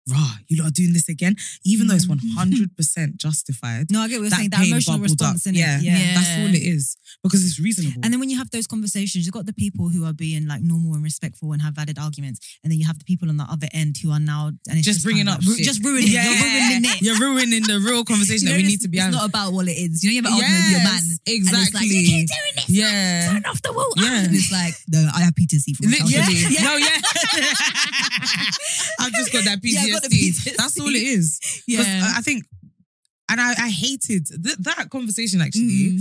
[SPEAKER 4] rah, you lot are doing this again, even though it's one hundred percent justified.
[SPEAKER 6] No, I get what you're
[SPEAKER 4] that
[SPEAKER 6] saying. That
[SPEAKER 4] pain
[SPEAKER 6] emotional
[SPEAKER 4] bubbled up.
[SPEAKER 6] response, in
[SPEAKER 4] Yeah.
[SPEAKER 6] it, yeah.
[SPEAKER 5] Yeah.
[SPEAKER 4] That's all it is because it's reasonable.
[SPEAKER 6] And then when you have those conversations, you've got the people who are being like normal and respectful and have valid arguments, and then you have the people on the other end who are now and it's
[SPEAKER 4] just,
[SPEAKER 6] just
[SPEAKER 4] bringing
[SPEAKER 6] kind
[SPEAKER 4] up,
[SPEAKER 6] of like, ru-
[SPEAKER 4] shit.
[SPEAKER 6] just ruining it. You're ruining it.
[SPEAKER 4] You're ruining the real conversation
[SPEAKER 5] You
[SPEAKER 4] that
[SPEAKER 5] know,
[SPEAKER 4] we
[SPEAKER 5] it's-
[SPEAKER 4] need to be
[SPEAKER 5] It's
[SPEAKER 4] having.
[SPEAKER 5] not about what it is. You know, you have an argument with your man.
[SPEAKER 4] Yes,
[SPEAKER 5] and it's like, you
[SPEAKER 4] exactly.
[SPEAKER 5] keep doing this.
[SPEAKER 4] Yeah.
[SPEAKER 5] Like, turn off the wall.
[SPEAKER 4] Yeah.
[SPEAKER 5] And it's like, no, I have PTSD from
[SPEAKER 4] Literally.
[SPEAKER 5] childhood.
[SPEAKER 4] No, yeah. <laughs> I've just got that PTSD.
[SPEAKER 5] <laughs> Yeah, I got the PTSD.
[SPEAKER 4] That's all it is. 'Cause <laughs>
[SPEAKER 5] Yeah.
[SPEAKER 4] I- I think, and I, I hated th- that conversation actually.
[SPEAKER 5] Mm.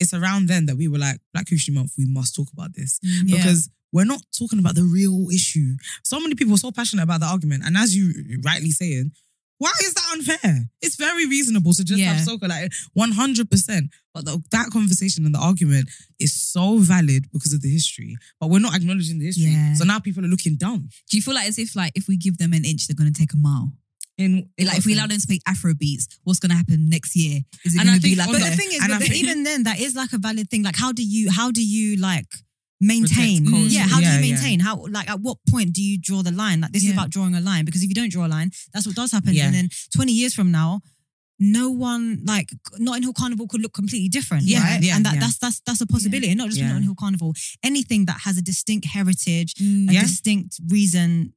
[SPEAKER 4] It's around then that we were like, Black History Month, we must talk about this.
[SPEAKER 5] Yeah.
[SPEAKER 4] Because we're not talking about the real issue. So many people are so passionate about the argument. And as you rightly saying, Why is that unfair? It's very reasonable to just
[SPEAKER 6] Yeah.
[SPEAKER 4] have soca, like 100%. But the, that conversation and the argument is so valid because of the history. But we're not acknowledging the history.
[SPEAKER 6] Yeah.
[SPEAKER 4] So now people are looking dumb.
[SPEAKER 6] Do you feel like as if like if we give them an inch, they're gonna take a mile?
[SPEAKER 4] In, in
[SPEAKER 6] Like if we allow them to play Afro beats, what's gonna happen next year? Is it
[SPEAKER 4] And I
[SPEAKER 6] gonna be
[SPEAKER 4] think
[SPEAKER 6] like?
[SPEAKER 4] on
[SPEAKER 6] But
[SPEAKER 4] the-
[SPEAKER 6] the thing is,
[SPEAKER 4] and
[SPEAKER 6] but
[SPEAKER 4] I
[SPEAKER 6] then-
[SPEAKER 4] think-
[SPEAKER 6] even then, that is like a valid thing. Like, how do you how do you like maintain?
[SPEAKER 4] Protect culture.
[SPEAKER 6] Yeah,
[SPEAKER 4] Yeah,
[SPEAKER 6] how do
[SPEAKER 4] yeah.
[SPEAKER 6] you maintain? How like at what point do you draw the line? Like this is
[SPEAKER 4] Yeah.
[SPEAKER 6] about drawing a line because if you don't draw a line, that's what does happen.
[SPEAKER 4] Yeah.
[SPEAKER 6] And then twenty years from now. No one like Notting Hill Carnival could look completely different,
[SPEAKER 4] Yeah,
[SPEAKER 6] right?
[SPEAKER 4] yeah,
[SPEAKER 6] and that,
[SPEAKER 4] yeah.
[SPEAKER 6] that's that's that's a possibility. And not just
[SPEAKER 4] Yeah.
[SPEAKER 6] Notting Hill Carnival, anything that has a distinct heritage,
[SPEAKER 5] Mm,
[SPEAKER 6] a
[SPEAKER 4] Yeah.
[SPEAKER 6] distinct reason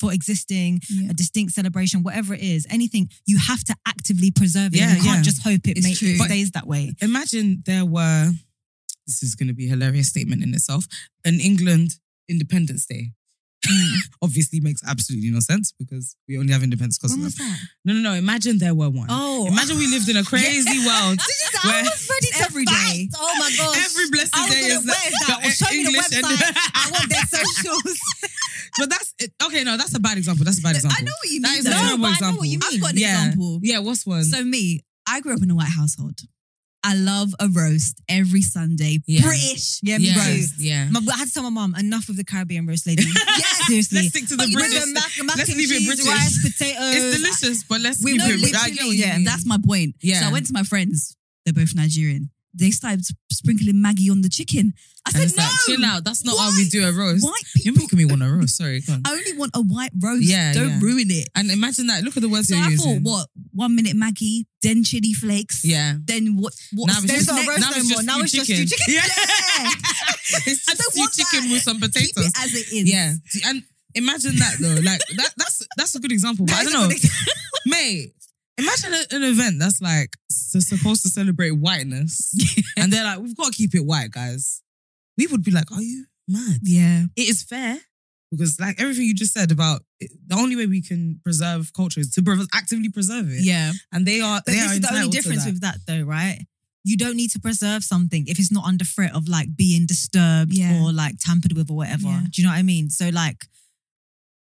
[SPEAKER 6] for existing,
[SPEAKER 5] Yeah.
[SPEAKER 6] a distinct celebration, whatever it is, anything, you have to actively preserve it.
[SPEAKER 4] Yeah,
[SPEAKER 6] you can't
[SPEAKER 4] yeah.
[SPEAKER 6] just hope it,
[SPEAKER 5] It's
[SPEAKER 6] ma-
[SPEAKER 5] true.
[SPEAKER 6] it
[SPEAKER 5] But-
[SPEAKER 6] stays that way.
[SPEAKER 4] imagine there were this is going to be a hilarious statement in itself an england independence day
[SPEAKER 6] Mm.
[SPEAKER 4] <laughs> obviously makes absolutely no sense because we only have independence because of them.
[SPEAKER 6] that?
[SPEAKER 4] no no no imagine there were one.
[SPEAKER 6] Oh. <laughs>
[SPEAKER 4] imagine we lived in a crazy world where
[SPEAKER 6] ready to
[SPEAKER 4] Every day.
[SPEAKER 6] Oh my gosh.
[SPEAKER 4] Every blessed
[SPEAKER 6] I was
[SPEAKER 4] day
[SPEAKER 6] gonna-
[SPEAKER 4] is
[SPEAKER 6] where is that?
[SPEAKER 4] the
[SPEAKER 6] Show me the
[SPEAKER 4] English and- <laughs>
[SPEAKER 6] website. I want their socials.
[SPEAKER 4] but that's okay no that's a bad example that's a bad example
[SPEAKER 5] I know what you
[SPEAKER 4] That
[SPEAKER 5] mean.
[SPEAKER 4] is a
[SPEAKER 5] though.
[SPEAKER 4] terrible
[SPEAKER 5] but
[SPEAKER 4] example.
[SPEAKER 5] I've got an
[SPEAKER 4] yeah.
[SPEAKER 5] example.
[SPEAKER 4] yeah what's one
[SPEAKER 5] So me, I grew up in a white household. I love a roast every Sunday.
[SPEAKER 4] Yeah.
[SPEAKER 5] British.
[SPEAKER 6] Yeah, me
[SPEAKER 4] yeah
[SPEAKER 6] too.
[SPEAKER 4] yeah
[SPEAKER 6] My- I had to tell my mom, enough of the Caribbean roast
[SPEAKER 4] <laughs>
[SPEAKER 6] lady. yes, seriously.
[SPEAKER 4] let's stick to the
[SPEAKER 6] But you bring
[SPEAKER 4] british
[SPEAKER 6] the mac, mac
[SPEAKER 4] let's
[SPEAKER 6] and
[SPEAKER 4] leave it
[SPEAKER 6] cheese,
[SPEAKER 4] British.
[SPEAKER 6] rice, potatoes.
[SPEAKER 4] it's delicious but let's
[SPEAKER 5] We
[SPEAKER 4] keep
[SPEAKER 5] no,
[SPEAKER 4] it
[SPEAKER 5] literally,
[SPEAKER 4] I get what you
[SPEAKER 5] yeah,
[SPEAKER 4] mean.
[SPEAKER 5] that's my point. So
[SPEAKER 4] Yeah.
[SPEAKER 5] I went to my friends, they're both Nigerian. They started sprinkling Maggie on the chicken. I
[SPEAKER 4] And
[SPEAKER 5] said,
[SPEAKER 4] it's
[SPEAKER 5] no,
[SPEAKER 4] like, chill out that's not how
[SPEAKER 5] Why?
[SPEAKER 4] we do a roast
[SPEAKER 5] white
[SPEAKER 4] you're
[SPEAKER 5] people.
[SPEAKER 4] making me want a roast sorry go on.
[SPEAKER 5] I only want a white roast.
[SPEAKER 4] Yeah,
[SPEAKER 5] Don't
[SPEAKER 4] yeah.
[SPEAKER 5] ruin it.
[SPEAKER 4] And imagine that. Look at the words
[SPEAKER 5] So
[SPEAKER 4] you're
[SPEAKER 5] I thought,
[SPEAKER 4] using.
[SPEAKER 5] what? One minute Maggie, then chili flakes.
[SPEAKER 4] Yeah.
[SPEAKER 5] Then what? What?
[SPEAKER 4] Now it's
[SPEAKER 5] there's
[SPEAKER 4] just-
[SPEAKER 5] no
[SPEAKER 4] now
[SPEAKER 5] roast
[SPEAKER 4] it's
[SPEAKER 5] no
[SPEAKER 4] just
[SPEAKER 5] more. Now
[SPEAKER 4] stewed
[SPEAKER 5] it's just
[SPEAKER 4] chicken.
[SPEAKER 5] stewed chicken.
[SPEAKER 4] <laughs> Yeah.
[SPEAKER 5] Yeah.
[SPEAKER 4] it's
[SPEAKER 5] <laughs> I
[SPEAKER 4] just
[SPEAKER 5] don't
[SPEAKER 4] stewed
[SPEAKER 5] want
[SPEAKER 4] chicken
[SPEAKER 5] that.
[SPEAKER 4] with some
[SPEAKER 5] Keep
[SPEAKER 4] potatoes.
[SPEAKER 5] it as it is.
[SPEAKER 4] Yeah. And imagine that though. Like that, that's that's a good example. But I
[SPEAKER 5] That
[SPEAKER 4] don't
[SPEAKER 5] is a
[SPEAKER 4] know,
[SPEAKER 5] good
[SPEAKER 6] <laughs>
[SPEAKER 4] mate. Imagine a- an event that's like so supposed to celebrate whiteness, and they're like, "We've got to keep it white, guys." We would be like, "Are you mad?"
[SPEAKER 5] Yeah.
[SPEAKER 4] It is fair because, like everything you just said about it, the only way we can preserve culture is to pre- actively preserve it.
[SPEAKER 5] Yeah.
[SPEAKER 4] and they are.
[SPEAKER 6] But
[SPEAKER 4] they
[SPEAKER 6] this
[SPEAKER 4] are
[SPEAKER 6] is the only
[SPEAKER 4] entitled to
[SPEAKER 6] difference
[SPEAKER 4] that.
[SPEAKER 6] with that, though, right? You don't need to preserve something if it's not under threat of like being disturbed
[SPEAKER 5] Yeah.
[SPEAKER 6] or like tampered with or whatever.
[SPEAKER 5] Yeah.
[SPEAKER 6] Do you know what I mean? So like,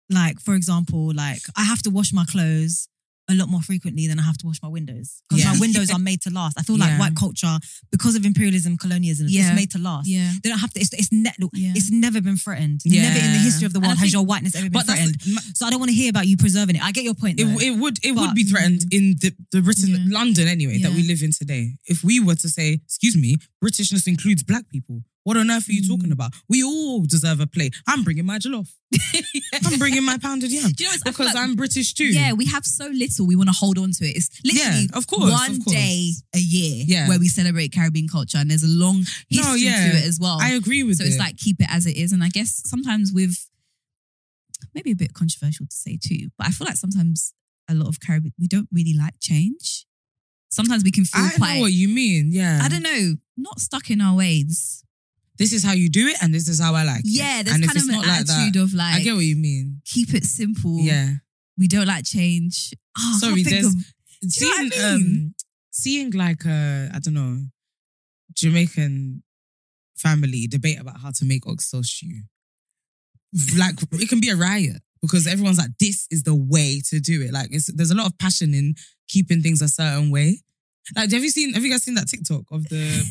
[SPEAKER 6] like for example, like I have to wash my clothes a lot more frequently than I have to wash my windows because
[SPEAKER 4] Yeah.
[SPEAKER 6] my
[SPEAKER 4] <laughs>
[SPEAKER 6] windows are made to last. I feel like
[SPEAKER 4] Yeah.
[SPEAKER 6] white culture because of imperialism, colonialism,
[SPEAKER 5] Yeah.
[SPEAKER 6] it's made to last.
[SPEAKER 5] Yeah.
[SPEAKER 6] They don't have to. It's it's, ne- look,
[SPEAKER 5] Yeah.
[SPEAKER 6] it's never been threatened.
[SPEAKER 4] Yeah.
[SPEAKER 6] Never in the history of the
[SPEAKER 4] And I
[SPEAKER 6] world has
[SPEAKER 4] think-
[SPEAKER 6] your whiteness ever been
[SPEAKER 4] But that's
[SPEAKER 6] threatened.
[SPEAKER 4] ma-
[SPEAKER 6] So I don't want to hear about you preserving it. I get your point.
[SPEAKER 4] It,
[SPEAKER 6] though.
[SPEAKER 4] it would it would
[SPEAKER 6] But-
[SPEAKER 4] be threatened in the, the Britain London anyway that we
[SPEAKER 5] mm. Yeah.
[SPEAKER 4] live in today. If we were to say, excuse me, Britishness includes black people. What on earth are you
[SPEAKER 5] Mm.
[SPEAKER 4] talking about? We all deserve a plate. I'm bringing my
[SPEAKER 5] <laughs>
[SPEAKER 4] jollof. I'm bringing my pounded yam
[SPEAKER 5] Do you know what's- I feel
[SPEAKER 4] because
[SPEAKER 5] like-
[SPEAKER 4] I'm British too.
[SPEAKER 5] Yeah, we have so little. We want to hold on to it. It's literally
[SPEAKER 4] Yeah, of course,
[SPEAKER 5] one
[SPEAKER 4] of course.
[SPEAKER 5] day a year
[SPEAKER 4] Yeah.
[SPEAKER 5] where we celebrate Caribbean culture, and there's a long history
[SPEAKER 4] No, yeah.
[SPEAKER 5] to it as well.
[SPEAKER 4] I agree with
[SPEAKER 5] so
[SPEAKER 4] it.
[SPEAKER 5] it's like keep it as it is, and I guess sometimes with maybe a bit controversial to say too, but I feel like sometimes a lot of Caribbean we don't really like change. Sometimes we can feel
[SPEAKER 4] I
[SPEAKER 5] quite.
[SPEAKER 4] know what you mean. Yeah,
[SPEAKER 5] I don't know, not stuck in our ways.
[SPEAKER 4] This is how you do it, and this is how I like.
[SPEAKER 5] Yeah,
[SPEAKER 4] it.
[SPEAKER 5] there's
[SPEAKER 4] and if
[SPEAKER 5] kind of
[SPEAKER 4] it's
[SPEAKER 5] an
[SPEAKER 4] not like
[SPEAKER 5] attitude
[SPEAKER 4] that,
[SPEAKER 5] of like
[SPEAKER 4] I get what you mean.
[SPEAKER 5] keep it simple.
[SPEAKER 4] Yeah.
[SPEAKER 5] we don't like change. Oh, I
[SPEAKER 4] Sorry,
[SPEAKER 5] can't think
[SPEAKER 4] there's-
[SPEAKER 5] of- Do you know what I
[SPEAKER 4] um, seeing like a I don't know Jamaican family debate about how to make oxtail stew, like it can be a riot because everyone's like, this is the way to do it. Like it's, there's a lot of passion in keeping things a certain way. Like have you seen? Have you guys seen that TikTok of the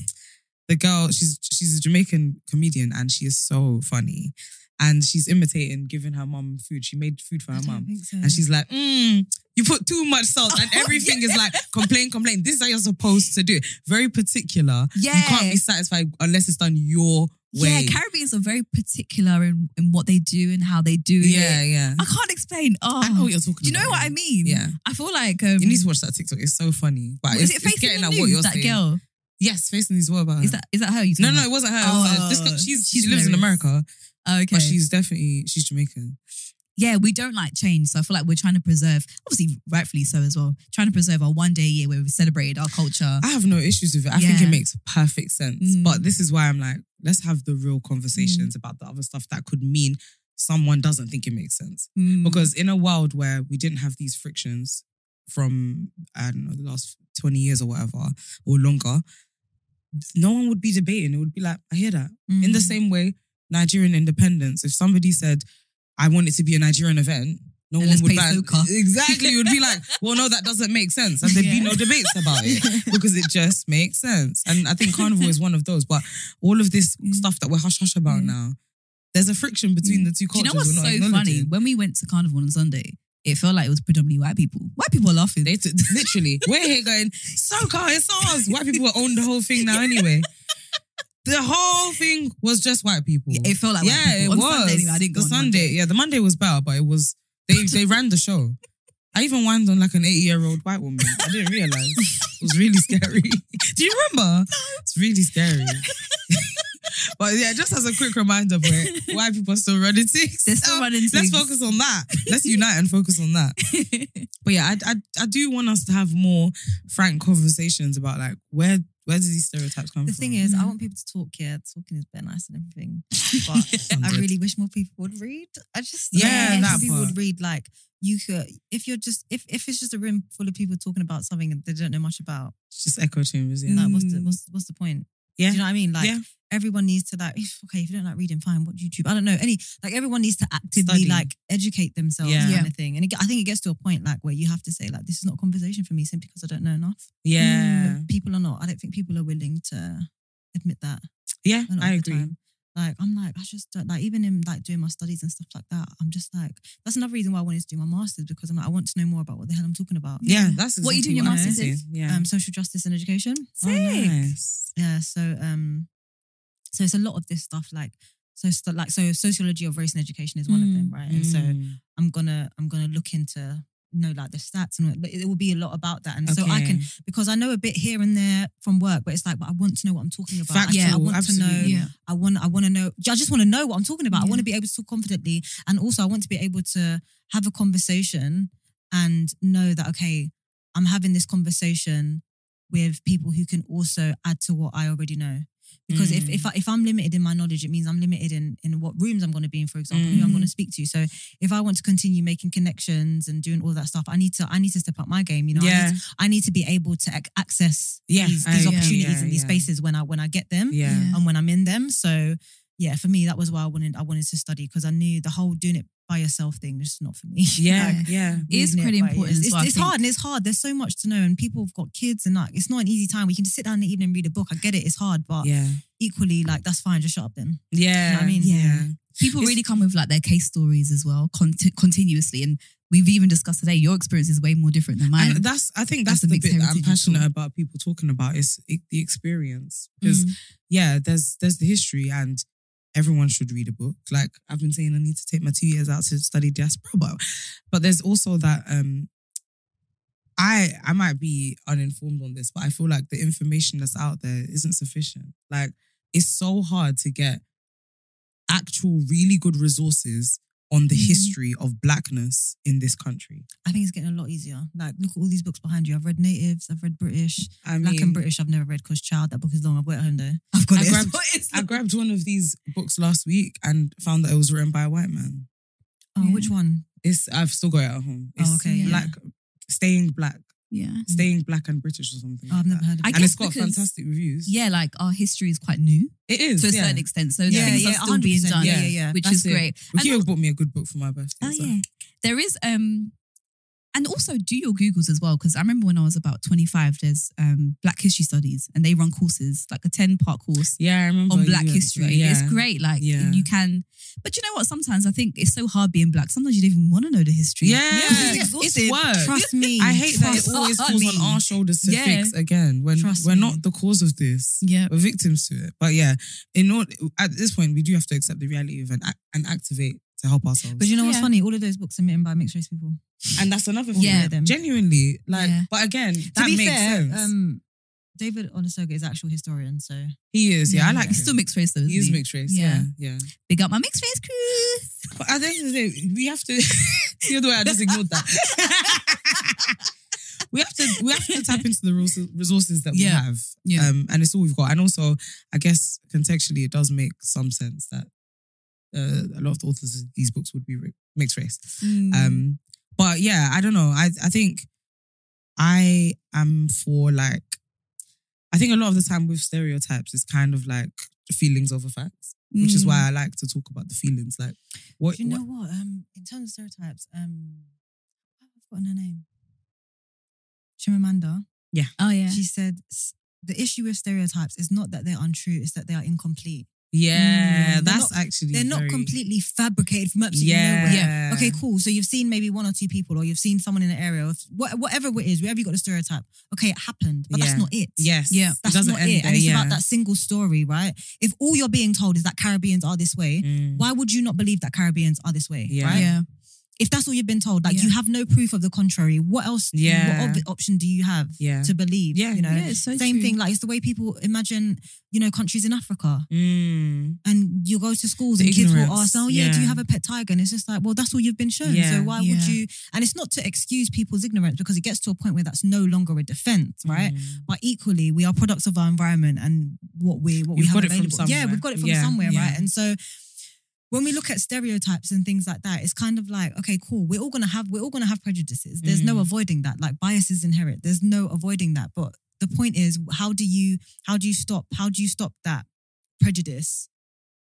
[SPEAKER 4] the girl? She's she's a Jamaican comedian and she is so funny. And she's imitating giving her mum food. She made food for her mum. And she's like, mm, you put too much salt.
[SPEAKER 5] <laughs>
[SPEAKER 4] And everything is like, complain, complain. This is how you're supposed to do it. Very particular. You can't be satisfied unless it's done your way.
[SPEAKER 5] Yeah, Caribbeans are very particular in, in what they do and how they do
[SPEAKER 4] yeah,
[SPEAKER 5] it.
[SPEAKER 4] yeah.
[SPEAKER 5] I can't explain. Oh,
[SPEAKER 4] I know what you're talking
[SPEAKER 5] do you know
[SPEAKER 4] about,
[SPEAKER 5] what
[SPEAKER 4] yeah.
[SPEAKER 5] I mean?
[SPEAKER 4] Yeah.
[SPEAKER 5] I feel like um,
[SPEAKER 4] You need to watch that TikTok. It's so funny. But
[SPEAKER 5] Is
[SPEAKER 4] it's,
[SPEAKER 5] it
[SPEAKER 4] it's
[SPEAKER 5] facing
[SPEAKER 4] getting
[SPEAKER 5] the
[SPEAKER 4] at
[SPEAKER 5] news?
[SPEAKER 4] what you're
[SPEAKER 5] that
[SPEAKER 4] saying.
[SPEAKER 5] girl
[SPEAKER 4] Yes, facing these. What about her?
[SPEAKER 5] is that is that her? You
[SPEAKER 4] No, no, it wasn't her. It was her. This
[SPEAKER 5] Oh,
[SPEAKER 4] girl- she's,
[SPEAKER 5] she's
[SPEAKER 4] she lives in
[SPEAKER 5] hilarious.
[SPEAKER 4] America,
[SPEAKER 5] no. Okay.
[SPEAKER 4] but she's definitely she's Jamaican.
[SPEAKER 5] yeah, we don't like change, so I feel like we're trying to preserve, obviously, rightfully so as well, trying to preserve our one day a year where we've celebrated our culture.
[SPEAKER 4] I have no issues with it. I think
[SPEAKER 5] Yeah.
[SPEAKER 4] it makes perfect sense.
[SPEAKER 5] Mm.
[SPEAKER 4] But this is why I'm like, let's have the real conversations about the other stuff that could mean someone doesn't think it makes sense.
[SPEAKER 5] Mm.
[SPEAKER 4] Because in a world where we didn't have these frictions from, I don't know, the last 20 years or whatever, or longer, no one would be debating. It would be like, I hear that. In
[SPEAKER 5] Mm.
[SPEAKER 4] the same way, Nigerian independence, if somebody said, I want it to be a Nigerian event, No
[SPEAKER 5] And
[SPEAKER 4] one
[SPEAKER 5] let's
[SPEAKER 4] would
[SPEAKER 5] pay
[SPEAKER 4] ban.
[SPEAKER 5] Soka.
[SPEAKER 4] <laughs> Exactly. You would be like, well, no, that doesn't make sense. And there'd be no debates about
[SPEAKER 5] <laughs>
[SPEAKER 4] it because it just makes sense. And I think carnival is one of those. But all of this
[SPEAKER 5] Mm.
[SPEAKER 4] stuff that we're hush hush about now, there's a friction between the two
[SPEAKER 5] Do you
[SPEAKER 4] cultures.
[SPEAKER 5] know what's
[SPEAKER 4] we're not
[SPEAKER 5] so funny?
[SPEAKER 4] acknowledging.
[SPEAKER 5] When we went to Carnival on Sunday, it felt like it was predominantly white people. White people are laughing.
[SPEAKER 4] They t- <laughs> literally, we're here going, Soca, it's ours. White people own the whole thing now anyway. The whole thing was just white people.
[SPEAKER 5] It felt like white
[SPEAKER 4] yeah,
[SPEAKER 5] people.
[SPEAKER 4] it
[SPEAKER 5] On <laughs>
[SPEAKER 4] was.
[SPEAKER 5] Sunday, anyway, I didn't go
[SPEAKER 4] the
[SPEAKER 5] on
[SPEAKER 4] Sunday, yeah, the Monday was better, but it was they
[SPEAKER 5] <laughs>
[SPEAKER 4] they ran the show. I even whined on like an eighty year old white woman. I didn't realize it was really scary. <laughs> Do you remember? It's really scary. <laughs> but yeah, just as a quick reminder, where white people are still running things.
[SPEAKER 5] They're
[SPEAKER 4] <laughs>
[SPEAKER 5] still
[SPEAKER 4] Um,
[SPEAKER 5] running
[SPEAKER 4] Let's
[SPEAKER 5] things.
[SPEAKER 4] focus on
[SPEAKER 5] <laughs>
[SPEAKER 4] that. Let's unite and focus on that. But yeah, I, I I do want us to have more frank conversations about like where where do these stereotypes come
[SPEAKER 6] The
[SPEAKER 4] from?
[SPEAKER 6] thing
[SPEAKER 4] <laughs>
[SPEAKER 6] is, I want people to talk. Yeah, talking is better, nice
[SPEAKER 5] <laughs>
[SPEAKER 6] and everything. But I really wish more people would read. I just I
[SPEAKER 4] Yeah,
[SPEAKER 6] hate
[SPEAKER 4] that
[SPEAKER 6] if people
[SPEAKER 4] part.
[SPEAKER 6] would read. Like you could, if you're just if if it's just a room full of people talking about something that they don't know much about.
[SPEAKER 4] it's just echo chambers. Yeah,
[SPEAKER 6] Like, what's the what's what's the point?
[SPEAKER 4] Mm. yeah.
[SPEAKER 6] Do you know what I mean? Like
[SPEAKER 4] Yeah.
[SPEAKER 6] everyone needs to like. <sighs> If, okay, if you don't like reading, fine. Watch YouTube. I don't know any. Like everyone needs to actively
[SPEAKER 4] Study.
[SPEAKER 6] like educate themselves,
[SPEAKER 4] Yeah.
[SPEAKER 6] kind of thing. And it, I think it gets to a point like where you have to say like, this is not a conversation for me simply because I don't know enough. Mm,
[SPEAKER 4] yeah,
[SPEAKER 6] But people are not. I don't think people are willing to admit that.
[SPEAKER 4] yeah.
[SPEAKER 6] a lot
[SPEAKER 4] I
[SPEAKER 6] of the
[SPEAKER 4] agree.
[SPEAKER 6] time. Like I'm like I just don't like even in like doing my studies and stuff like that. I'm just like that's another reason why I wanted to do my masters because I'm like I want to know more about what the hell I'm talking about.
[SPEAKER 4] Yeah, that's exactly
[SPEAKER 6] What you do in your
[SPEAKER 4] I'm
[SPEAKER 6] master's
[SPEAKER 4] saying.
[SPEAKER 6] is,
[SPEAKER 4] Yeah.
[SPEAKER 6] Um, social justice and education.
[SPEAKER 4] Oh, nice.
[SPEAKER 6] Yeah. So um, so it's a lot of this stuff like so stu- like so sociology of race and education is one of them, right? And so
[SPEAKER 4] Mm.
[SPEAKER 6] I'm gonna I'm gonna look into you know like the stats and all- but it will be a lot about that and so I can
[SPEAKER 4] Okay.
[SPEAKER 6] because I know a bit here and there from work but it's like but I want to know what I'm talking about I- I
[SPEAKER 4] Factual,
[SPEAKER 6] want to know
[SPEAKER 4] absolutely.
[SPEAKER 5] Yeah.
[SPEAKER 6] I want I want to know. I just want to know what I'm talking about. I want to be able to talk confidently, and also I want to be able to have a conversation and know that okay, I'm having this conversation with people who can also add to what I already know. Because if if I, if I'm limited in my knowledge, it means I'm limited in in what rooms I'm going to be in, for example, who I'm going to speak to. So if I want to continue making connections and doing all that stuff, I need to I need to step up my game. You know, I,
[SPEAKER 4] Yeah.
[SPEAKER 6] need to, I need to be able to ac- access
[SPEAKER 4] Yeah,
[SPEAKER 5] Oh,
[SPEAKER 6] these,
[SPEAKER 4] I
[SPEAKER 6] these
[SPEAKER 4] agree.
[SPEAKER 6] opportunities
[SPEAKER 4] Yeah,
[SPEAKER 6] and these
[SPEAKER 4] yeah.
[SPEAKER 6] spaces when I when I get them
[SPEAKER 4] Yeah.
[SPEAKER 5] Yeah.
[SPEAKER 6] and when I'm in them. So yeah, for me that was why I wanted I wanted to study because I knew the whole doing it by yourself thing is not for me. <laughs>
[SPEAKER 4] Yeah,
[SPEAKER 6] Like,
[SPEAKER 4] yeah.
[SPEAKER 5] It is
[SPEAKER 6] reading
[SPEAKER 5] pretty
[SPEAKER 6] by-
[SPEAKER 5] important
[SPEAKER 6] It's,
[SPEAKER 5] as well, I
[SPEAKER 6] it's
[SPEAKER 5] think.
[SPEAKER 6] hard and it's hard. There's so much to know, and people have got kids, and like it's not an easy time. We can just sit down in the evening and read a book. I get it, it's hard, but
[SPEAKER 4] Yeah.
[SPEAKER 6] equally, like that's fine. Just shut up then.
[SPEAKER 4] Yeah.
[SPEAKER 6] I mean?
[SPEAKER 4] yeah.
[SPEAKER 5] People really come with like their case stories as well, conti- continuously. And we've even discussed today, your experience is way more different than mine.
[SPEAKER 4] And that's I think
[SPEAKER 5] That's
[SPEAKER 4] that's,
[SPEAKER 5] the
[SPEAKER 4] the
[SPEAKER 5] mixed
[SPEAKER 4] bit that I'm
[SPEAKER 5] heritage you
[SPEAKER 4] passionate
[SPEAKER 5] saw.
[SPEAKER 4] about people talking about is e- the experience because yeah, there's there's the history and everyone should read a book. Like I've been saying, I need to take my two years out to study diaspora, but but there's also that um, I I might be uninformed on this, but I feel like the information that's out there isn't sufficient. Like it's so hard to get actual really good resources on the history of blackness in this country.
[SPEAKER 6] I think it's getting a lot easier. Like look at all these books behind you. I've read natives. I've read British.
[SPEAKER 4] I
[SPEAKER 6] Black and British. I've never read because child that book is long. I've got it home though.
[SPEAKER 5] I've <laughs> got
[SPEAKER 4] I
[SPEAKER 5] it.
[SPEAKER 4] grabbed, <laughs> I grabbed one of these books last week and found that it was written by a white man.
[SPEAKER 6] Oh,
[SPEAKER 5] Yeah.
[SPEAKER 6] which one?
[SPEAKER 4] It's I've still got it at home.
[SPEAKER 6] Oh,
[SPEAKER 4] It's
[SPEAKER 6] okay, yeah.
[SPEAKER 4] Like staying black,
[SPEAKER 5] yeah.
[SPEAKER 4] staying black and British or something.
[SPEAKER 6] Oh, I've
[SPEAKER 4] like
[SPEAKER 6] never
[SPEAKER 4] that.
[SPEAKER 6] heard of.
[SPEAKER 5] I
[SPEAKER 6] it.
[SPEAKER 4] and it's
[SPEAKER 5] guess
[SPEAKER 4] got
[SPEAKER 5] because-
[SPEAKER 4] fantastic reviews.
[SPEAKER 5] Yeah, like our history is quite new
[SPEAKER 4] it is
[SPEAKER 5] to a
[SPEAKER 4] yeah.
[SPEAKER 5] certain extent. So
[SPEAKER 4] Yeah,
[SPEAKER 5] things
[SPEAKER 6] yeah,
[SPEAKER 5] are still being
[SPEAKER 6] 100%,
[SPEAKER 5] done,
[SPEAKER 4] yeah, yeah,
[SPEAKER 5] which
[SPEAKER 4] that's
[SPEAKER 5] is
[SPEAKER 4] it.
[SPEAKER 5] great. And
[SPEAKER 4] Ricky bought me a good book for my birthday.
[SPEAKER 5] Oh
[SPEAKER 4] so-
[SPEAKER 5] yeah. There is um and also do your Googles as well, because I remember when I was about 25, there's um Black History Studies and they run courses, like a 10 part course
[SPEAKER 4] Oh, yeah, I remember
[SPEAKER 5] on
[SPEAKER 4] you
[SPEAKER 5] Black
[SPEAKER 4] went to
[SPEAKER 5] history.
[SPEAKER 4] that, Yeah.
[SPEAKER 5] It's great. Like
[SPEAKER 4] Yeah.
[SPEAKER 5] you can but you know what? Sometimes I think it's so hard being black. Sometimes you don't even want to know the history.
[SPEAKER 4] Yeah,
[SPEAKER 5] 'Cause
[SPEAKER 4] it's
[SPEAKER 5] It's,
[SPEAKER 4] it's
[SPEAKER 5] exhausting.
[SPEAKER 4] work.
[SPEAKER 6] Trust me.
[SPEAKER 4] I hate that it
[SPEAKER 5] Trust
[SPEAKER 4] always falls
[SPEAKER 5] me.
[SPEAKER 4] on our shoulders to
[SPEAKER 5] Yeah.
[SPEAKER 4] fix again when
[SPEAKER 6] Trust
[SPEAKER 4] we're
[SPEAKER 6] me.
[SPEAKER 4] not the cause of this.
[SPEAKER 5] Yeah.
[SPEAKER 4] We're victims to it. But yeah, in order, at this point, we do have to accept the reality of and, ac- and activate to help ourselves.
[SPEAKER 6] But you know what's
[SPEAKER 5] Yeah.
[SPEAKER 6] funny? All of those books are written by mixed race people.
[SPEAKER 4] and that's another thing.
[SPEAKER 6] Yeah. Them.
[SPEAKER 4] Genuinely, like,
[SPEAKER 5] Yeah.
[SPEAKER 4] but again, that
[SPEAKER 6] to be
[SPEAKER 4] makes
[SPEAKER 6] fair,
[SPEAKER 4] sense.
[SPEAKER 6] Um, David Onasoga is actual historian, so
[SPEAKER 4] he is, yeah, I
[SPEAKER 6] yeah,
[SPEAKER 4] like.
[SPEAKER 5] He's still
[SPEAKER 4] him.
[SPEAKER 5] mixed race though. Isn't
[SPEAKER 4] He is
[SPEAKER 5] he?
[SPEAKER 4] mixed race. Yeah,
[SPEAKER 5] Yeah.
[SPEAKER 4] yeah.
[SPEAKER 5] Big up my mixed race crew.
[SPEAKER 4] But at the end of the day, we have to. <laughs> the other way, I just ignored that. <laughs> we have to. We have to tap into the resources- resources that
[SPEAKER 5] Yeah.
[SPEAKER 4] we have.
[SPEAKER 5] Yeah.
[SPEAKER 4] Um, and it's all we've got. And also, I guess contextually, it does make some sense that uh, a lot of the authors of these books would be ri- mixed race.
[SPEAKER 5] Mm,
[SPEAKER 6] Mm-hmm.
[SPEAKER 4] Um, but yeah, I don't know. I I think I am for like. I think a lot of the time with stereotypes is kind of like feelings over facts. which
[SPEAKER 5] mm.
[SPEAKER 4] is why I like to talk about the feelings. Like, what?
[SPEAKER 6] Do Mm. you know
[SPEAKER 4] what-
[SPEAKER 6] what? Um, in terms of stereotypes, um, I've forgotten her name. Chimamanda.
[SPEAKER 5] Oh yeah.
[SPEAKER 6] She said "S- the issue with stereotypes is not that they're untrue; it's that they are incomplete.
[SPEAKER 4] yeah,
[SPEAKER 6] Mm, They're
[SPEAKER 4] that's
[SPEAKER 6] not-
[SPEAKER 4] actually
[SPEAKER 6] They're not
[SPEAKER 4] very-
[SPEAKER 6] completely fabricated from absolutely nowhere.
[SPEAKER 4] Yeah.
[SPEAKER 6] Okay, cool. So you've seen maybe one or two people, or you've seen someone in an area, or if- wha- whatever it is, wherever you got the stereotype. Okay, it happened, but
[SPEAKER 4] Yeah.
[SPEAKER 6] that's not it.
[SPEAKER 4] Yes.
[SPEAKER 5] Yeah.
[SPEAKER 4] It
[SPEAKER 6] That's
[SPEAKER 4] doesn't
[SPEAKER 6] not
[SPEAKER 4] end
[SPEAKER 6] it.
[SPEAKER 4] there,
[SPEAKER 6] and it's
[SPEAKER 4] yeah.
[SPEAKER 6] about that single story, right? If all you're being told is that Caribbeans are this way,
[SPEAKER 4] Mm.
[SPEAKER 6] why would you not believe that Caribbeans are this way?
[SPEAKER 4] Yeah.
[SPEAKER 6] Right?
[SPEAKER 5] Yeah.
[SPEAKER 6] If that's all you've been told, like
[SPEAKER 5] Yeah.
[SPEAKER 6] you have no proof of the contrary, what else?
[SPEAKER 4] Yeah.
[SPEAKER 6] What op- option do you have
[SPEAKER 4] Yeah.
[SPEAKER 6] to believe?
[SPEAKER 4] Yeah.
[SPEAKER 6] You know.
[SPEAKER 5] Yeah, it's so
[SPEAKER 6] Same
[SPEAKER 5] true.
[SPEAKER 6] thing, like it's the way people imagine, you know, countries in Africa,
[SPEAKER 4] Mm.
[SPEAKER 6] and you go to schools
[SPEAKER 4] The
[SPEAKER 6] and kids will
[SPEAKER 4] ignorance,
[SPEAKER 6] ask, "Oh yeah, do
[SPEAKER 4] yeah.
[SPEAKER 6] you have a pet tiger?" And it's just like, well, that's all you've been shown,
[SPEAKER 4] Yeah,
[SPEAKER 6] so why
[SPEAKER 5] yeah.
[SPEAKER 6] would you? And it's not to excuse people's ignorance because it gets to a point where that's no longer a defense, right?
[SPEAKER 4] Mm.
[SPEAKER 6] But equally, we are products of our environment and what we what we
[SPEAKER 4] You've
[SPEAKER 6] have
[SPEAKER 4] got it from
[SPEAKER 6] available. yeah,
[SPEAKER 4] somewhere.
[SPEAKER 6] we've got it from
[SPEAKER 4] Yeah,
[SPEAKER 6] somewhere,
[SPEAKER 4] yeah.
[SPEAKER 6] right? And so when we look at stereotypes and things like that, it's kind of like, okay, cool. We're all gonna have we're all gonna have prejudices. There's no
[SPEAKER 4] Mm.
[SPEAKER 6] avoiding that. Like biases inherent. There's no avoiding that. But the point is, how do you how do you stop how do you stop that prejudice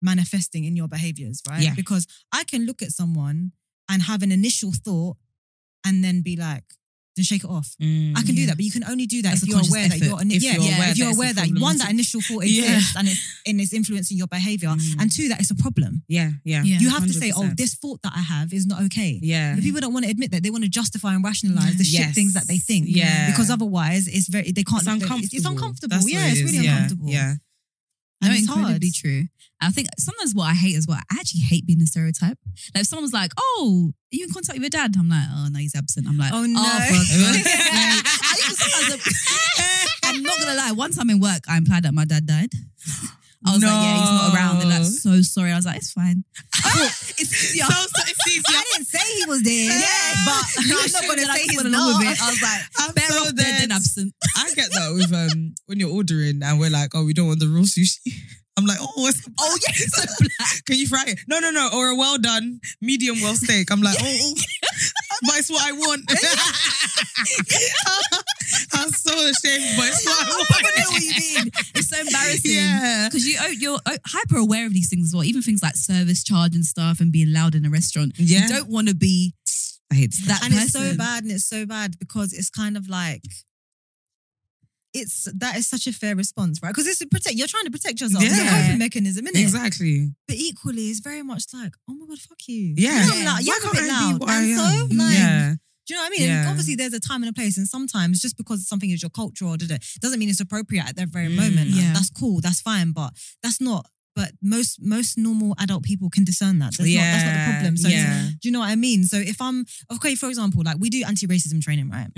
[SPEAKER 6] manifesting in your behaviors, right?
[SPEAKER 4] Yeah.
[SPEAKER 6] Because I can look at someone and have an initial thought and then be like, then shake it off.
[SPEAKER 4] mm.
[SPEAKER 6] I can do that, but you can only do that
[SPEAKER 5] That's a
[SPEAKER 6] if you're
[SPEAKER 5] conscious
[SPEAKER 6] aware that
[SPEAKER 5] effort.
[SPEAKER 6] you're, an,
[SPEAKER 4] If
[SPEAKER 6] yeah,
[SPEAKER 4] you're
[SPEAKER 6] yeah,
[SPEAKER 4] aware
[SPEAKER 6] if you're
[SPEAKER 4] that it's
[SPEAKER 6] aware
[SPEAKER 4] a
[SPEAKER 6] that one that
[SPEAKER 4] problematic-
[SPEAKER 6] initial thought
[SPEAKER 4] Yeah.
[SPEAKER 6] exists and it's and it's influencing your behavior,
[SPEAKER 4] Mm.
[SPEAKER 6] and two that it's a problem.
[SPEAKER 4] Yeah. Yeah.
[SPEAKER 5] Yeah.
[SPEAKER 6] you have to say, oh,
[SPEAKER 4] 100%.
[SPEAKER 6] this thought that I have is not okay.
[SPEAKER 4] Yeah.
[SPEAKER 6] But people don't want to admit that they want to justify and rationalize the shit
[SPEAKER 4] Yes.
[SPEAKER 6] things that they think.
[SPEAKER 4] Yeah.
[SPEAKER 6] because otherwise it's very they can't.
[SPEAKER 4] It's
[SPEAKER 6] they-
[SPEAKER 4] uncomfortable.
[SPEAKER 6] It's, uncomfortable.
[SPEAKER 4] That's
[SPEAKER 6] yeah,
[SPEAKER 4] what it
[SPEAKER 6] it's
[SPEAKER 4] is,
[SPEAKER 6] really
[SPEAKER 4] yeah,
[SPEAKER 6] uncomfortable. <laughs>
[SPEAKER 4] Yeah.
[SPEAKER 5] No,
[SPEAKER 6] and it's
[SPEAKER 5] incredibly
[SPEAKER 6] hard.
[SPEAKER 5] true. I think sometimes what I hate is what I actually hate being a stereotype. Like if someone's like, "Oh, are you in contact with your dad?" I'm like, "Oh no, he's absent." I'm like,
[SPEAKER 6] Oh, no.
[SPEAKER 5] for God's
[SPEAKER 6] <laughs>
[SPEAKER 5] sake."
[SPEAKER 3] I even sometimes, I'm not gonna lie. One time in work, I implied that my dad died. I was like, yeah, he's not around. They're like,
[SPEAKER 4] No.
[SPEAKER 5] so sorry. I was like, it's
[SPEAKER 6] <laughs>
[SPEAKER 5] fine.
[SPEAKER 3] it's easier.
[SPEAKER 4] <laughs> So, so it's easier.
[SPEAKER 6] I didn't say he was there.
[SPEAKER 4] Yeah.
[SPEAKER 6] <laughs> but
[SPEAKER 5] You
[SPEAKER 6] I'm
[SPEAKER 5] should
[SPEAKER 6] not gonna
[SPEAKER 5] have
[SPEAKER 6] say
[SPEAKER 5] just
[SPEAKER 6] he's
[SPEAKER 5] went along
[SPEAKER 6] not.
[SPEAKER 5] with it. I was like,
[SPEAKER 4] I'm
[SPEAKER 5] better
[SPEAKER 4] so
[SPEAKER 5] off dead
[SPEAKER 4] dead.
[SPEAKER 5] than absent.
[SPEAKER 4] I get that with um when you're ordering and we're like, oh, we don't want the raw sushi. <laughs> I'm like, oh, it's oh yeah, Can you fry it? No, no, no. Or a well done medium well steak.
[SPEAKER 6] <laughs>
[SPEAKER 4] I'm like, oh, oh. but it's what I want. <laughs> I'm so ashamed, but it's
[SPEAKER 6] <laughs>
[SPEAKER 4] what I
[SPEAKER 5] I know what
[SPEAKER 4] want.
[SPEAKER 5] you mean. It's so embarrassing.
[SPEAKER 4] <laughs> Yeah.
[SPEAKER 5] Because you, oh, you're oh, hyper aware of these things as well. Even things like service charge and stuff and being loud in a restaurant.
[SPEAKER 4] Yeah.
[SPEAKER 5] You don't want to be
[SPEAKER 4] I hate
[SPEAKER 5] that
[SPEAKER 6] and
[SPEAKER 5] person.
[SPEAKER 6] it's so bad and it's so bad because it's kind of like it's that is such a fair response, right? Because it's to protect you're trying to protect yourself. It's a
[SPEAKER 4] Yeah.
[SPEAKER 6] coping mechanism, isn't it?
[SPEAKER 4] Exactly.
[SPEAKER 6] But equally, it's very much like, oh my god, fuck you.
[SPEAKER 4] Yeah.
[SPEAKER 6] You know, I'm loud. You're a
[SPEAKER 4] Why
[SPEAKER 6] bit
[SPEAKER 4] can't I be
[SPEAKER 6] loud.
[SPEAKER 4] what I
[SPEAKER 6] And so,
[SPEAKER 4] am?
[SPEAKER 6] like,
[SPEAKER 4] yeah.
[SPEAKER 6] do you know what I mean? And
[SPEAKER 4] Yeah.
[SPEAKER 6] obviously, there's a time and a place, and sometimes just because something is your culture or da-da, doesn't mean it's appropriate at that very
[SPEAKER 4] Mm.
[SPEAKER 6] moment. Like,
[SPEAKER 5] Yeah.
[SPEAKER 6] that's cool, that's fine, but that's not. But most most normal adult people can discern that. That's not that's not the
[SPEAKER 4] Yeah.
[SPEAKER 6] problem. So it's-
[SPEAKER 4] Yeah.
[SPEAKER 6] do you know what I mean? So if I'm okay, for example, like we do anti-racism training, right?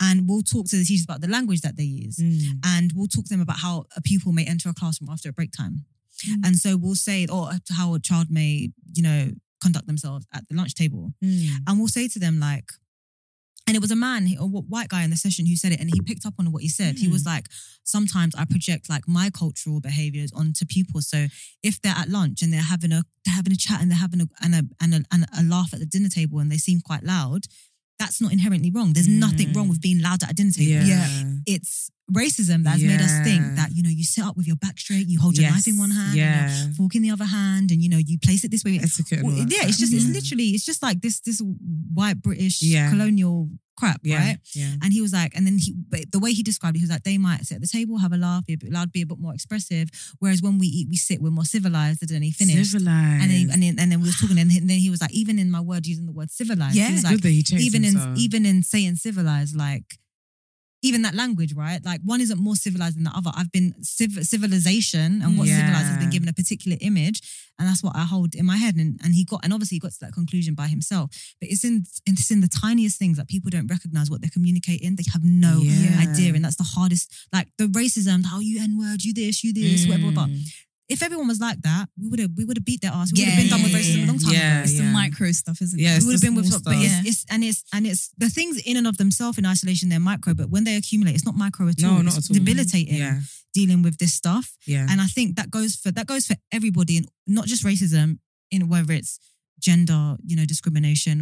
[SPEAKER 6] And we'll talk to the teachers about the language that they use
[SPEAKER 4] Mm.
[SPEAKER 6] and we'll talk to them about how a pupil may enter a classroom after a break time.
[SPEAKER 4] Mm.
[SPEAKER 6] And so we'll say, or how a child may, you know, conduct themselves at the lunch table.
[SPEAKER 4] Mm-hmm.
[SPEAKER 6] And we'll say to them, like, and it was a man, a wh- white guy in the session who said it, and he picked up on what he said.
[SPEAKER 4] Mm.
[SPEAKER 6] He was like, sometimes I project like my cultural behaviors onto pupils. So if they're at lunch and they're having a they're having a chat and they're having a and a and a, and a laugh at the dinner table and they seem quite loud, that's not inherently wrong. There's nothing
[SPEAKER 4] Mm.
[SPEAKER 6] wrong with being loud at a dinner table
[SPEAKER 4] Yeah.
[SPEAKER 6] it's racism that has made us
[SPEAKER 4] Yeah.
[SPEAKER 6] think that you know you sit up with your back straight, you hold your
[SPEAKER 4] Yes.
[SPEAKER 6] knife in Oh, one hand, and
[SPEAKER 4] Yeah.
[SPEAKER 6] your fork in the other hand, and you know you place it this way.
[SPEAKER 4] Etiquette. and
[SPEAKER 6] Well,
[SPEAKER 4] all that
[SPEAKER 6] yeah,
[SPEAKER 4] stuff.
[SPEAKER 6] it's just it's
[SPEAKER 4] Yeah.
[SPEAKER 6] literally it's just like this this white British
[SPEAKER 4] Yeah.
[SPEAKER 6] colonial crap,
[SPEAKER 4] Yeah.
[SPEAKER 6] right?
[SPEAKER 4] Yeah.
[SPEAKER 6] And he was like, and then he but the way he described it, he was like, they might sit at the table, have a laugh, be a bit loud, be a bit more expressive, whereas when we eat, we sit, we're more civilized. And then he finished,
[SPEAKER 4] Civilized.
[SPEAKER 6] and then and then, and then we were talking, and then he was like, even in my word using the word civilized, he was
[SPEAKER 4] It's
[SPEAKER 6] like,
[SPEAKER 4] good that he checks
[SPEAKER 6] even
[SPEAKER 4] himself.
[SPEAKER 6] in even in saying civilized, like even that language, right? Like one isn't more civilized than the other. I've been civ- civilization and what's
[SPEAKER 4] Yeah.
[SPEAKER 6] civilized has been given a particular image, and that's what I hold in my head. And and he got and obviously he got to that conclusion by himself. But it's in it's in the tiniest things that people don't recognize what they're communicating. They have no
[SPEAKER 4] Yeah.
[SPEAKER 6] idea, and that's the hardest. Like the racism, how you n word, you this, you this, whatever. But
[SPEAKER 4] Mm.
[SPEAKER 6] if everyone was like that, we would have we would have beat their ass. We would
[SPEAKER 5] Yeah,
[SPEAKER 6] have been done with
[SPEAKER 5] yeah,
[SPEAKER 6] racism
[SPEAKER 5] yeah.
[SPEAKER 6] a long time
[SPEAKER 4] Yeah.
[SPEAKER 6] ago.
[SPEAKER 5] It's the micro stuff, isn't it?
[SPEAKER 4] Yeah,
[SPEAKER 6] It
[SPEAKER 4] it's
[SPEAKER 6] would have
[SPEAKER 4] the
[SPEAKER 6] been with
[SPEAKER 4] small
[SPEAKER 6] but it's,
[SPEAKER 5] stuff.
[SPEAKER 6] it's and it's and it's the things in and of themselves in isolation they're micro, but when they accumulate, it's not micro at
[SPEAKER 4] No,
[SPEAKER 6] all.
[SPEAKER 4] not
[SPEAKER 6] it's
[SPEAKER 4] at all.
[SPEAKER 6] debilitating
[SPEAKER 4] Yeah.
[SPEAKER 6] dealing with this stuff,
[SPEAKER 4] Yeah.
[SPEAKER 6] and I think that goes for that goes for everybody, and not just racism. In whether it's gender, you know, discrimination.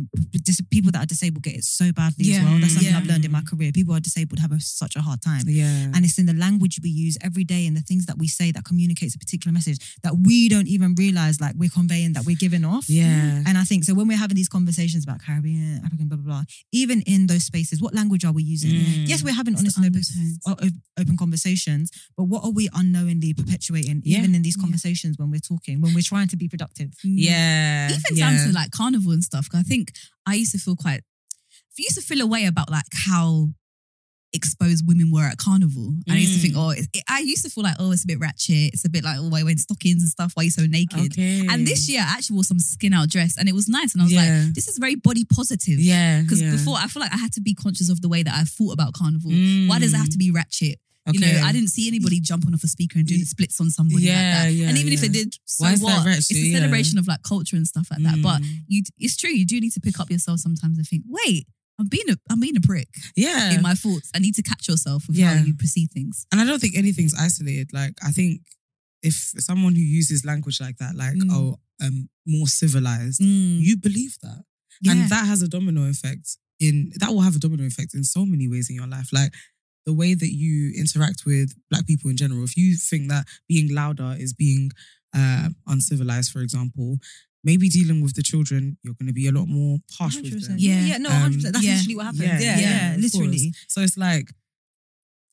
[SPEAKER 6] Dis- people that are disabled get it so badly as
[SPEAKER 5] Yeah.
[SPEAKER 6] well. That's something
[SPEAKER 5] Yeah.
[SPEAKER 6] I've learned in my career. People who are disabled have a, such a hard time.
[SPEAKER 4] Yeah.
[SPEAKER 6] And it's in the language we use every day and the things that we say that communicates a particular message that we don't even realize like we're conveying that we're giving off.
[SPEAKER 4] yeah.
[SPEAKER 6] And I think so when we're having these conversations about Caribbean, African, blah, blah, blah, even in those spaces, what language are we using?
[SPEAKER 4] Mm.
[SPEAKER 6] Yes, we're having
[SPEAKER 5] It's
[SPEAKER 6] honest
[SPEAKER 5] the
[SPEAKER 6] and open,
[SPEAKER 5] undertones.
[SPEAKER 6] o- o- open conversations, but what are we unknowingly perpetuating,
[SPEAKER 4] Yeah.
[SPEAKER 6] even in these
[SPEAKER 5] Yeah.
[SPEAKER 6] conversations when we're talking, when we're trying to be productive?
[SPEAKER 4] Yeah.
[SPEAKER 5] even
[SPEAKER 4] yeah.
[SPEAKER 5] down to like carnival and stuff. 'cause I think I used to feel quite, I used to feel a way about like how exposed women were at carnival. And I used to think,
[SPEAKER 4] Mm.
[SPEAKER 5] oh, it's, it, I used to feel like, oh, it's a bit ratchet. It's a bit like, oh, why are you wearing stockings and stuff? Why are you so naked?
[SPEAKER 4] Okay.
[SPEAKER 5] And this year, I actually wore some skin out dress, and it was nice. And I was
[SPEAKER 4] Yeah.
[SPEAKER 5] like, this is very body positive.
[SPEAKER 4] yeah.
[SPEAKER 5] Because
[SPEAKER 4] yeah.
[SPEAKER 5] before, I feel like I had to be conscious of the way that I thought about carnival.
[SPEAKER 4] Mm.
[SPEAKER 5] Why does it have to be ratchet? You
[SPEAKER 4] Okay.
[SPEAKER 5] know, I didn't see anybody jumping off a speaker and doing splits on somebody
[SPEAKER 4] Yeah,
[SPEAKER 5] like that.
[SPEAKER 4] yeah,
[SPEAKER 5] and even if
[SPEAKER 4] yeah.
[SPEAKER 5] they did, so
[SPEAKER 4] Why is that
[SPEAKER 5] what?
[SPEAKER 4] ratchet?
[SPEAKER 5] it's a
[SPEAKER 4] Yeah.
[SPEAKER 5] celebration of like culture and stuff like that. But
[SPEAKER 4] Mm.
[SPEAKER 5] you, it's true. You do need to pick up yourself sometimes and think, wait, I'm being a, I'm being a prick
[SPEAKER 4] yeah,
[SPEAKER 5] in my thoughts. I need to catch yourself with
[SPEAKER 4] Yeah.
[SPEAKER 5] how you perceive things.
[SPEAKER 4] and I don't think anything's isolated. Like I think if someone who uses language like that, like
[SPEAKER 5] Mm.
[SPEAKER 4] oh, um, more civilized,
[SPEAKER 6] Mm.
[SPEAKER 4] you believe that,
[SPEAKER 5] Yeah.
[SPEAKER 4] and that has a domino effect. In that will have a domino effect in so many ways in your life, like. The way that you interact with black people in general, if you think that being louder is being uh, uncivilized, for example, maybe dealing with the children, you're going to be a lot more harsh with them.
[SPEAKER 6] Yeah.
[SPEAKER 5] Yeah.
[SPEAKER 6] yeah, no,
[SPEAKER 4] Um,
[SPEAKER 6] 100%. That's
[SPEAKER 5] yeah.
[SPEAKER 6] literally what happens.
[SPEAKER 4] Yeah,
[SPEAKER 6] Yeah, yeah,
[SPEAKER 5] yeah,
[SPEAKER 4] of
[SPEAKER 6] literally.
[SPEAKER 4] So it's like,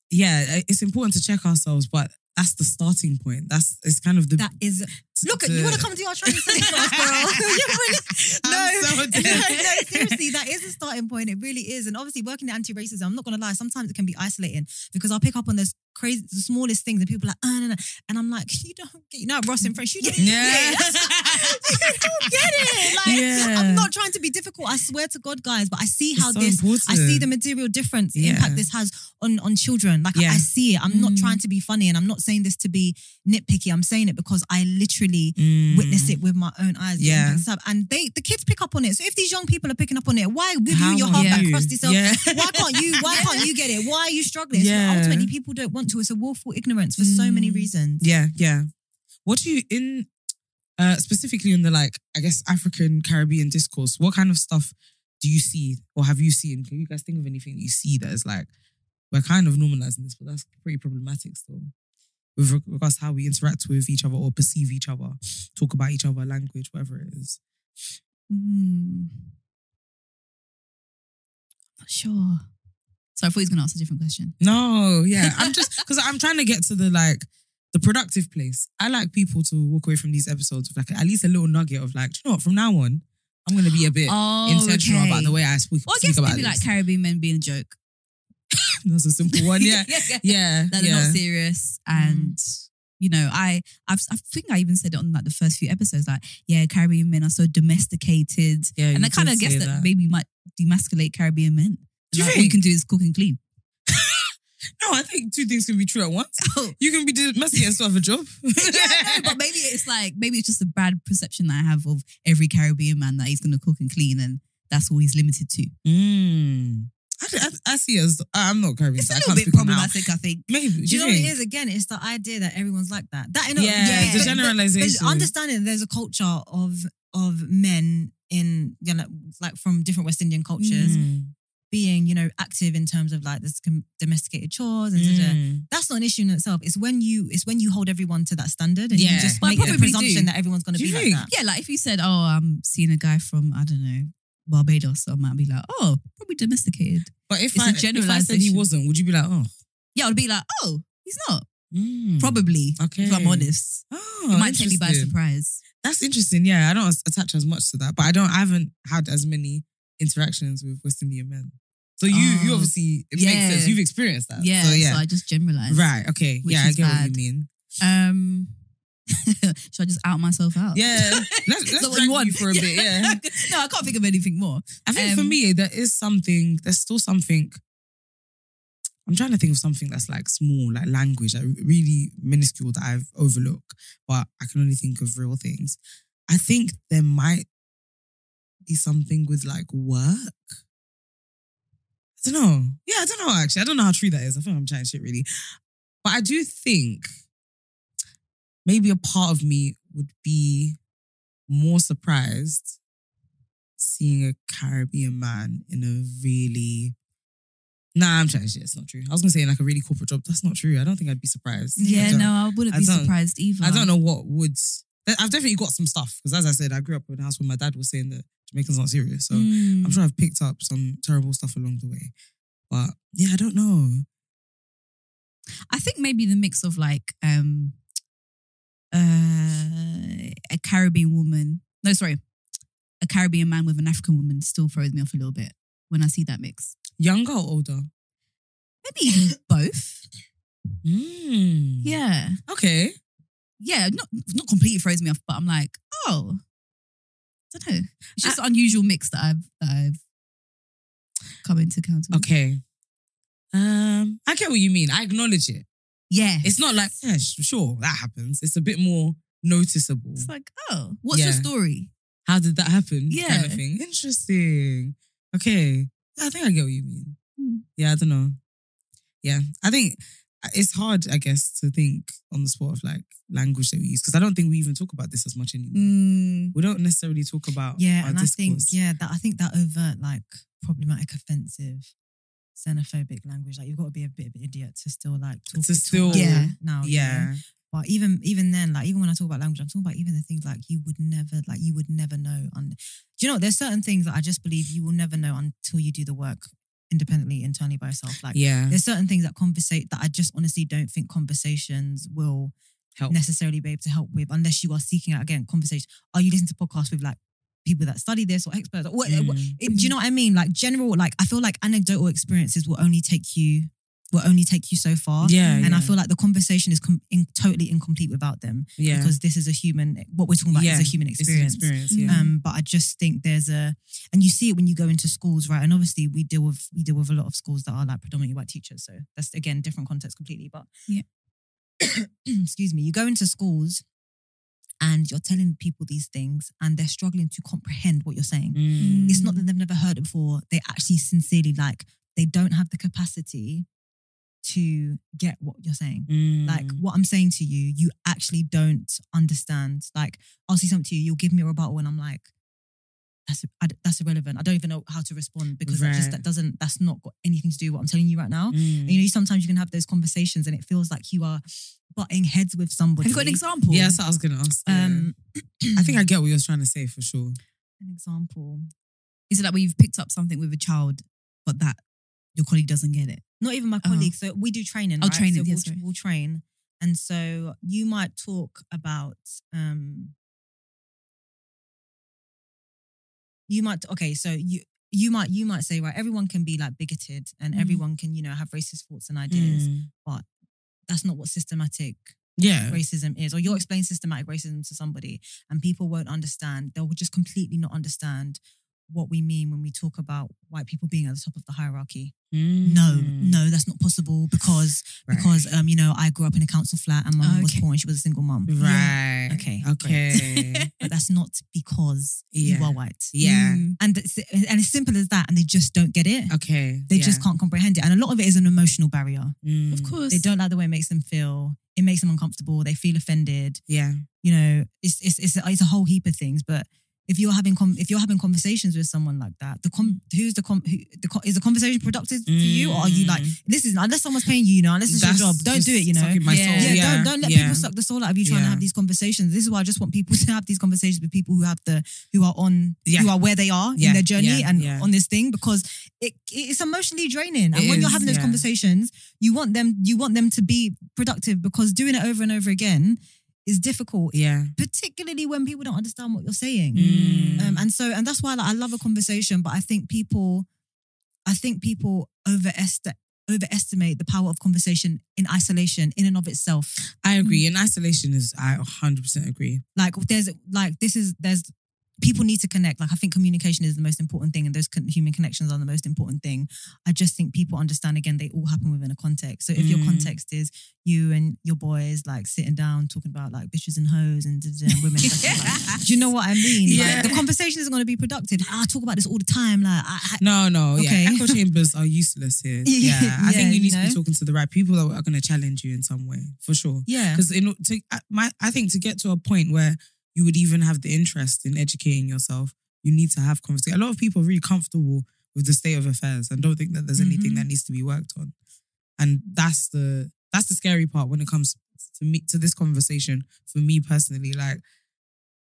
[SPEAKER 4] yeah, it's important to check ourselves, but that's the starting point. That's it's kind of the
[SPEAKER 6] That is. Look,
[SPEAKER 4] <laughs>
[SPEAKER 6] you want to come to our training session class, girl? <laughs> You really-
[SPEAKER 4] I'm so <laughs> dead.
[SPEAKER 6] <laughs> no, no, seriously, that is a starting point. It really is. And obviously, working at anti-racism, I'm not gonna lie, sometimes it can be isolating because I'll pick up on those crazy, the smallest things, and people are like, oh, no, no. and I'm like, you don't, get, you know, Ross in French, you don't,
[SPEAKER 4] Yeah.
[SPEAKER 6] get it. <laughs> you don't get it. Like,
[SPEAKER 4] Yeah.
[SPEAKER 6] I'm not trying to be difficult. I swear to God, guys, but I see
[SPEAKER 4] <laughs> It's
[SPEAKER 6] how
[SPEAKER 4] so
[SPEAKER 6] this, I see the
[SPEAKER 4] important.
[SPEAKER 6] material difference
[SPEAKER 4] Yeah.
[SPEAKER 6] impact this has on on children. Like I-
[SPEAKER 4] Yeah.
[SPEAKER 6] I, see it. I'm not
[SPEAKER 5] Mm.
[SPEAKER 6] trying to be funny, and I'm not saying this to be nitpicky. I'm saying it because I literally
[SPEAKER 4] Mm.
[SPEAKER 6] witness it with my own eyes. the
[SPEAKER 4] Yeah.
[SPEAKER 6] impact it's had. And they the kids pick up on it. So if these young people are picking up on it, why with
[SPEAKER 4] How
[SPEAKER 6] you your
[SPEAKER 4] are
[SPEAKER 6] heart back
[SPEAKER 4] you?
[SPEAKER 6] crusty self?
[SPEAKER 4] Yeah.
[SPEAKER 6] Why can't you? Why can't you get it? Why are you struggling? So
[SPEAKER 4] Yeah.
[SPEAKER 6] ultimately, people don't want to. It's a willful ignorance for so many reasons.
[SPEAKER 4] Mm. Yeah, yeah. What do you in uh specifically in the like I guess African Caribbean discourse? What kind of stuff do you see or have you seen? Can you guys think of anything that you see that is like we're kind of normalizing this, but that's pretty problematic still. With reg- regards to how we interact with each other or perceive each other, talk about each other, language, whatever it is.
[SPEAKER 5] Mm. Not sure. So I thought he was going to ask a different
[SPEAKER 6] <laughs>
[SPEAKER 5] question.
[SPEAKER 4] No, yeah. I'm just <laughs> because I'm trying to get to the like the productive place. I like people to walk away from these episodes with like at least a little nugget of like, do you know what, from now on, I'm gonna be a bit
[SPEAKER 5] Oh,
[SPEAKER 4] intentional
[SPEAKER 5] okay.
[SPEAKER 4] about the way I speak,
[SPEAKER 5] Well, I
[SPEAKER 4] speak
[SPEAKER 5] guess
[SPEAKER 4] about
[SPEAKER 5] maybe
[SPEAKER 4] this.
[SPEAKER 5] like
[SPEAKER 4] <laughs>
[SPEAKER 5] Caribbean men being a joke.
[SPEAKER 4] That's a simple one.
[SPEAKER 6] <laughs>
[SPEAKER 4] Yeah.
[SPEAKER 5] yeah. Hmm.
[SPEAKER 4] yeah.
[SPEAKER 5] that they're
[SPEAKER 4] yeah.
[SPEAKER 5] not serious and you know i I've, i think i even said it on like the first few episodes like yeah caribbean men are so domesticated
[SPEAKER 4] Yeah,
[SPEAKER 5] and
[SPEAKER 4] you
[SPEAKER 5] i kind of
[SPEAKER 4] did
[SPEAKER 5] guess
[SPEAKER 4] say
[SPEAKER 5] that,
[SPEAKER 4] that.
[SPEAKER 5] maybe might demasculate caribbean men
[SPEAKER 4] Do you
[SPEAKER 5] Like, all you
[SPEAKER 4] think?
[SPEAKER 5] can do is cook and clean
[SPEAKER 4] no, I think two things can be true at once. You can be dis- messy and still have a job. <laughs>
[SPEAKER 5] yeah, no, but maybe it's <laughs> like maybe it's just a bad perception that i have of every caribbean man that he's going to cook and clean and that's all he's limited to
[SPEAKER 4] Mm. I, I, I see us. I'm not Caribbean.
[SPEAKER 5] it's a
[SPEAKER 4] so I
[SPEAKER 5] little
[SPEAKER 4] can't
[SPEAKER 5] bit
[SPEAKER 4] speak on now.
[SPEAKER 5] problematic i think
[SPEAKER 4] Maybe.
[SPEAKER 6] Do you know what
[SPEAKER 4] think?
[SPEAKER 6] it is? Again, it's the idea that everyone's like that. That you know,
[SPEAKER 4] Yeah,
[SPEAKER 5] the
[SPEAKER 6] but- but-
[SPEAKER 4] generalization.
[SPEAKER 6] But understanding there's a culture of of men in you know, like from different West Indian cultures
[SPEAKER 4] Mm.
[SPEAKER 6] being you know active in terms of like this com- domesticated chores and da-da.
[SPEAKER 4] Mm.
[SPEAKER 6] that's not an issue in itself. It's when you it's when you hold everyone to that standard and
[SPEAKER 4] Yeah.
[SPEAKER 6] you just
[SPEAKER 5] But I
[SPEAKER 6] make the
[SPEAKER 5] probably
[SPEAKER 6] presumption
[SPEAKER 5] do.
[SPEAKER 6] that everyone's going to
[SPEAKER 4] Do
[SPEAKER 6] be
[SPEAKER 4] you
[SPEAKER 6] like
[SPEAKER 4] think?
[SPEAKER 6] that.
[SPEAKER 5] Yeah, like if you said, "Oh, I'm seeing a guy from I don't know Barbados," I might be like, "Oh, probably domesticated."
[SPEAKER 4] But if
[SPEAKER 5] It's a
[SPEAKER 4] I, if I said he
[SPEAKER 5] generalization.
[SPEAKER 4] wasn't, would you be like, oh?
[SPEAKER 5] Yeah, I'd be like, "Oh, he's not
[SPEAKER 4] Mm.
[SPEAKER 5] probably."
[SPEAKER 4] Okay.
[SPEAKER 5] If I'm honest,
[SPEAKER 4] Oh,
[SPEAKER 5] it might take me by
[SPEAKER 4] interesting.
[SPEAKER 5] surprise.
[SPEAKER 4] That's interesting. Yeah, I don't as- attach as much to that, but I don't. I haven't had as many interactions with West Indian men. So you, you
[SPEAKER 5] Oh,
[SPEAKER 4] obviously it
[SPEAKER 5] yeah.
[SPEAKER 4] makes sense. You've experienced that.
[SPEAKER 5] Yeah,
[SPEAKER 4] Uh, So, yeah.
[SPEAKER 5] I just generalize.
[SPEAKER 4] right. Okay.
[SPEAKER 5] Which
[SPEAKER 4] yeah, I
[SPEAKER 5] is
[SPEAKER 4] get
[SPEAKER 5] bad.
[SPEAKER 4] what
[SPEAKER 5] <laughs>
[SPEAKER 4] you mean.
[SPEAKER 5] Um, should I just out myself out? <laughs>
[SPEAKER 4] Yeah. Let's,
[SPEAKER 5] Is
[SPEAKER 4] let's
[SPEAKER 5] that what
[SPEAKER 4] drag
[SPEAKER 5] you want
[SPEAKER 4] for a
[SPEAKER 5] <laughs>
[SPEAKER 4] bit. Yeah.
[SPEAKER 5] no, I can't think of anything more.
[SPEAKER 4] I think for
[SPEAKER 5] Um,
[SPEAKER 4] me, there is something. There's still something. I'm trying to think of something that's like small, like language, like really minuscule that I've overlooked, but I can only think of real things. I think there might be something with like work. I don't know. Yeah, I don't know actually. I don't know how true that is. I think I'm chatting shit really. But I do think maybe a part of me would be more surprised seeing a Caribbean man in a really Nah, I'm trying to shit. It's not true. I was gonna say in like a really corporate job. That's not true. I don't think I'd be surprised. I
[SPEAKER 5] Yeah,
[SPEAKER 4] don't-
[SPEAKER 5] no, I wouldn't
[SPEAKER 4] I
[SPEAKER 5] be
[SPEAKER 4] don't-
[SPEAKER 5] surprised either.
[SPEAKER 4] I don't know what would. I've definitely got some stuff because, as I said, I grew up in a house where my dad was saying that Jamaicans aren't serious. So
[SPEAKER 5] Mm.
[SPEAKER 4] I'm sure I've picked up some terrible stuff along the way. But yeah, I don't know.
[SPEAKER 5] I think maybe the mix of like um uh a Caribbean woman. No, sorry. A Caribbean man with an African woman still throws me off a little bit when I see that mix.
[SPEAKER 4] Younger or older?
[SPEAKER 5] Maybe
[SPEAKER 4] <laughs>
[SPEAKER 5] even both. Hmm.
[SPEAKER 4] Mm.
[SPEAKER 5] Yeah.
[SPEAKER 4] Okay.
[SPEAKER 5] Yeah, not not completely throws me off, but I'm like, oh. I don't know.
[SPEAKER 4] Uh,
[SPEAKER 5] It's just an unusual mix that I've that I've come into account with.
[SPEAKER 4] Okay. Um, I get what you mean. I acknowledge it.
[SPEAKER 5] Yeah.
[SPEAKER 4] It's not like yeah, sh- sure that happens. It's a bit more noticeable.
[SPEAKER 5] It's like, oh, what's your
[SPEAKER 4] Yeah.
[SPEAKER 5] story?
[SPEAKER 4] How did that happen? kind
[SPEAKER 5] Yeah.
[SPEAKER 4] of thing. Interesting. Okay. Yeah, I think I get what you mean.
[SPEAKER 5] Hmm.
[SPEAKER 4] Yeah, I don't know. Yeah, I think uh, it's hard, I guess, to think on the spot of like language that we use because I don't think we even talk about this as much anymore. We don't necessarily talk about
[SPEAKER 6] Hmm. Yeah,
[SPEAKER 4] our
[SPEAKER 6] and
[SPEAKER 4] discourse.
[SPEAKER 6] I think yeah that I think that overt like problematic, offensive, xenophobic language like you've got to be a bit of an idiot to still like talk
[SPEAKER 4] To
[SPEAKER 6] talk
[SPEAKER 4] still-
[SPEAKER 6] like
[SPEAKER 5] Yeah.
[SPEAKER 6] that now you know?
[SPEAKER 4] yeah,
[SPEAKER 6] But even even then, like even when I talk about language, I'm talking about even the things like you would never like you would never know. Un- Do you know there's certain things that I just believe you will never know until you do the work independently, internally by yourself. Like
[SPEAKER 4] yeah,
[SPEAKER 6] there's certain things that conversate that I just honestly don't think conversations will
[SPEAKER 4] help.
[SPEAKER 6] necessarily be able to help with unless you are seeking out again conversation. Are you listening to podcasts with like people that study this or experts? Or what, what-
[SPEAKER 4] Mm.
[SPEAKER 6] it- do you know what I mean? Like general, like I feel like anecdotal experiences will only take you will only take you so far.
[SPEAKER 4] Yeah,
[SPEAKER 6] and I
[SPEAKER 4] yeah.
[SPEAKER 6] feel like the conversation is com- in, totally incomplete without them
[SPEAKER 4] Yeah,
[SPEAKER 6] because this is a human. What we're talking about
[SPEAKER 4] Yeah,
[SPEAKER 6] is a human
[SPEAKER 4] it's an
[SPEAKER 6] experience.
[SPEAKER 4] experience. Yeah.
[SPEAKER 6] Um, but I just think there's a, and you see it when you go into schools, right? And obviously we deal with we deal with a lot of schools that are like predominantly white teachers, so that's again different context completely. But
[SPEAKER 5] Yeah.
[SPEAKER 6] <coughs> excuse me, you go into schools, and you're telling people these things, and they're struggling to comprehend what you're saying.
[SPEAKER 4] Mm.
[SPEAKER 6] It's not that they've never heard it before; they actually sincerely like they don't have the capacity to get what you're saying.
[SPEAKER 4] Mm.
[SPEAKER 6] Like what I'm saying to you, you actually don't understand. Like I'll say something to you, you'll give me a rebuttal, and I'm like, that's I d that's irrelevant. I don't even know how to respond because that just
[SPEAKER 4] Right.
[SPEAKER 6] that doesn't that's not got anything to do with what I'm telling you right now.
[SPEAKER 4] Mm.
[SPEAKER 6] And, you know, sometimes you can have those conversations, and it feels like you are butting heads with somebody.
[SPEAKER 5] Have you got an example?
[SPEAKER 4] Yeah, that's what I was gonna ask. yeah. <clears throat>
[SPEAKER 6] Um,
[SPEAKER 4] I think I get what you're trying to say for sure.
[SPEAKER 6] an example.
[SPEAKER 5] Is it like where you've picked up something with a child, but that your colleague doesn't get it?
[SPEAKER 6] Not even my
[SPEAKER 5] Uh-huh.
[SPEAKER 6] colleagues. So we do training.
[SPEAKER 5] Oh,
[SPEAKER 6] right?
[SPEAKER 5] training,
[SPEAKER 6] So
[SPEAKER 5] yeah,
[SPEAKER 6] we'll,
[SPEAKER 5] sorry.
[SPEAKER 6] we'll train, and so you might talk about. um You might okay. So you you might you might say right. Everyone can be like bigoted, and
[SPEAKER 5] Mm.
[SPEAKER 6] everyone can you know have racist thoughts and ideas. That's not what systematic
[SPEAKER 4] Yeah.
[SPEAKER 6] racism is, or you'll explain systematic racism to somebody, and people won't understand. They'll just completely not understand what we mean when we talk about white people being at the top of the hierarchy
[SPEAKER 4] Mm.
[SPEAKER 6] no, no, that's not possible because
[SPEAKER 4] Right.
[SPEAKER 6] because um, you know, I grew up in a council flat and my mum was
[SPEAKER 5] Okay.
[SPEAKER 6] poor and she was a single mum.
[SPEAKER 4] Right.
[SPEAKER 6] Okay,
[SPEAKER 4] Okay.
[SPEAKER 6] But that's not because you
[SPEAKER 4] Yeah.
[SPEAKER 6] are white.
[SPEAKER 4] yeah.
[SPEAKER 5] Mm.
[SPEAKER 6] And it's, and it's simple as that, and they just don't get it.
[SPEAKER 4] Okay.
[SPEAKER 6] They just can't comprehend it. And a lot of it is an emotional barrier.
[SPEAKER 4] Mm.
[SPEAKER 5] Of course.
[SPEAKER 6] They don't like the way it makes them feel. It makes them uncomfortable. They feel offended.
[SPEAKER 4] Yeah.
[SPEAKER 6] You know, it's it's it's, it's a whole heap of things. But if you're having com- if you're having conversations with someone like that, the com- who's the com- who, the co- is the conversation productive for you, or are you like
[SPEAKER 4] Mm.
[SPEAKER 6] this is unless someone's paying you, you know, unless it's your
[SPEAKER 4] That's
[SPEAKER 6] job, don't
[SPEAKER 4] just
[SPEAKER 6] do it, you know.
[SPEAKER 4] sucking my
[SPEAKER 5] Yeah.
[SPEAKER 4] soul.
[SPEAKER 6] Yeah,
[SPEAKER 4] Yeah.
[SPEAKER 6] don't don't let
[SPEAKER 4] Yeah.
[SPEAKER 6] people suck the soul out of you trying to
[SPEAKER 4] Yeah.
[SPEAKER 6] have these conversations. This is why I just want people <laughs> to have these conversations with people who have the who are on
[SPEAKER 4] Yeah.
[SPEAKER 6] who are where they are in
[SPEAKER 4] Yeah.
[SPEAKER 6] their journey
[SPEAKER 4] Yeah.
[SPEAKER 6] and
[SPEAKER 4] Yeah.
[SPEAKER 6] on this thing because it it's emotionally draining. And
[SPEAKER 4] It
[SPEAKER 6] when you're
[SPEAKER 4] is,
[SPEAKER 6] having those
[SPEAKER 4] yeah.
[SPEAKER 6] conversations, you want them you want them to be productive because doing it over and over again is difficult,
[SPEAKER 4] Yeah.
[SPEAKER 6] particularly when people don't understand what you're saying.
[SPEAKER 4] Mm.
[SPEAKER 6] Um, and so, and that's why like, I love a conversation, but I think people, I think people overestimate overestimate the power of conversation in isolation in and of itself.
[SPEAKER 4] I agree. And isolation is, I 100% agree.
[SPEAKER 6] Like there's like this is there's people need to connect. Like I think communication is the most important thing, and those con- human connections are the most important thing. I just think people understand again they all happen within a context. So if your
[SPEAKER 4] Mm.
[SPEAKER 6] context is you and your boys like sitting down talking about like bitches and hoes and, da- da- da, women, like, do you know what I mean?
[SPEAKER 4] <laughs> Yeah.
[SPEAKER 6] Like, the conversation isn't going to be productive. Ah, I talk about this all the time. Like I, I,
[SPEAKER 4] No, no. Yeah.
[SPEAKER 6] Okay.
[SPEAKER 4] Echo chambers are useless here. Yeah. I
[SPEAKER 6] <laughs> Yeah,
[SPEAKER 4] think you
[SPEAKER 6] you
[SPEAKER 4] need to
[SPEAKER 6] know?
[SPEAKER 4] be talking to the right people that are going to challenge you in some way, for sure.
[SPEAKER 6] yeah.
[SPEAKER 4] Because in to I- my, I think to get to a point where you would even have the interest in educating yourself, you need to have conversation. A lot of people are really comfortable with the state of affairs and don't think that there's anything
[SPEAKER 6] Mhm.
[SPEAKER 4] that needs to be worked on. And that's the that's the scary part when it comes to me to this conversation for me personally. Like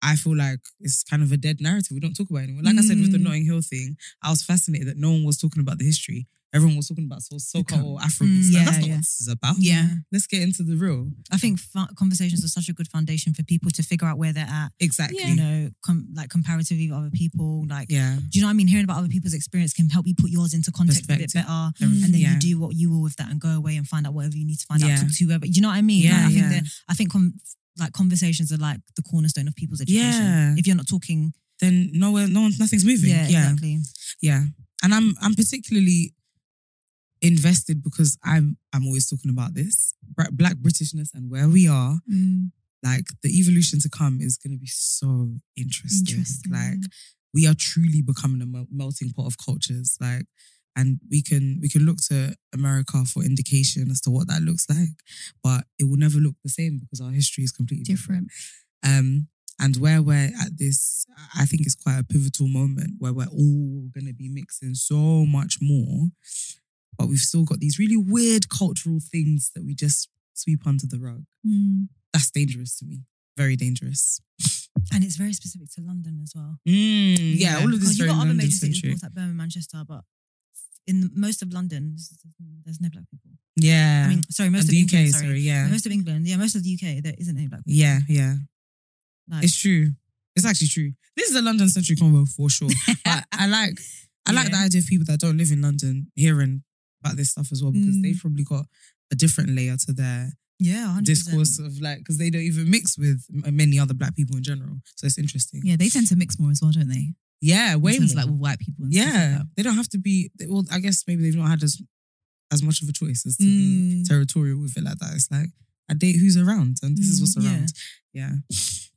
[SPEAKER 4] I feel like it's kind of a dead narrative. We don't talk about it anymore. Like I said with the
[SPEAKER 5] Mm.
[SPEAKER 4] Notting Hill thing, I was fascinated that no one was talking about the history. Everyone was talking about so soccer or Afrobeats. Like, that's
[SPEAKER 6] Mm, yeah,
[SPEAKER 4] not
[SPEAKER 6] yeah.
[SPEAKER 4] what this is about.
[SPEAKER 6] Yeah.
[SPEAKER 4] Let's get into the real.
[SPEAKER 6] I think fa- conversations are such a good foundation for people to figure out where they're at.
[SPEAKER 4] Exactly.
[SPEAKER 6] You know, com- like comparatively with other people, like
[SPEAKER 4] Yeah.
[SPEAKER 6] do you know what I mean? Hearing about other people's experience can help you put yours into context a bit
[SPEAKER 4] Perspective.
[SPEAKER 6] better.
[SPEAKER 4] Everything.
[SPEAKER 6] Mm. And then
[SPEAKER 4] Yeah.
[SPEAKER 6] you do what you will with that and go away and find out whatever you need to find
[SPEAKER 4] Yeah.
[SPEAKER 6] out. Talk to whoever. Do you know what I mean?
[SPEAKER 4] Yeah,
[SPEAKER 6] Like, I think
[SPEAKER 4] yeah.
[SPEAKER 6] that I think com- like conversations are like the cornerstone of people's education.
[SPEAKER 4] Yeah.
[SPEAKER 6] If you're not talking,
[SPEAKER 4] Then no one, no one, nothing's moving.
[SPEAKER 6] yeah,
[SPEAKER 4] Yeah.
[SPEAKER 6] exactly.
[SPEAKER 4] yeah and i'm i'm particularly invested because i'm i'm always talking about this Bra- black britishness and where we are like the evolution to come is going to be so interesting,
[SPEAKER 5] Interesting,
[SPEAKER 4] like we are truly becoming a mel- melting pot of cultures like and we can we can look to america for indication as to what that looks like but it will never look the same because our history is completely different.
[SPEAKER 5] Different.
[SPEAKER 4] Um, and where we're at this, I think it's quite a pivotal moment where we're all going to be mixing so much more, but we've still got these really weird cultural things that we just sweep under the rug. That's dangerous to me. Very
[SPEAKER 6] <laughs>
[SPEAKER 4] dangerous.
[SPEAKER 6] And it's very specific to London as well.
[SPEAKER 4] yeah, all of this
[SPEAKER 6] Mm, Because
[SPEAKER 4] is
[SPEAKER 6] you've
[SPEAKER 4] very
[SPEAKER 6] got other
[SPEAKER 4] London
[SPEAKER 6] major cities, of
[SPEAKER 4] centric.
[SPEAKER 6] course, like Birmingham, Manchester, but in most of London, there's no black people.
[SPEAKER 4] Yeah,
[SPEAKER 6] I mean, sorry, most
[SPEAKER 4] and
[SPEAKER 6] of
[SPEAKER 4] the
[SPEAKER 6] England.
[SPEAKER 4] UK,
[SPEAKER 6] sorry.
[SPEAKER 4] sorry, yeah,
[SPEAKER 6] Most of England, yeah, most of the UK, there isn't any black people.
[SPEAKER 4] yeah, yeah.
[SPEAKER 6] Like,
[SPEAKER 4] It's true. It's actually true. This is a London centric convo for
[SPEAKER 6] <laughs>
[SPEAKER 4] sure. But I like I like
[SPEAKER 6] Yeah.
[SPEAKER 4] the idea of people that don't live in London hearing about this stuff as well because
[SPEAKER 6] Mm.
[SPEAKER 4] they've probably got a different layer to their
[SPEAKER 6] yeah, 100%.
[SPEAKER 4] discourse of like because they don't even mix with m- many other black people in general. So it's interesting.
[SPEAKER 5] Yeah, they tend to mix more as well, don't they?
[SPEAKER 4] Yeah,
[SPEAKER 5] In
[SPEAKER 4] way more.
[SPEAKER 5] terms of, like with white people. And stuff
[SPEAKER 4] yeah,
[SPEAKER 5] like
[SPEAKER 4] they don't have to be. they- Well, I guess maybe they've not had as as much of a choice as to be
[SPEAKER 5] Mm.
[SPEAKER 4] territorial with it like that. It's like I date who's around, and this is what's
[SPEAKER 5] Hmm,
[SPEAKER 6] Mm, yeah.
[SPEAKER 4] around. yeah.
[SPEAKER 5] that.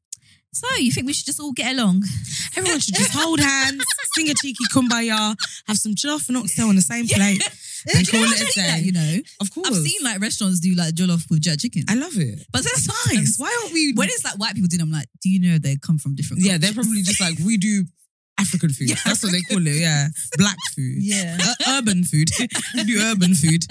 [SPEAKER 5] So you think we should just all get along?
[SPEAKER 4] <laughs> Everyone
[SPEAKER 5] <laughs>
[SPEAKER 4] should just <laughs> hold hands, sing a cheeky kumbaya, have some jollof and oxtail on the same plate,
[SPEAKER 5] <laughs>
[SPEAKER 4] and call it a day.
[SPEAKER 5] you know,
[SPEAKER 4] Of course,
[SPEAKER 5] I've seen like restaurants do like jollof with jerk chicken,
[SPEAKER 4] I love it.
[SPEAKER 5] but that's
[SPEAKER 4] Nice.
[SPEAKER 5] nice.
[SPEAKER 4] Why aren't we?
[SPEAKER 5] <laughs> When it's like white people doing, I'm like, do you know they come from different?
[SPEAKER 4] yeah, they're
[SPEAKER 5] cultures?
[SPEAKER 4] probably just like we do African food.
[SPEAKER 5] Yeah,
[SPEAKER 4] That's what they call it. Yeah, black food.
[SPEAKER 5] <laughs> yeah.
[SPEAKER 4] Uh, urban food. <laughs> we do urban food.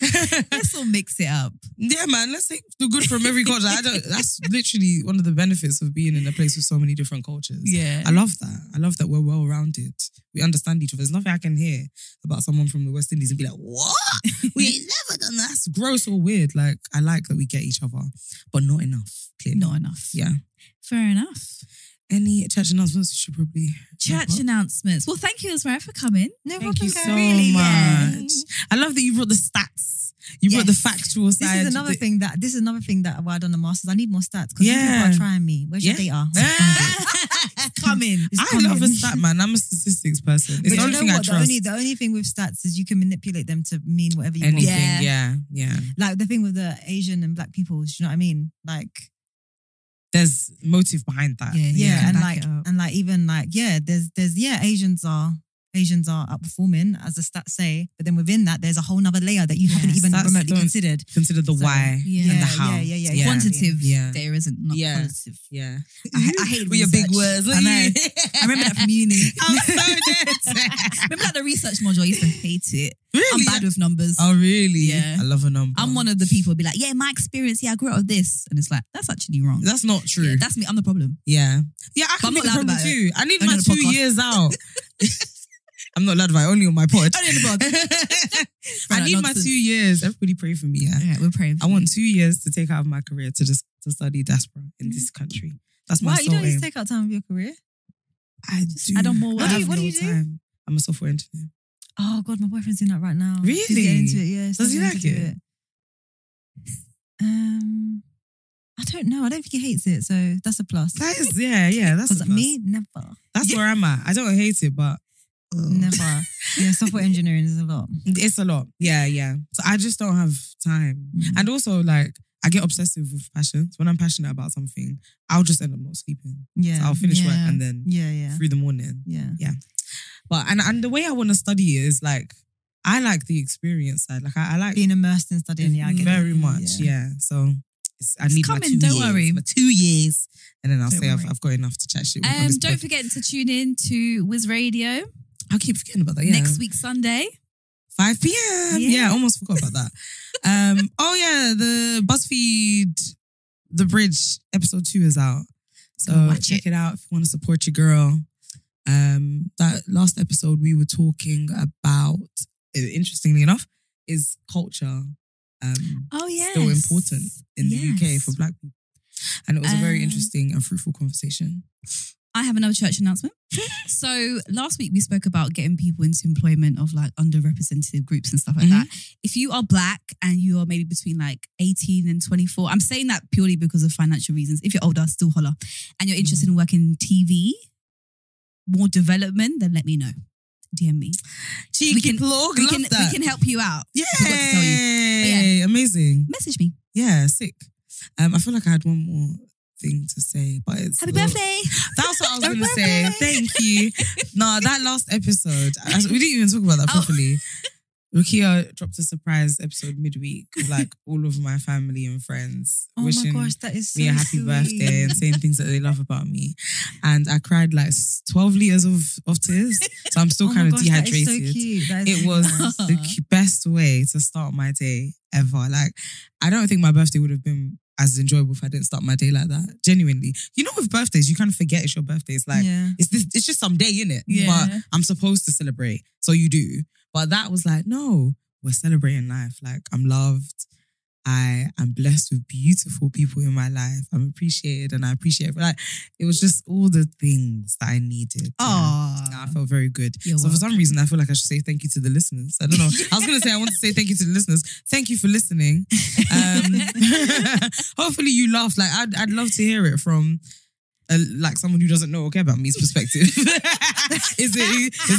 [SPEAKER 4] <laughs>
[SPEAKER 5] Let's all mix it up.
[SPEAKER 4] yeah, man. Let's take the good from every culture. I don't. That's literally one of the benefits of being in a place with so many different cultures.
[SPEAKER 5] Yeah,
[SPEAKER 4] I love that. I love that we're well rounded. We understand each other. There's nothing I can hear about someone from the West Indies and be like, what?
[SPEAKER 5] <laughs>
[SPEAKER 4] We ain't never done that. That's gross or weird. Like, I like that we get each other, but not enough, clearly.
[SPEAKER 5] not enough.
[SPEAKER 4] Yeah.
[SPEAKER 5] fair enough.
[SPEAKER 4] Any church announcements we should probably. wrap
[SPEAKER 5] Church
[SPEAKER 4] up?
[SPEAKER 5] announcements. Well, thank you, Ismail, for coming. No
[SPEAKER 4] Thank you so
[SPEAKER 5] yeah.
[SPEAKER 4] much. I love that you brought the stats. You brought the
[SPEAKER 6] Yes.
[SPEAKER 4] factual
[SPEAKER 6] This
[SPEAKER 4] side.
[SPEAKER 6] is another
[SPEAKER 4] the-
[SPEAKER 6] thing that this is another thing that why I done the masters. I need more stats because
[SPEAKER 4] Yeah.
[SPEAKER 6] people are trying me. Where's your
[SPEAKER 4] Yeah. Ah,
[SPEAKER 6] data?
[SPEAKER 5] <laughs>
[SPEAKER 4] <laughs>
[SPEAKER 6] coming. It's
[SPEAKER 4] I
[SPEAKER 6] coming.
[SPEAKER 4] love a stat, man. I'm a statistics person.
[SPEAKER 6] But
[SPEAKER 4] It's the
[SPEAKER 6] you
[SPEAKER 4] only
[SPEAKER 6] know
[SPEAKER 4] thing I
[SPEAKER 6] what? The
[SPEAKER 4] trust.
[SPEAKER 6] only, the only thing with stats is you can manipulate them to mean whatever you
[SPEAKER 4] Anything.
[SPEAKER 6] want.
[SPEAKER 4] Yeah. yeah,
[SPEAKER 6] Like the thing with the Asian and black people, do you know what I mean? Like
[SPEAKER 4] There's motive behind that.
[SPEAKER 5] Yeah,
[SPEAKER 6] yeah,
[SPEAKER 5] can
[SPEAKER 6] and
[SPEAKER 5] back
[SPEAKER 6] like
[SPEAKER 5] it up.
[SPEAKER 6] and like even like yeah, there's there's yeah, Asians are Asians are outperforming as the stats say, but then within that there's a whole nother layer that you haven't
[SPEAKER 5] Yes,
[SPEAKER 6] even
[SPEAKER 4] that's
[SPEAKER 6] remotely
[SPEAKER 4] the-
[SPEAKER 6] considered.
[SPEAKER 4] Consider the
[SPEAKER 6] So,
[SPEAKER 4] why
[SPEAKER 5] yeah,
[SPEAKER 4] and the
[SPEAKER 6] yeah,
[SPEAKER 4] how.
[SPEAKER 6] yeah, yeah,
[SPEAKER 4] yeah.
[SPEAKER 5] Quantitative
[SPEAKER 4] Yeah.
[SPEAKER 5] there isn't, not
[SPEAKER 4] Yeah.
[SPEAKER 5] qualitative.
[SPEAKER 4] Yeah.
[SPEAKER 5] I,
[SPEAKER 3] Mm-hmm.
[SPEAKER 5] I hate
[SPEAKER 4] With your big
[SPEAKER 5] research.
[SPEAKER 4] words.
[SPEAKER 5] I
[SPEAKER 3] <laughs>
[SPEAKER 4] look
[SPEAKER 5] know.
[SPEAKER 4] you.
[SPEAKER 5] I remember that from uni.
[SPEAKER 4] I'm so dead.
[SPEAKER 5] <laughs> remember like the research module. I used to
[SPEAKER 3] <laughs>
[SPEAKER 5] hate it.
[SPEAKER 4] really?
[SPEAKER 5] I'm bad with numbers.
[SPEAKER 4] Oh, really?
[SPEAKER 5] Yeah.
[SPEAKER 4] I love a number.
[SPEAKER 5] I'm one of the people who be like, yeah, my experience. Yeah, I grew up with this, and it's like that's actually wrong.
[SPEAKER 4] That's not true.
[SPEAKER 5] Yeah,
[SPEAKER 4] Yeah.
[SPEAKER 5] that's me. I'm the problem.
[SPEAKER 4] yeah. I
[SPEAKER 5] But
[SPEAKER 4] can
[SPEAKER 5] I'm
[SPEAKER 4] be
[SPEAKER 5] not
[SPEAKER 4] the
[SPEAKER 5] loud
[SPEAKER 4] problem
[SPEAKER 5] about it.
[SPEAKER 4] too. I need
[SPEAKER 5] Only
[SPEAKER 4] my
[SPEAKER 5] on the
[SPEAKER 4] two
[SPEAKER 5] podcast. <laughs>
[SPEAKER 4] years out. <laughs> I'm not loud about it, only on my pod.
[SPEAKER 5] Only on
[SPEAKER 4] <laughs>
[SPEAKER 5] the pod.
[SPEAKER 4] I
[SPEAKER 5] Right,
[SPEAKER 4] need my
[SPEAKER 5] nonsense.
[SPEAKER 4] two years. Everybody pray for me. Yeah.
[SPEAKER 5] All right, we're praying.
[SPEAKER 4] I want two years to take out of my career to just to study diaspora in this country. That's my
[SPEAKER 6] Why you
[SPEAKER 4] sole
[SPEAKER 6] don't need
[SPEAKER 4] aim.
[SPEAKER 6] to take out time of your career?
[SPEAKER 4] I do.
[SPEAKER 5] add on more
[SPEAKER 4] I
[SPEAKER 5] work.
[SPEAKER 4] have
[SPEAKER 6] What do you
[SPEAKER 4] no
[SPEAKER 6] do?
[SPEAKER 4] time. I'm a software engineer.
[SPEAKER 6] Oh god, my boyfriend's doing that right now. He's
[SPEAKER 4] Really?
[SPEAKER 6] getting into it, yeah. he's
[SPEAKER 4] Does he
[SPEAKER 6] starting to
[SPEAKER 4] like
[SPEAKER 6] do
[SPEAKER 4] it?
[SPEAKER 6] Um, I don't know. I don't think he hates it, so that's a plus.
[SPEAKER 4] That is, yeah, yeah. That's a
[SPEAKER 6] Because
[SPEAKER 4] plus.
[SPEAKER 6] me, never,
[SPEAKER 4] That's where I'm at. I don't hate it, but
[SPEAKER 6] never. Yeah, software engineering is a
[SPEAKER 4] <laughs>
[SPEAKER 6] lot.
[SPEAKER 4] It's a lot. Yeah, yeah. So I just don't have time.
[SPEAKER 6] Mm.
[SPEAKER 4] And also, like, I get obsessive with passions. When I'm passionate about something, I'll just end up not sleeping.
[SPEAKER 6] Yeah,
[SPEAKER 4] So I'll finish work
[SPEAKER 6] yeah.
[SPEAKER 4] and then
[SPEAKER 6] yeah, yeah,
[SPEAKER 4] through the morning.
[SPEAKER 6] yeah.
[SPEAKER 4] But and and the way I want to study it is like I like the experience side. Like I, I like
[SPEAKER 6] Being immersed in studying, yeah, I get it.
[SPEAKER 4] very much. Yeah. So It's, I
[SPEAKER 3] It's
[SPEAKER 4] need
[SPEAKER 3] coming,
[SPEAKER 4] my 2
[SPEAKER 3] don't
[SPEAKER 4] years,
[SPEAKER 3] worry.
[SPEAKER 4] My two years, and then I'll
[SPEAKER 3] Don't
[SPEAKER 4] say I've,
[SPEAKER 3] worry.
[SPEAKER 4] I've got enough to chat
[SPEAKER 5] Oh,
[SPEAKER 4] shit. With on
[SPEAKER 3] Um,
[SPEAKER 4] this
[SPEAKER 3] don't
[SPEAKER 4] pod.
[SPEAKER 3] forget to tune in to Wiz Radio
[SPEAKER 4] I keep forgetting about that. Yeah,
[SPEAKER 3] next week Sunday.
[SPEAKER 4] 5 p.m. Yeah,
[SPEAKER 3] Yeah.
[SPEAKER 4] I almost forgot about that. um, oh yeah, the BuzzFeed The Bridge episode two is out. So
[SPEAKER 3] Go watch
[SPEAKER 4] check it. out if you want to support your girl. Um, that last episode we were talking about, uh, interestingly enough, is culture um,
[SPEAKER 3] Oh
[SPEAKER 4] still important in the UK for Black people? And it was a very
[SPEAKER 3] Um,
[SPEAKER 4] interesting and fruitful conversation.
[SPEAKER 5] I have another church
[SPEAKER 4] <laughs>
[SPEAKER 5] announcement. so last week we spoke about getting people into employment of like underrepresented groups and stuff like
[SPEAKER 4] Mhm.
[SPEAKER 5] that. If you are black and you are maybe between like 18 and 24, I'm saying that purely because of financial reasons. If you're older, still holler. And
[SPEAKER 4] Mm-hmm.
[SPEAKER 5] you're interested in working TV, more development, then let me know. DM me.
[SPEAKER 4] Cheeky
[SPEAKER 5] we can-
[SPEAKER 4] plug,
[SPEAKER 5] We
[SPEAKER 4] love
[SPEAKER 5] can,
[SPEAKER 4] that.
[SPEAKER 5] we can help you out. forgot to tell you.
[SPEAKER 4] Yay! Amazing.
[SPEAKER 5] Message me.
[SPEAKER 4] Yeah, sick. Um, I feel like I had one more thing to say, but it's
[SPEAKER 5] Happy
[SPEAKER 4] well,
[SPEAKER 5] birthday.
[SPEAKER 4] <laughs> That's what I was
[SPEAKER 5] Happy
[SPEAKER 4] gonna say.
[SPEAKER 5] birthday.
[SPEAKER 4] Thank you. No, that last episode, I- we didn't even talk about
[SPEAKER 5] Oh.
[SPEAKER 4] that properly. Rukia dropped a surprise episode midweek with like all of my family and friends
[SPEAKER 6] Oh my
[SPEAKER 4] wishing
[SPEAKER 6] gosh, that is so
[SPEAKER 4] me a happy
[SPEAKER 6] sweet.
[SPEAKER 4] birthday and saying things that they love about me. And I cried like 12 liters of, of tears. So I'm still
[SPEAKER 6] <laughs> Oh my
[SPEAKER 4] kind of
[SPEAKER 6] gosh, that is
[SPEAKER 4] dehydrated.
[SPEAKER 6] so cute. That is
[SPEAKER 4] It
[SPEAKER 6] so
[SPEAKER 4] was
[SPEAKER 6] nice. <laughs>
[SPEAKER 4] the cu- best way to start my day ever. Like, I don't think my birthday would have been as enjoyable if I didn't start my day like that. Genuinely, you know, with birthdays, you kind of forget it's your birthday. It's like
[SPEAKER 6] yeah.
[SPEAKER 4] it's this, it's just some day in it.
[SPEAKER 6] Yeah.
[SPEAKER 4] But I'm supposed to celebrate, so you do. But that was like, no, we're celebrating life. Like I'm loved. I am blessed with beautiful people in my life. I'm appreciated, and I appreciate. Like it was just all the things that I needed. Yeah. Nah, I felt very good.
[SPEAKER 5] You're
[SPEAKER 4] so for some reason, I feel like I should say thank you to the listeners. I don't know. I was gonna say I want to say thank you to the listeners. Thank you for listening. Um, <laughs> hopefully, you laughed. Like I'd, I'd love to hear it from. A, like someone who doesn't know or care about me's perspective. <laughs> is it is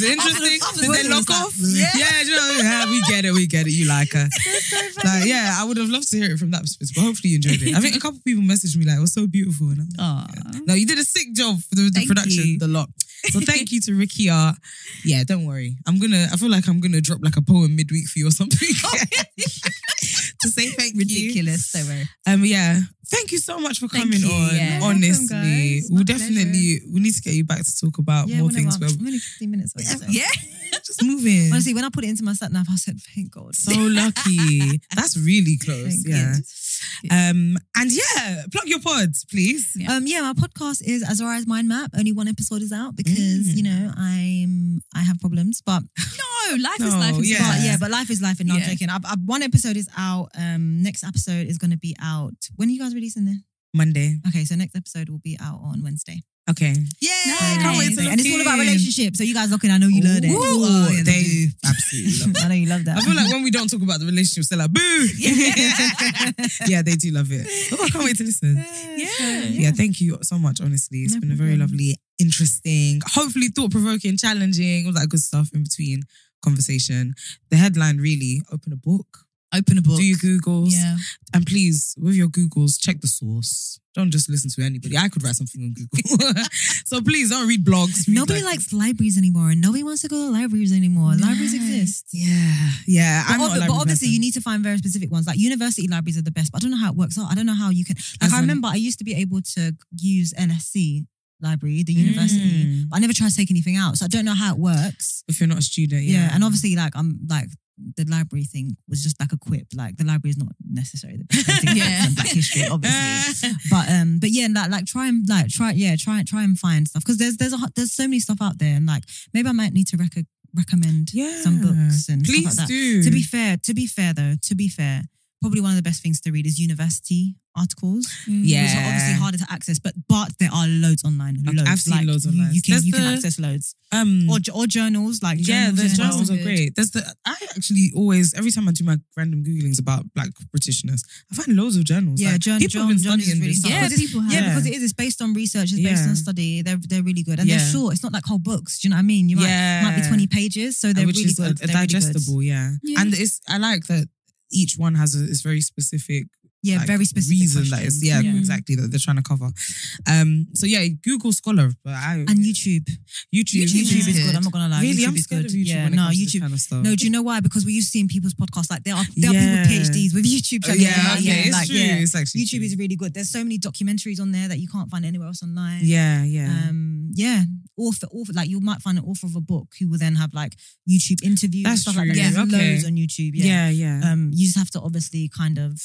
[SPEAKER 4] it interesting?
[SPEAKER 6] After the- after the
[SPEAKER 4] Did they
[SPEAKER 6] podcast,
[SPEAKER 4] lock off?
[SPEAKER 6] yeah.
[SPEAKER 4] yeah, do you know what I mean? Yeah, we get it, we get it. You like her. Like, yeah, I would have loved to hear it from that perspective, but hopefully you enjoyed it. I think a couple people messaged me like, it was so beautiful. And I'm like, yeah. No, you did a sick job for the, the
[SPEAKER 5] Thank
[SPEAKER 4] production,
[SPEAKER 5] you.
[SPEAKER 4] the lot. So thank you to Ricky Art. Yeah, don't worry. I'm gonna. I feel like I'm gonna drop like a poem midweek for you
[SPEAKER 5] <laughs>
[SPEAKER 4] or something <laughs> to say thank you.
[SPEAKER 5] Ridiculous. Don't worry.
[SPEAKER 4] Um, yeah. Thank you so much for
[SPEAKER 5] Thank
[SPEAKER 4] coming
[SPEAKER 5] you,
[SPEAKER 4] on.
[SPEAKER 5] yeah. You're
[SPEAKER 6] welcome,
[SPEAKER 4] Honestly,
[SPEAKER 6] guys. My
[SPEAKER 4] we'll definitely we need to get you back to talk about
[SPEAKER 6] Yeah,
[SPEAKER 4] more
[SPEAKER 6] whenever.
[SPEAKER 4] things. But
[SPEAKER 6] I'm only 15 minutes away. <laughs> so.
[SPEAKER 5] Yeah.
[SPEAKER 4] just moving.
[SPEAKER 6] Honestly, when I put it into my sat nav, I said, thank God.
[SPEAKER 4] So lucky. That's really close.
[SPEAKER 6] Thank
[SPEAKER 4] Yeah.
[SPEAKER 6] you.
[SPEAKER 4] Um. And yeah, plug your pods, please. Uh,
[SPEAKER 5] Yeah.
[SPEAKER 6] Um, yeah, my podcast is Azora's Mind Map. Only one episode is out because
[SPEAKER 4] Mm.
[SPEAKER 6] you know I'm I have problems, but <laughs>
[SPEAKER 5] No, life is
[SPEAKER 4] No,
[SPEAKER 5] life. is
[SPEAKER 4] yeah.
[SPEAKER 6] but yeah, but life is life, and no,
[SPEAKER 5] Yeah.
[SPEAKER 6] I'm joking. I, I, one episode is out. Um, next episode is going to be out. When are you guys releasing this?
[SPEAKER 4] Monday.
[SPEAKER 6] Okay, so next episode will be out on Wednesday.
[SPEAKER 4] Okay.
[SPEAKER 6] Yeah,
[SPEAKER 5] Nice.
[SPEAKER 6] can't wait.
[SPEAKER 4] Nice.
[SPEAKER 6] and it's all about
[SPEAKER 4] Okay.
[SPEAKER 6] relationships. So you guys looking, I know you love that.
[SPEAKER 4] Ooh,
[SPEAKER 6] Oh, yeah,
[SPEAKER 4] they <laughs>
[SPEAKER 6] do.
[SPEAKER 4] absolutely love it.
[SPEAKER 6] I know you love that.
[SPEAKER 4] I feel
[SPEAKER 6] <laughs>
[SPEAKER 4] like when we don't talk about the relationship, they're like, boo. yeah, they do love it. Oh, I can't wait to listen.
[SPEAKER 6] yeah.
[SPEAKER 4] Yeah, thank you so much, honestly. it's
[SPEAKER 6] No
[SPEAKER 4] been a very
[SPEAKER 6] problem.
[SPEAKER 4] lovely, interesting, hopefully thought provoking, challenging, all that good stuff in between conversation. The headline really open a book,
[SPEAKER 5] Open a book.
[SPEAKER 4] do your Googles,
[SPEAKER 5] yeah.
[SPEAKER 4] and please, with your Googles, check the source. Don't just listen to anybody. I could write something on Google. <laughs> so please don't read blogs. read
[SPEAKER 6] Nobody
[SPEAKER 4] like-
[SPEAKER 6] likes libraries anymore, and nobody wants to go to libraries anymore. Libraries exist.
[SPEAKER 4] Yeah, yeah.
[SPEAKER 6] But,
[SPEAKER 4] I'm not a
[SPEAKER 6] obvi- but
[SPEAKER 4] library
[SPEAKER 6] obviously,
[SPEAKER 4] person.
[SPEAKER 6] you need to find very specific ones. Like university libraries are the best, but I don't know how it works out. I don't know how you can. Like
[SPEAKER 4] As
[SPEAKER 6] I
[SPEAKER 4] in-
[SPEAKER 6] remember, I used to be able to use NSC library, the university,
[SPEAKER 4] Mm.
[SPEAKER 6] but I never tried to take anything out, so I don't know how it works.
[SPEAKER 4] if you're not a student.
[SPEAKER 6] Yeah,
[SPEAKER 4] Yeah, <laughs>
[SPEAKER 6] and obviously, like I'm like the library thing was just like a quip. Like the library is not
[SPEAKER 4] <laughs>
[SPEAKER 6] necessarily the best thing
[SPEAKER 5] Yeah.
[SPEAKER 6] yeah. Black history, obviously. But um, but yeah, like, like try and like try yeah try try and find stuff because there's there's a ho- there's so many stuff out there and like maybe I might need to rec- recommend
[SPEAKER 4] yeah.
[SPEAKER 6] some books and stuff
[SPEAKER 4] Please
[SPEAKER 6] like that.
[SPEAKER 4] do.
[SPEAKER 6] To be fair, to be fair though, to be fair, probably one of the best things to read is university articles. Which are
[SPEAKER 4] Yeah.
[SPEAKER 6] obviously harder to access, but but there are loads online.
[SPEAKER 4] I've-
[SPEAKER 6] Loads.
[SPEAKER 4] I've seen
[SPEAKER 6] Like,
[SPEAKER 4] loads
[SPEAKER 6] you-
[SPEAKER 4] online.
[SPEAKER 6] You can
[SPEAKER 4] There's
[SPEAKER 6] you can
[SPEAKER 4] the-
[SPEAKER 6] access loads.
[SPEAKER 4] um,
[SPEAKER 6] Or or journals, like
[SPEAKER 4] yeah,
[SPEAKER 6] journals
[SPEAKER 4] the
[SPEAKER 6] as well.
[SPEAKER 4] journals are great. There's the I actually always every time I do my random googlings about Black Britishness, I find loads of journals.
[SPEAKER 6] Yeah,
[SPEAKER 4] like,
[SPEAKER 6] jour-
[SPEAKER 4] people have
[SPEAKER 6] jour-
[SPEAKER 4] been
[SPEAKER 6] journals
[SPEAKER 4] studying
[SPEAKER 6] is really
[SPEAKER 4] this.
[SPEAKER 6] something.
[SPEAKER 5] Yeah,
[SPEAKER 4] stuff.
[SPEAKER 6] Because it-
[SPEAKER 5] people have.
[SPEAKER 6] Yeah,
[SPEAKER 4] Yeah.
[SPEAKER 6] because it is. It's based on research. It's based
[SPEAKER 4] Yeah.
[SPEAKER 6] on study. They're they're really good and
[SPEAKER 4] Yeah.
[SPEAKER 6] they're short. It's not like whole books. Do you know what I mean? You might might be
[SPEAKER 4] Yeah.
[SPEAKER 6] twenty pages, so they're
[SPEAKER 4] which
[SPEAKER 6] really
[SPEAKER 4] is a-
[SPEAKER 6] good.
[SPEAKER 4] a
[SPEAKER 6] They're really good.
[SPEAKER 4] digestible, yeah.
[SPEAKER 5] Yeah.
[SPEAKER 4] And it's I like that each one has a it's very specific
[SPEAKER 7] Yeah,
[SPEAKER 4] like,
[SPEAKER 7] very specific
[SPEAKER 4] reason that
[SPEAKER 7] question.
[SPEAKER 4] is yeah,
[SPEAKER 7] Yeah.
[SPEAKER 4] exactly that they're trying to cover. Um, so yeah, Google Scholar, but I
[SPEAKER 7] And YouTube.
[SPEAKER 4] YouTube,
[SPEAKER 7] YouTube,
[SPEAKER 4] YouTube
[SPEAKER 7] is good. I'm not gonna lie.
[SPEAKER 4] Really,
[SPEAKER 7] YouTube
[SPEAKER 4] I'm
[SPEAKER 7] is
[SPEAKER 4] scared
[SPEAKER 7] good.
[SPEAKER 4] of YouTube.
[SPEAKER 7] Yeah,
[SPEAKER 4] when it
[SPEAKER 7] no,
[SPEAKER 4] comes to this
[SPEAKER 7] YouTube.
[SPEAKER 4] kind of stuff.
[SPEAKER 7] No, do you know why? Because we used to see in people's podcasts, like there are there are
[SPEAKER 4] Yeah.
[SPEAKER 7] people with PhDs with YouTube
[SPEAKER 4] Oh,
[SPEAKER 7] channels.
[SPEAKER 4] yeah,
[SPEAKER 7] like,
[SPEAKER 4] okay,
[SPEAKER 7] yeah,
[SPEAKER 4] it's
[SPEAKER 7] like,
[SPEAKER 4] true.
[SPEAKER 7] yeah.
[SPEAKER 4] It's actually
[SPEAKER 7] YouTube
[SPEAKER 4] true.
[SPEAKER 7] is really good. There's so many documentaries on there that you can't find anywhere else online.
[SPEAKER 4] yeah, yeah.
[SPEAKER 7] Um, yeah. Author, author, like you might find an author of a book who will then have like YouTube interviews and
[SPEAKER 4] That's
[SPEAKER 7] stuff like
[SPEAKER 4] true.
[SPEAKER 7] that. There's
[SPEAKER 4] Yeah, okay.
[SPEAKER 7] loads on YouTube. Yeah.
[SPEAKER 4] yeah, yeah.
[SPEAKER 7] Um, you just have to obviously kind of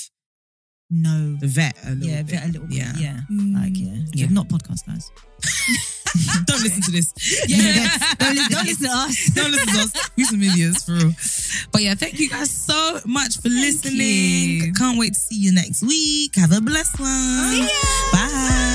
[SPEAKER 7] know.
[SPEAKER 4] the vet a little
[SPEAKER 7] Yeah,
[SPEAKER 4] bit.
[SPEAKER 7] a little bit. Yeah.
[SPEAKER 4] Yeah.
[SPEAKER 7] Like, yeah.
[SPEAKER 4] Yeah.
[SPEAKER 7] Not podcast guys.
[SPEAKER 4] Don't listen to this. <laughs>
[SPEAKER 7] don't, li- don't listen to us.
[SPEAKER 4] Don't listen to us. We some idiots for real. But yeah, thank you guys so much for listening.
[SPEAKER 7] you.
[SPEAKER 4] Can't wait to see you next week. Have a blessed one. Bye.